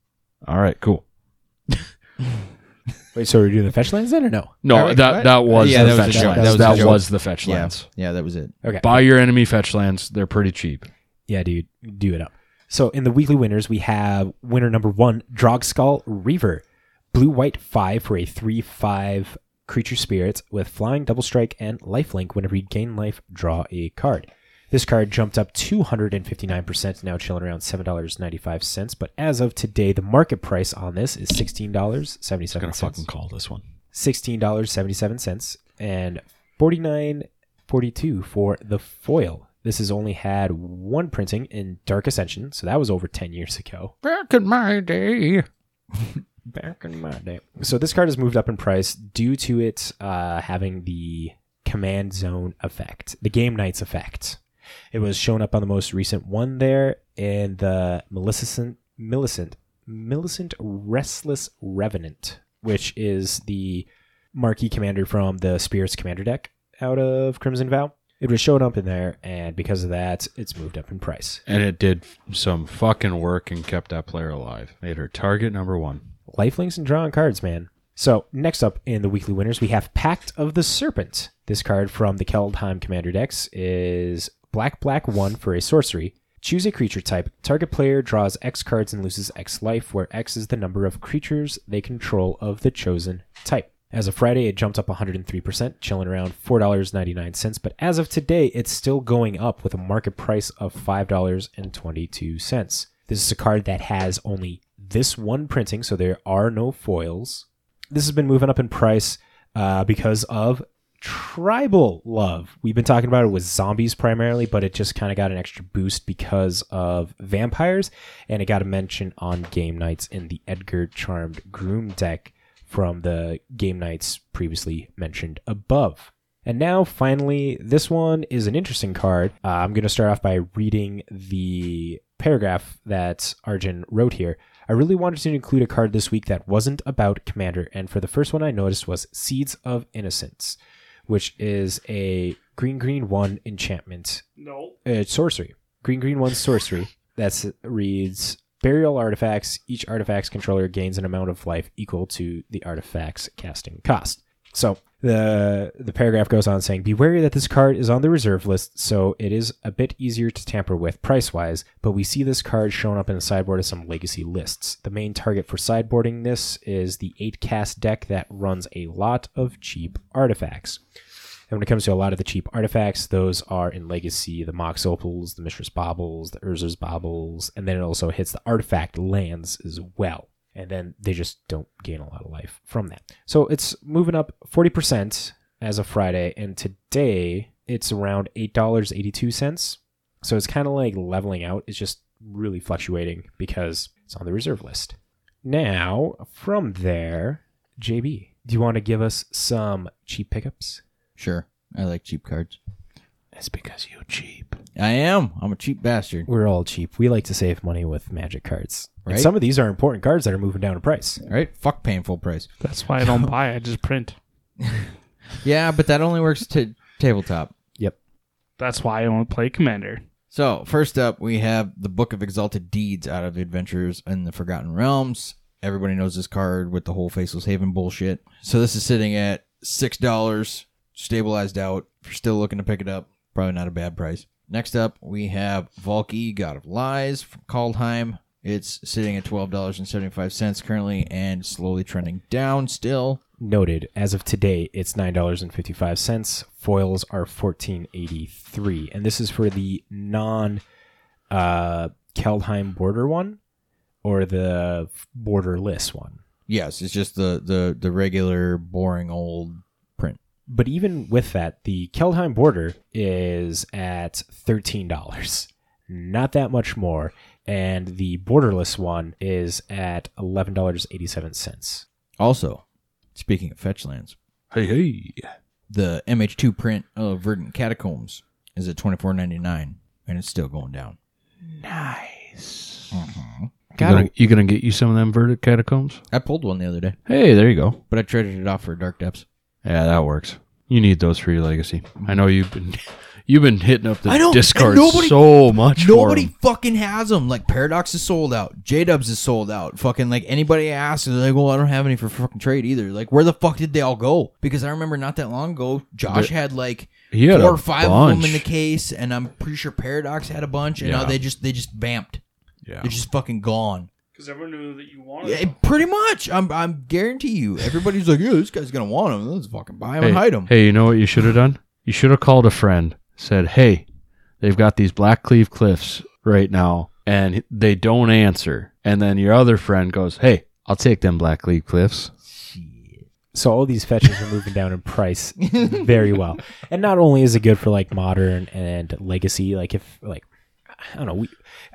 Speaker 1: All right, cool.
Speaker 4: Wait, so we're doing the fetchlands then, or no?
Speaker 1: No,
Speaker 3: All right,
Speaker 1: that
Speaker 3: what?
Speaker 1: that was
Speaker 3: Yeah,
Speaker 1: the
Speaker 3: that was
Speaker 1: fetch
Speaker 3: the joke.
Speaker 1: lands.
Speaker 3: That was
Speaker 1: That,
Speaker 3: the
Speaker 1: was,
Speaker 3: joke.
Speaker 1: the fetch
Speaker 3: Yeah.
Speaker 1: lands.
Speaker 3: Yeah, that was it.
Speaker 4: Okay,
Speaker 1: Buy your enemy fetch lands. They're pretty cheap.
Speaker 4: yeah, dude, do it up. So in the weekly winners, we have winner number one, Drogskull Reaver, blue white five for a three five creature spirit with flying, double strike, and lifelink. Whenever you gain life, draw a card. This card jumped up 259%, now chilling around $7.95. But as of today, the market price on this is $16.77.
Speaker 1: I'm gonna fucking call this one.
Speaker 4: sixteen dollars seventy seven cents and forty nine forty two for the foil. This has only had one printing in Dark Ascension, so that was over ten years ago.
Speaker 7: Back in my day.
Speaker 4: Back in my day. So this card has moved up in price due to it uh, having the command zone effect, the game night's effect. It was shown up on the most recent one there in the Millicent Millicent Millicent Restless Revenant, which is the marquee commander from the Spirits Commander deck out of Crimson Vow. It was shown up in there, and because of that, it's moved up in price.
Speaker 1: And it did some fucking work and kept that player alive. Made her target number one.
Speaker 4: lifelinks and drawing cards, man. So next up in the weekly winners, we have Pact of the Serpent. This card from the Keldheim Commander decks is black black one for a sorcery. Choose a creature type. Target player draws X cards and loses X life, where X is the number of creatures they control of the chosen type. As of Friday, it jumped up 103%, chilling around $4.99, but as of today, it's still going up with a market price of $5.22. This is a card that has only this one printing, so there are no foils. This has been moving up in price uh, because of tribal love. We've been talking about it with zombies primarily, but it just kind of got an extra boost because of vampires, and it got a mention on game nights in the Edgar Charmed Groom deck from the game nights previously mentioned above. And now, finally, this one is an interesting card. Uh, I'm going to start off by reading the paragraph that Arjun wrote here. I really wanted to include a card this week that wasn't about Commander, and for the first one I noticed was Seeds of Innocence, which is a green green one enchantment
Speaker 5: No.
Speaker 4: uh, sorcery. Green green one sorcery. That's reads burial artifacts. Each artifact's controller gains an amount of life equal to the artifact's casting cost. So the the paragraph goes on saying, "Be wary that this card is on the reserve list, so it is a bit easier to tamper with price wise. But we see this card shown up in the sideboard of some legacy lists. The main target for sideboarding this is the eight cast deck that runs a lot of cheap artifacts." And when it comes to a lot of the cheap artifacts, those are in Legacy, the Mox Opals, the Mistress Bobbles, the Urzer's Bobbles, and then it also hits the artifact lands as well. And then they just don't gain a lot of life from that. So it's moving up 40% as of Friday, and today it's around $8.82. So it's kind of like leveling out. It's just really fluctuating because it's on the reserve list. Now, from there, JB, do you want to give us some cheap pickups?
Speaker 3: Sure. I like cheap cards.
Speaker 4: It's because you cheap.
Speaker 3: I am. I'm a cheap bastard.
Speaker 4: We're all cheap. We like to save money with magic cards. And
Speaker 3: Right?
Speaker 4: some of these are important cards that are moving down in price.
Speaker 3: Right? Fuck paying full price.
Speaker 5: That's why I <laughs> don't buy. I just print.
Speaker 3: Yeah, but that only works to tabletop.
Speaker 5: That's why I don't play Commander.
Speaker 3: So, first up, we have the Book of Exalted Deeds out of Adventures in the Forgotten Realms. Everybody knows this card with the whole Faceless Haven bullshit. So, this is sitting at $6, stabilized out. If you're still looking to pick it up, probably not a bad price. Next up, we have Valky, God of Lies from Kaldheim. It's sitting at $12.75 currently and slowly trending down still.
Speaker 4: Noted, as of today, it's nine dollars and fifty-five cents. Foils are fourteen eighty-three, and this is for the non uh, Keldheim border one or the borderless one.
Speaker 3: Yes, it's just the, the, the regular, boring old print.
Speaker 4: But even with that, the Keldheim border is at $13. Not that much more. And the borderless one is at $11.87.
Speaker 3: Also, speaking of fetch lands,
Speaker 1: Hey, hey.
Speaker 3: the MH2 print of Verdant Catacombs is at twenty four ninety nine, and it's still going down. Nice.
Speaker 1: You gonna, you gonna get you some of them verdict catacombs?
Speaker 3: I pulled one the other day,
Speaker 1: Hey, there you go.
Speaker 3: but I traded it off for Dark Depths.
Speaker 1: Yeah, that works. You need those for your legacy. I know you've been <laughs> you've been hitting up the
Speaker 3: I know, and
Speaker 1: discard
Speaker 3: nobody-
Speaker 1: so much. for
Speaker 3: Nobody
Speaker 1: 'em.
Speaker 3: fucking has them. Like Paradox is sold out. J Dubs is sold out. Fucking like anybody I ask, they're like, "Well, I don't have any for fucking trade either." Like, where the fuck did they all go? Because I remember not that long ago, Josh had like
Speaker 1: He had
Speaker 3: four
Speaker 1: a
Speaker 3: or five of them in the
Speaker 1: bunch.
Speaker 3: case, and I'm pretty sure Paradox had a bunch, and now
Speaker 1: Yeah.
Speaker 3: they just they just vamped.
Speaker 1: Yeah.
Speaker 3: They're just fucking gone.
Speaker 5: Because everyone knew that you
Speaker 1: Oh,
Speaker 5: wanted.
Speaker 3: Yeah, pretty much. I'm I'm guarantee you. Everybody's like, yeah, this guy's gonna want him. Let's fucking buy him
Speaker 1: hey,
Speaker 3: and hide him.
Speaker 1: Hey, you know what you should have done? You should have called a friend, said, "Hey, they've got these Black Cleave Cliffs right now, and they don't answer." And then your other friend goes, "Hey, I'll take them Black Cleave Cliffs."
Speaker 4: So all these fetches are moving down in price very well. And not only is it good for like modern and legacy, like if like I don't know, we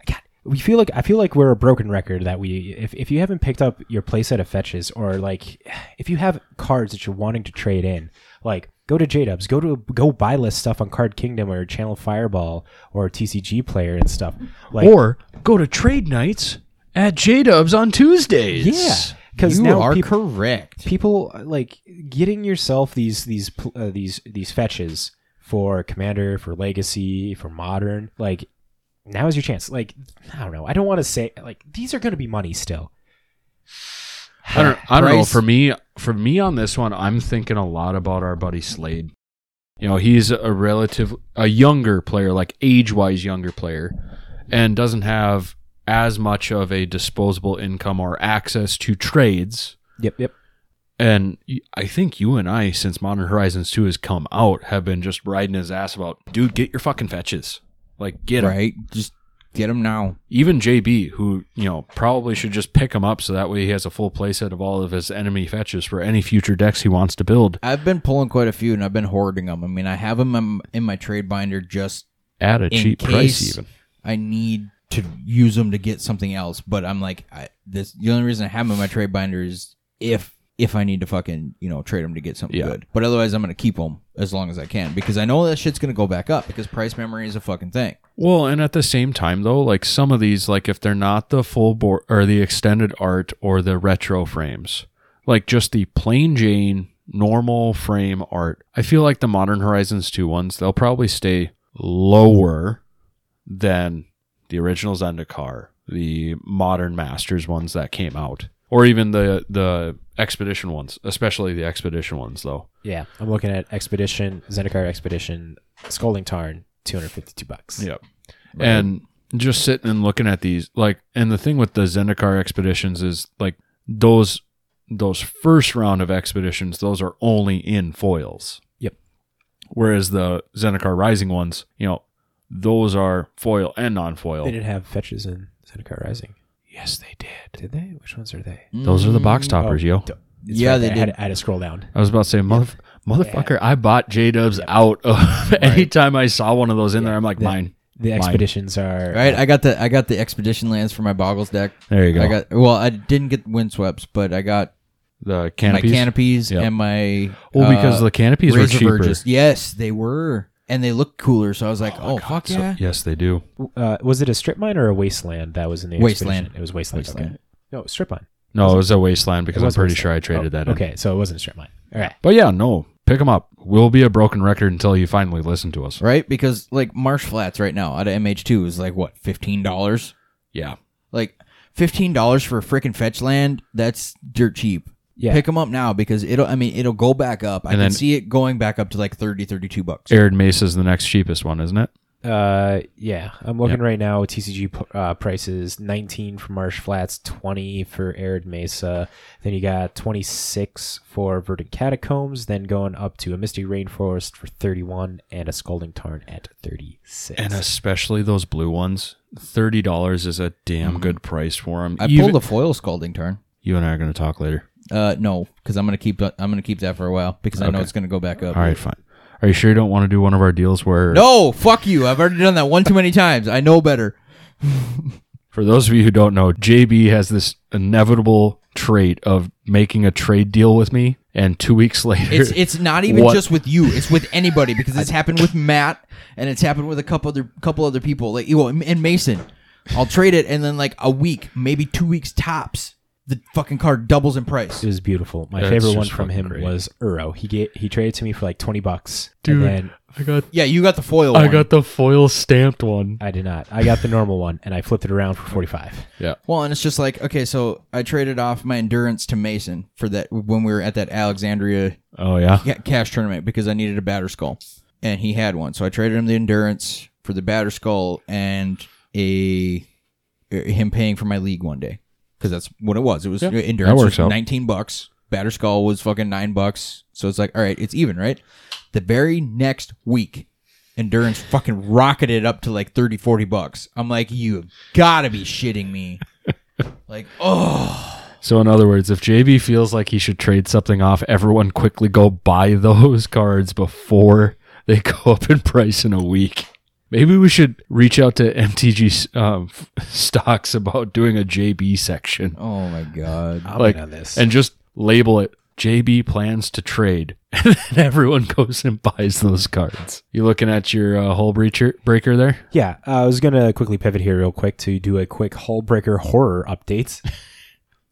Speaker 4: God, we feel like I feel like we're a broken record that we if, if you haven't picked up your playset of fetches or like if you have cards that you're wanting to trade in, like go to J Dubs, go to go buy list stuff on Card Kingdom or Channel Fireball or TCG player and stuff. Like
Speaker 1: or go to trade nights at J Dubs on Tuesdays.
Speaker 4: yeah, because
Speaker 3: you
Speaker 4: now
Speaker 3: are
Speaker 4: people,
Speaker 3: correct.
Speaker 4: people uh, like getting yourself these these pl- uh, these these fetches for commander for legacy for modern like now is your chance like i don't know i don't want to say like these are going to be money still
Speaker 1: I don't, I don't know.
Speaker 3: Price-
Speaker 1: For me, for me on this one, I'm thinking a lot about our buddy Slade. You know, he's a relative, a younger player, like age-wise younger player, and doesn't have as much of a disposable income or access to trades.
Speaker 4: yep yep
Speaker 1: And y- I think you and I, since Modern Horizons 2 has come out, have been just riding his ass about, dude, get your fucking fetches. Like, get 'em."
Speaker 3: Right? Just get him now.
Speaker 1: Even JB, who, you know, probably should just pick him up so that way he has a full playset of all of his enemy fetches for any future decks he wants to build.
Speaker 3: I've been pulling quite a few, and I've been hoarding them. I mean, I have them in, in my trade binder just
Speaker 1: At a
Speaker 3: in
Speaker 1: cheap
Speaker 3: case
Speaker 1: price, even.
Speaker 3: I need to use them to get something else. But I'm like, I, this the only reason I have them in my trade binder is if if I need to fucking you know trade them to get something
Speaker 1: Yeah.
Speaker 3: good. But otherwise, I'm gonna keep them as long as I can because I know that shit's gonna go back up because price memory is a fucking thing.
Speaker 1: Well, and at the same time though, like some of these, like if they're not the full board or the extended art or the retro frames, like just the plain Jane normal frame art, I feel like the Modern Horizons 2 ones, they'll probably stay lower than the originals on the car, the modern masters ones that came out. Or even the the expedition ones, especially the expedition ones though.
Speaker 4: Yeah, I'm looking at Expedition Zendikar Expedition Scolding Tarn, 252 bucks.
Speaker 1: Yep. And just sitting and looking at these, like, and the thing with the Zendikar expeditions is like those those first round of expeditions, those are only in foils.
Speaker 4: Yep.
Speaker 1: Whereas the Zendikar Rising ones, you know, those are foil and
Speaker 4: They
Speaker 1: non-foil.
Speaker 4: didn't have fetches in Zendikar Rising.
Speaker 1: Yes, they did.
Speaker 4: Did they? Which ones are they?
Speaker 1: Those are the
Speaker 3: Mm,
Speaker 1: box toppers,
Speaker 4: Oh,
Speaker 1: yo.
Speaker 4: d- it's
Speaker 3: Yeah,
Speaker 4: right
Speaker 3: they
Speaker 4: there. I had,
Speaker 3: did.
Speaker 4: I had to scroll down.
Speaker 1: I was about to say, motherf motherfucker, I bought J Dubs out of <laughs> anytime I saw one of those in there. I'm like,
Speaker 4: The-
Speaker 1: mine.
Speaker 4: The expeditions are
Speaker 3: All right, I got the I got the expedition lands for my boggles deck.
Speaker 1: There you go.
Speaker 3: I got well, I didn't get windsweeps, but I got
Speaker 1: the canopies.
Speaker 3: my canopies
Speaker 1: Yep.
Speaker 3: and my
Speaker 1: Well, because
Speaker 3: uh,
Speaker 1: the canopies were
Speaker 3: Razor
Speaker 1: cheaper.
Speaker 3: Verges. Yes, they were, and they looked cooler. So I was like, oh, fuck
Speaker 1: So-
Speaker 3: yeah.
Speaker 1: yes, they do.
Speaker 4: uh, was it a strip mine or a wasteland that was in the
Speaker 3: Wasteland.
Speaker 4: Expedition? It was wasteland.
Speaker 3: Wasteland.
Speaker 4: Okay. No, strip mine.
Speaker 1: No, it was a wasteland because
Speaker 4: It
Speaker 1: I'm
Speaker 4: was
Speaker 1: pretty
Speaker 4: wasteland.
Speaker 1: sure I traded
Speaker 4: Oh,
Speaker 1: that in.
Speaker 4: Okay, so it wasn't a strip mine. All right.
Speaker 1: But yeah, no, pick them up. We'll be a broken record until you finally listen to us.
Speaker 3: right? Because like Marsh Flats right now out of MH2 is like what fifteen dollars.
Speaker 1: Yeah.
Speaker 3: Like fifteen dollars for a freaking fetch land. That's dirt cheap.
Speaker 4: Yeah.
Speaker 3: Pick them up now because it'll. I mean, it'll go back up. I
Speaker 1: And
Speaker 3: can
Speaker 1: then-
Speaker 3: see it going back up to like 30, 32 bucks.
Speaker 1: Arid Mesa is the next cheapest one, isn't it?
Speaker 4: Uh, yeah, I'm looking
Speaker 1: Yep.
Speaker 4: right now. TCG p- uh, prices 19 for Marsh Flats, 20 for Arid Mesa. Then you got 26 for Verdant Catacombs. Then going up to a Misty Rainforest for 31 and a Scalding Tarn at 36.
Speaker 1: And especially those blue ones. Thirty dollars is a damn good price for them.
Speaker 3: I pulled a foil scalding turn.
Speaker 1: Mm-hmm. you and I are going to talk later.
Speaker 3: Uh, no, because I'm gonna keep. I'm gonna keep that for a while because I know
Speaker 1: Okay.
Speaker 3: it's gonna go back up.
Speaker 1: All right, fine. Are you sure you don't want to do one of our deals where?
Speaker 3: No, fuck you. I've already done that one too many times. I know better.
Speaker 1: For those of you who don't know, JB has this inevitable trait of making a trade deal with me, and two weeks <laughs> later,
Speaker 3: It's it's not even
Speaker 1: What?
Speaker 3: just with you. It's with anybody because it's happened with Matt and it's happened with a couple other couple other people like well, and Mason. I'll trade it and then like a week, maybe two weeks tops, the fucking card doubles in price.
Speaker 4: It was beautiful. My
Speaker 1: That's
Speaker 4: favorite
Speaker 1: just
Speaker 4: one from
Speaker 1: fucking
Speaker 4: him
Speaker 1: great.
Speaker 4: was Uro. He get, he traded to me for like 20 bucks.
Speaker 1: Dude.
Speaker 4: And then
Speaker 1: I got
Speaker 3: Yeah, you got the foil.
Speaker 1: I
Speaker 3: one.
Speaker 1: got the foil stamped one.
Speaker 4: I did not. I got the normal one and I flipped it around for 45.
Speaker 1: Yeah.
Speaker 3: well, and it's just like okay, so I traded off my endurance to Mason for that when we were at that Alexandria
Speaker 1: Oh yeah.
Speaker 3: ca- cash tournament because I needed a batter skull, and he had one. So I traded him the endurance for the batter skull and a uh, him paying for my league one day because that's what it was. It was endurance
Speaker 1: That works
Speaker 3: was
Speaker 1: out.
Speaker 3: nineteen bucks. Batter skull was fucking nine bucks. So it's like all right, it's even, right? The very next week. Endurance fucking rocketed up to like 30, 40 bucks. I'm like, you gotta be shitting
Speaker 1: <laughs>
Speaker 3: me. like, oh.
Speaker 1: So in other words, if JB feels like he should trade something off, everyone quickly go buy <laughs> those cards before they go <laughs> up in price in a week. Maybe we should reach out to MTG um, <laughs> stocks about doing a JB section,
Speaker 3: Oh my God.
Speaker 4: I'm
Speaker 1: Like,
Speaker 4: in on this.
Speaker 1: and just label it JB plans to trade, <laughs> and then everyone goes and buys those cards. You looking at your uh, hole breacher breaker there?
Speaker 4: Yeah, uh, I was gonna quickly pivot here real quick to do a quick Hullbreaker horror update <laughs>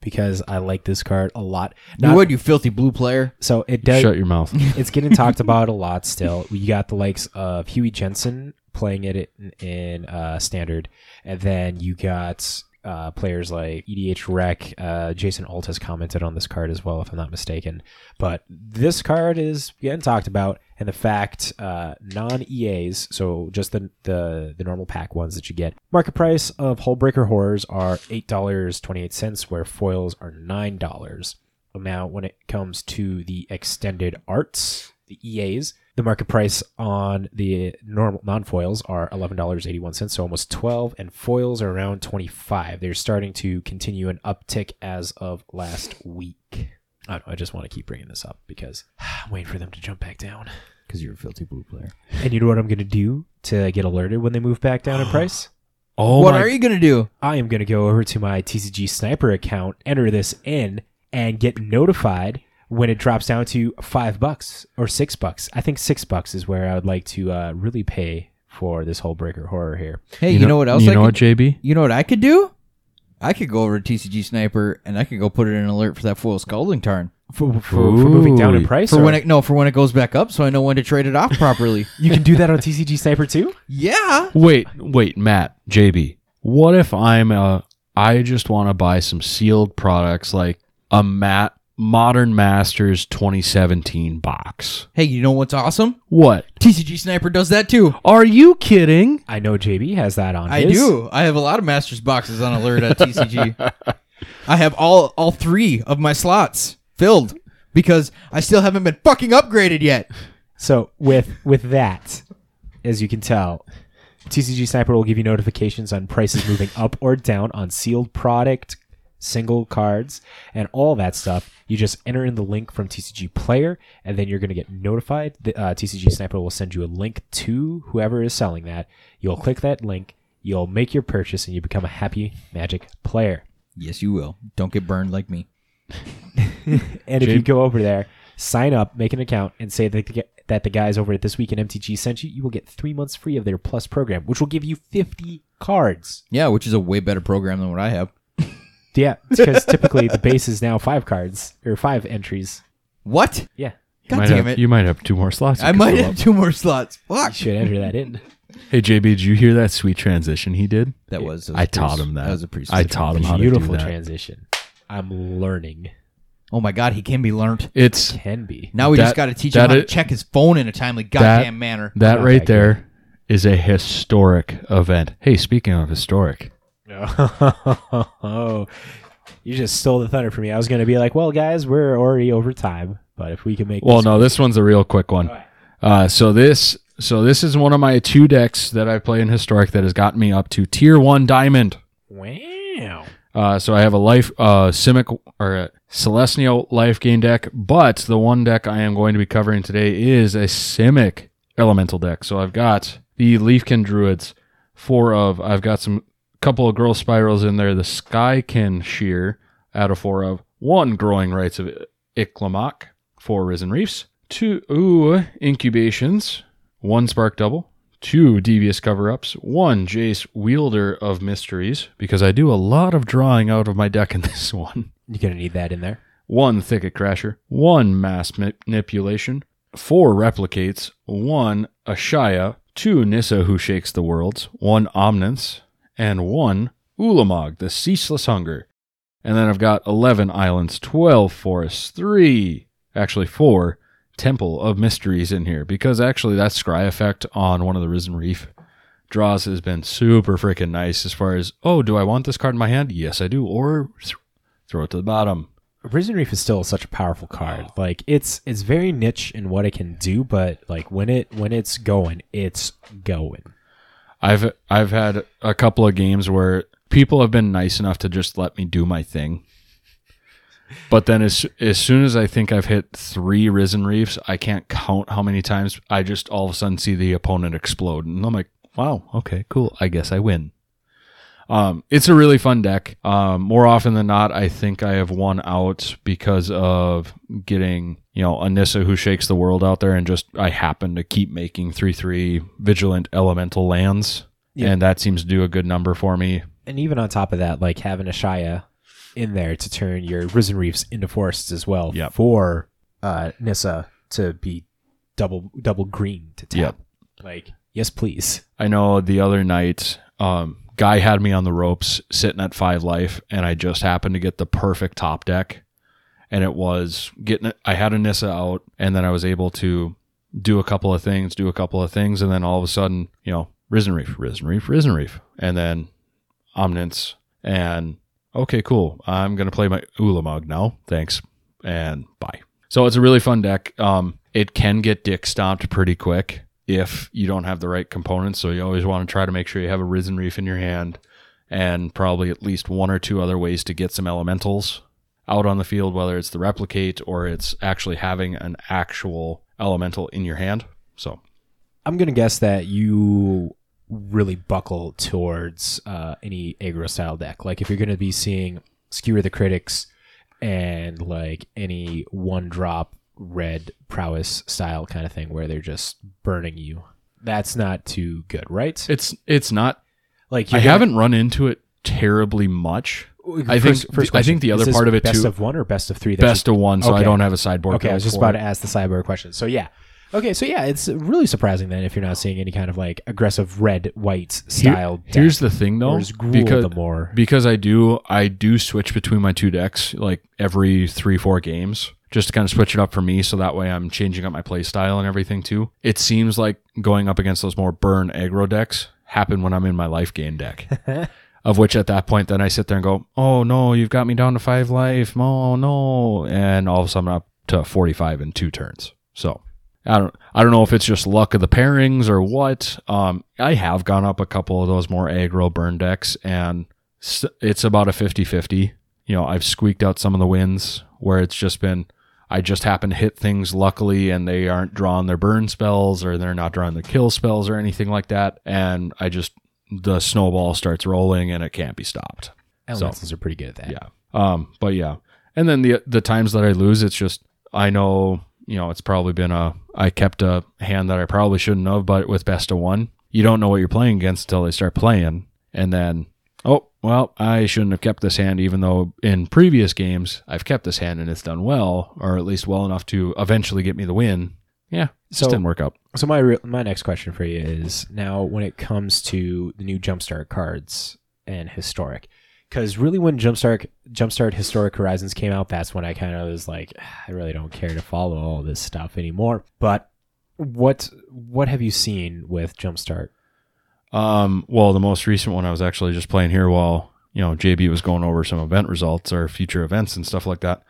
Speaker 4: because I like this card a lot.
Speaker 3: you
Speaker 4: Not-
Speaker 3: would, you filthy blue player.
Speaker 4: So it does.
Speaker 1: Shut your mouth.
Speaker 4: it's getting talked about a lot still. You got the likes of Huey Jensen playing it in, in uh, standard, and then you got uh, players like EDH Rec. Uh, Jason Alt has commented on this card as well, if I'm not mistaken. But this card is getting talked about, and the fact uh, non EAs, so just the, the the normal pack ones that you get, market price of Hullbreaker Horrors are eight dollars twenty eight cents, where foils are nine dollars. Now, when it comes to the extended arts, the EAs, the market price on the normal non-foils are eleven dollars eighty-one cents, so almost twelve, and foils are around twenty-five. They're starting to continue an uptick as of last week. I, don't know, I just want to keep bringing this up because <sighs> I'm waiting for them to jump back down.
Speaker 3: Because you're a filthy blue player.
Speaker 4: And you know what I'm going to do to get alerted when they move back down <gasps> in price?
Speaker 1: Oh
Speaker 3: what
Speaker 1: my
Speaker 3: are you gonna do?
Speaker 4: I am going to go over to my TCG Sniper account, enter this in, and get notified when it drops down to five bucks or six bucks. I think six bucks is where I would like to uh, really pay for this whole breaker horror here.
Speaker 3: Hey, you, know, what else?
Speaker 1: You
Speaker 3: I
Speaker 1: know
Speaker 3: could,
Speaker 1: what, JB?
Speaker 3: You know what I could do? I could go over to TCG Sniper and I could go put it in an alert for that foil scalding tarn
Speaker 4: For, for, for moving down in
Speaker 1: Ooh.
Speaker 4: price,
Speaker 3: for
Speaker 4: or-
Speaker 3: when it no for when it goes back up, so I know when to trade it off <laughs> properly.
Speaker 4: <laughs> you can do that on TCG Sniper too.
Speaker 3: yeah,
Speaker 1: Wait, wait, Matt, JB. What if I'm a? I just want to buy some sealed products like a Matt Modern Masters 2017 box.
Speaker 3: Hey, you know what's awesome?
Speaker 1: What?
Speaker 3: TCG Sniper does that too.
Speaker 1: Are you kidding?
Speaker 4: I know JB has that on.
Speaker 3: I
Speaker 4: his.
Speaker 3: do. I have a lot of Masters boxes on alert at <laughs> TCG. I have all all three of my slots filled because I still haven't been fucking upgraded yet.
Speaker 4: So with with that, as you can tell, TCG Sniper will give you notifications on prices moving up or down on sealed product, single cards, and all that stuff. You just enter in the link from TCG Player, and then you're going to get notified. The, uh, TCG Sniper will send you a link to whoever is selling that. You'll click that link. You'll make your purchase, and you become a happy Magic player.
Speaker 3: Yes, you will. Don't get burned like me.
Speaker 4: And if you go over there, sign up, make an account, and say that the, that the guys over at This Week in MTG sent you, you will get three months free of their Plus program, which will give you 50 cards.
Speaker 3: Yeah, which is a way better program than what I have.
Speaker 4: <laughs> Yeah, because typically the base is now five cards or five entries.
Speaker 3: What?
Speaker 4: Yeah,
Speaker 3: God
Speaker 1: might
Speaker 3: damn
Speaker 1: have,
Speaker 3: it!
Speaker 1: You might have two more slots. you
Speaker 3: I
Speaker 1: could
Speaker 3: might
Speaker 1: fill
Speaker 3: have
Speaker 1: up.
Speaker 3: two more slots.
Speaker 4: you
Speaker 3: Fuck.
Speaker 4: should enter that in.
Speaker 1: Hey JB, did you hear that sweet transition he did?
Speaker 3: That was.
Speaker 1: I taught him that.
Speaker 3: That was a pretty.
Speaker 1: I taught him <laughs> how to do
Speaker 4: Beautiful
Speaker 1: that.
Speaker 4: transition. I'm learning.
Speaker 3: Oh my god, he can be learned.
Speaker 1: It's
Speaker 4: Can be.
Speaker 1: <laughs>
Speaker 3: Now we
Speaker 1: That-
Speaker 3: just got to teach him
Speaker 1: that
Speaker 3: how to
Speaker 1: it-
Speaker 3: check his phone in a timely goddamn manner.
Speaker 1: that
Speaker 4: Not
Speaker 1: right
Speaker 4: that
Speaker 1: there is a historic event. Hey, speaking of historic,
Speaker 4: No. Oh, you just stole the thunder from me. I was going to be like, well, guys, we're already over time, but if we can make
Speaker 1: Well,
Speaker 4: this-
Speaker 1: no, this one's a real quick one. Uh, so this, so this is one of my two decks that I play in historic that has gotten me up to tier one diamond.
Speaker 4: Wow.
Speaker 1: Uh, so I have a life, uh, Simic or a Celestial life gain deck, but the one deck I am going to be covering today is a Simic elemental deck. So I've got the Leafkin Druids, four of. I've got some couple of growth spirals in there. The Skykin Shear out of four of one growing rights of Iklamok, four Risen Reefs, two ooh, incubations, one spark double, two devious cover ups, one Jace wielder of mysteries, because I do a lot of drawing out of my deck in <laughs> this one,
Speaker 4: You're going to need that in there.
Speaker 1: one thicket crasher, one mass manipulation, four replicates, one Ashaya, two Nissa who shakes the worlds, one Omnance, and one Ulamog, the ceaseless hunger. And then I've got 11 islands, 12 forests, 3, actually 4 Temple of Mysteries in here because actually that scry effect on one of the Risen Reef draws has been super freaking nice as far as, oh, do I want this card in my hand? Yes, I do. Or th- throw it to the bottom.
Speaker 4: Prison Reef is still such a powerful card. Like it's it's very niche in what it can do, but like when it when it's going, it's going.
Speaker 1: I've I've had a couple of games where people have been nice enough to just let me do my thing. But then as as soon as I think I've hit 3 risen reefs, I can't count how many times I just all of a sudden see the opponent explode and I'm like, "Wow, okay, cool. I guess I win." Um, it's a really fun deck. Um, more often than not, I think I have won out because of getting, you know, Anissa who shakes the world out there and just I happen to keep making 3 3 vigilant elemental lands.
Speaker 4: Yeah.
Speaker 1: And that seems to do a good number for me.
Speaker 4: And even on top of that, like having a Shia in there to turn your Risen Reefs into forests as well
Speaker 1: Yep.
Speaker 4: for uh Nissa to be double double green to tap. Like, yes please.
Speaker 1: I know the other night, um, guy had me on the ropes sitting at five life, and I just happened to get the perfect top deck. And it was getting, I had Anissa out, and then I was able to do a couple of things, do a couple of things, and then all of a sudden, you know, Risen Reef, Risen Reef, Risen Reef, and then Omnance, and okay, cool. I'm going to play my Ulamog now. Thanks, and bye. So it's a really fun deck. Um, it can get dick stomped pretty quick if you don't have the right components. So you always want to try to make sure you have a Risen Reef in your hand and probably at least one or two other ways to get some elementals out on the field, whether it's the replicate or it's actually having an actual elemental in your hand. So
Speaker 4: I'm gonna guess that you really buckle towards uh, any aggro style deck. Like if you're gonna be seeing Skewer the Critics, and like any one drop red prowess style kind of thing where they're just burning you. That's not too good, right?
Speaker 1: It's it's not.
Speaker 4: Like
Speaker 1: I
Speaker 4: you're gonna-
Speaker 1: haven't run into it terribly much. I think
Speaker 4: First-
Speaker 1: I
Speaker 4: first question.
Speaker 1: think the
Speaker 4: Is
Speaker 1: other
Speaker 4: this
Speaker 1: part of it
Speaker 4: best
Speaker 1: too.
Speaker 4: of one or best of three. that you-
Speaker 1: best of one, so I
Speaker 4: Okay.
Speaker 1: don't have a sideboard.
Speaker 4: Okay, I
Speaker 1: built
Speaker 4: was just
Speaker 1: for
Speaker 4: about
Speaker 1: it.
Speaker 4: to ask the cyborg question. So yeah. Okay, so yeah, it's really surprising then if you're not seeing any kind of like aggressive red white
Speaker 1: Here-
Speaker 4: style. deck.
Speaker 1: here's the thing, though,
Speaker 4: Whereas Gruul
Speaker 1: because
Speaker 4: the more-
Speaker 1: because I do I do switch between my two decks like every three four games just to kind of switch it up for me, so that way I'm changing up my play style and everything too. It seems like going up against those more burn aggro decks happen when I'm in my life gain
Speaker 4: <laughs>
Speaker 1: deck. Of which at that point, then I sit there and go, "Oh no, you've got me down to five life. Oh no!" And all of a sudden, I'm up to forty-five in two turns. So I don't I don't know if it's just luck of the pairings or what. Um, I have gone up a couple of those more aggro burn decks, and s- it's about a 50-50. You know, I've squeaked out some of the wins where it's just been I just happen to hit things luckily, and they aren't drawing their burn spells or they're not drawing their kill spells or anything like that, and I just the snowball starts rolling and it can't be stopped.
Speaker 4: elementals are pretty good at that.
Speaker 1: Yeah. Um, but yeah. And then the the times that I lose, it's just I know, you know, it's probably been a I kept a hand that I probably shouldn't have, but with best of one, you don't know what you're playing against until they start playing. And then oh, well, I shouldn't have kept this hand even though in previous games I've kept this hand and it's done well, or at least well enough to eventually get me the win. Yeah. Just
Speaker 4: So-
Speaker 1: didn't work out.
Speaker 4: So my re- my next question for you is now when it comes to the new Jumpstart cards and historic, because really when Jumpstart Jumpstart Historic Horizons came out, that's when I kind of was like, "Ah, I really don't care to follow all this stuff anymore. But what what have you seen with Jumpstart?
Speaker 1: Um, well, the most recent one I was actually just playing here while you know JB was going over some event results or future events and stuff like that.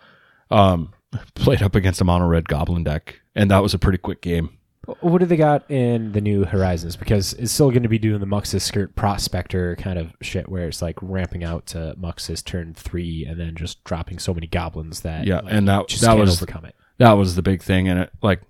Speaker 1: Um, <laughs> played up against a mono red goblin deck, and that was a pretty quick game.
Speaker 4: What have they got in the new Horizons? Because it's still going to be doing the Muxus Skirt Prospector kind of shit, where it's like ramping out to Muxus turn three and then just dropping so many goblins that
Speaker 1: Yeah,
Speaker 4: like,
Speaker 1: and that
Speaker 4: just
Speaker 1: that
Speaker 4: can't
Speaker 1: was
Speaker 4: overcome it.
Speaker 1: that was the big thing, and it like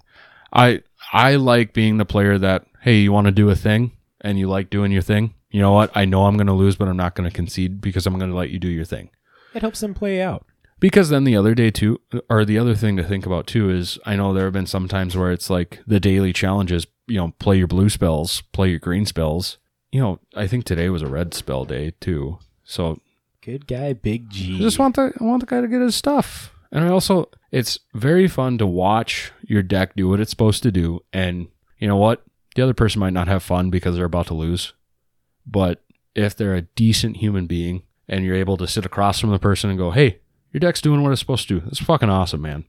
Speaker 1: I I like being the player that hey, you want to do a thing and you like doing your thing. You know what? I know I'm going to lose, but I'm not going to concede because I'm going to let you do your thing.
Speaker 4: It helps them play out.
Speaker 1: Because then the other day too, or the other thing to think about too is I know there have been some times where it's like the daily challenges, you know, play your blue spells, play your green spells. You know, I think today was a red spell day too. So
Speaker 4: Good guy, Big G.
Speaker 1: I just want the I want the guy to get his stuff. And I also it's very fun to watch your deck do what it's supposed to do. And you know what? The other person might not have fun because they're about to lose. But if they're a decent human being and you're able to sit across from the person and go, Hey, your deck's doing what it's supposed to do. It's fucking awesome, man.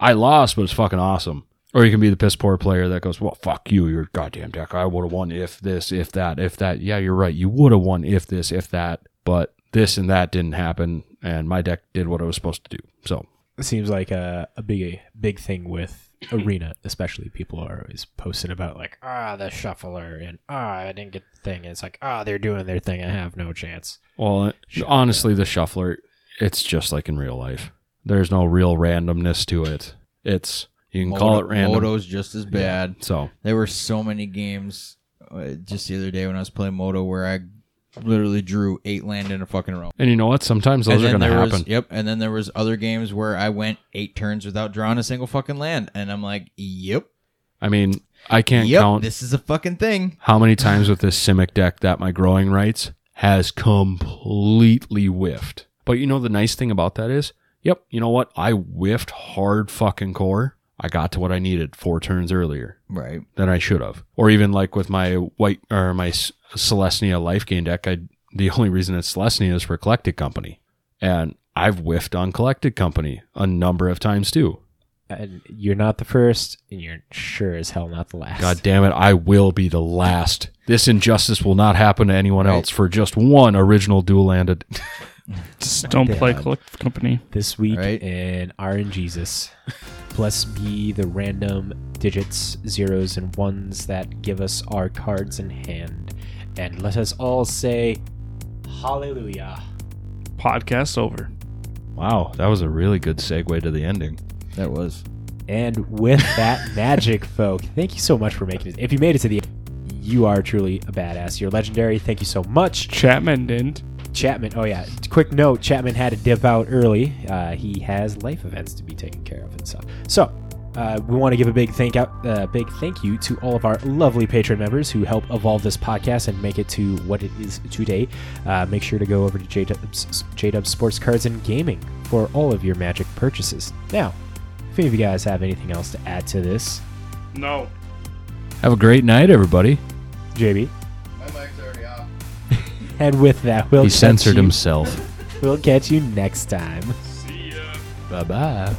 Speaker 1: I lost, but it's fucking awesome. Or you can be the piss poor player that goes, Well, fuck you, your goddamn deck. I would have won if this, if that, if that. Yeah, you're right. You would have won if this, if that, but this and that didn't happen, and my deck did what it was supposed to do. So
Speaker 4: seems like a, a big big thing with arena, especially. People are always posting about like, ah, the shuffler, and ah, I didn't get the thing. And it's like, ah, they're doing their thing. I have no chance.
Speaker 1: Well, honestly, the shuffler, it's just like in real life. There's no real randomness to it. It's you can call it random.
Speaker 3: Moto's just as bad.
Speaker 1: So
Speaker 3: There were so many games uh, just the other day when I was playing Moto where I literally drew eight land in a fucking row.
Speaker 1: and you know what? Sometimes those
Speaker 3: And
Speaker 1: are
Speaker 3: then
Speaker 1: going to
Speaker 3: there was-
Speaker 1: happen.
Speaker 3: yep. And then there was other games where I went eight turns without drawing a single fucking land, and I'm like, yep,
Speaker 1: I mean, I can't
Speaker 3: yep,
Speaker 1: count
Speaker 3: this is a fucking thing.
Speaker 1: how many times with this Simic deck that my growing rights has completely whiffed. But you know the nice thing about that is, yep, you know what? I whiffed hard fucking core. I got to what I needed four turns earlier.
Speaker 3: Right.
Speaker 1: than I should have. Or even like with my white or my S- Celestia life gain deck, I the <laughs> only reason it's Celestia is for Collected Company, and I've whiffed on Collected Company a number of times too.
Speaker 4: And you're not the first, and you're sure as hell not the last.
Speaker 1: God damn it, I will be the last. This injustice will not happen to anyone else for just one original dual landed.
Speaker 5: Just don't play
Speaker 4: God.
Speaker 5: Collective Company.
Speaker 4: this week
Speaker 3: Right.
Speaker 4: in R and Jesus. Blessed be the random digits, zeros, and ones that give us our cards in hand. And let us all say, Hallelujah.
Speaker 5: Podcast over.
Speaker 1: Wow, that was a really good segue to the ending.
Speaker 3: That was.
Speaker 4: And with that magic, folk, thank you so much for making it. If you made it to the end, you are truly a badass. You're legendary. Thank you so much.
Speaker 5: Chapman didn't.
Speaker 4: Chapman. Oh yeah. Quick note: Chapman had to dip out early. Uh, he has life events to be taken care of and stuff. So. Uh, we want to give a big thank out, uh, big thank you to all of our lovely patron members who help evolve this podcast and make it to what it is today. Uh, make sure to go over to J-Dub's, J-Dub's Sports Cards and Gaming for all of your magic purchases. Now, if any of you guys have anything else to add to this,
Speaker 5: No.
Speaker 1: Have a great night, everybody.
Speaker 4: JB,
Speaker 3: My mic's already off.
Speaker 4: <laughs> and with that, we'll
Speaker 1: He
Speaker 4: catch
Speaker 1: censored
Speaker 4: you-
Speaker 1: himself.
Speaker 4: We'll catch you next time.
Speaker 5: See ya.
Speaker 1: bye bye.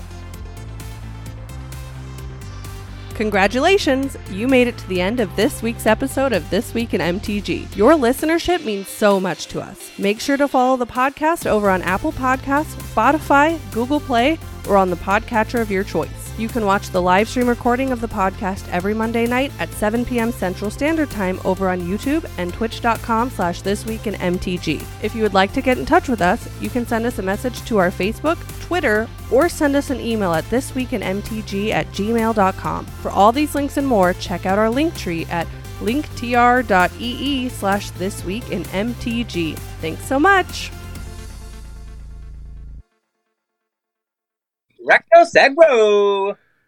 Speaker 6: Congratulations! You made it to the end of this week's episode of This Week in MTG. Your listenership means so much to us. Make sure to follow the podcast over on Apple Podcasts, Spotify, Google Play, or on the podcatcher of your choice. You can watch the live stream recording of the podcast every Monday night at 7 p.m. Central Standard Time over on YouTube and twitch.com slash This Week in MTG. If you would like to get in touch with us, you can send us a message to our Facebook, Twitter, or send us an email at thisweekinmtg at gmail.com. For all these links and more, check out our link tree at linktr.ee E slash thisweekinmtg. Thanks so much!
Speaker 2: Recto Segro.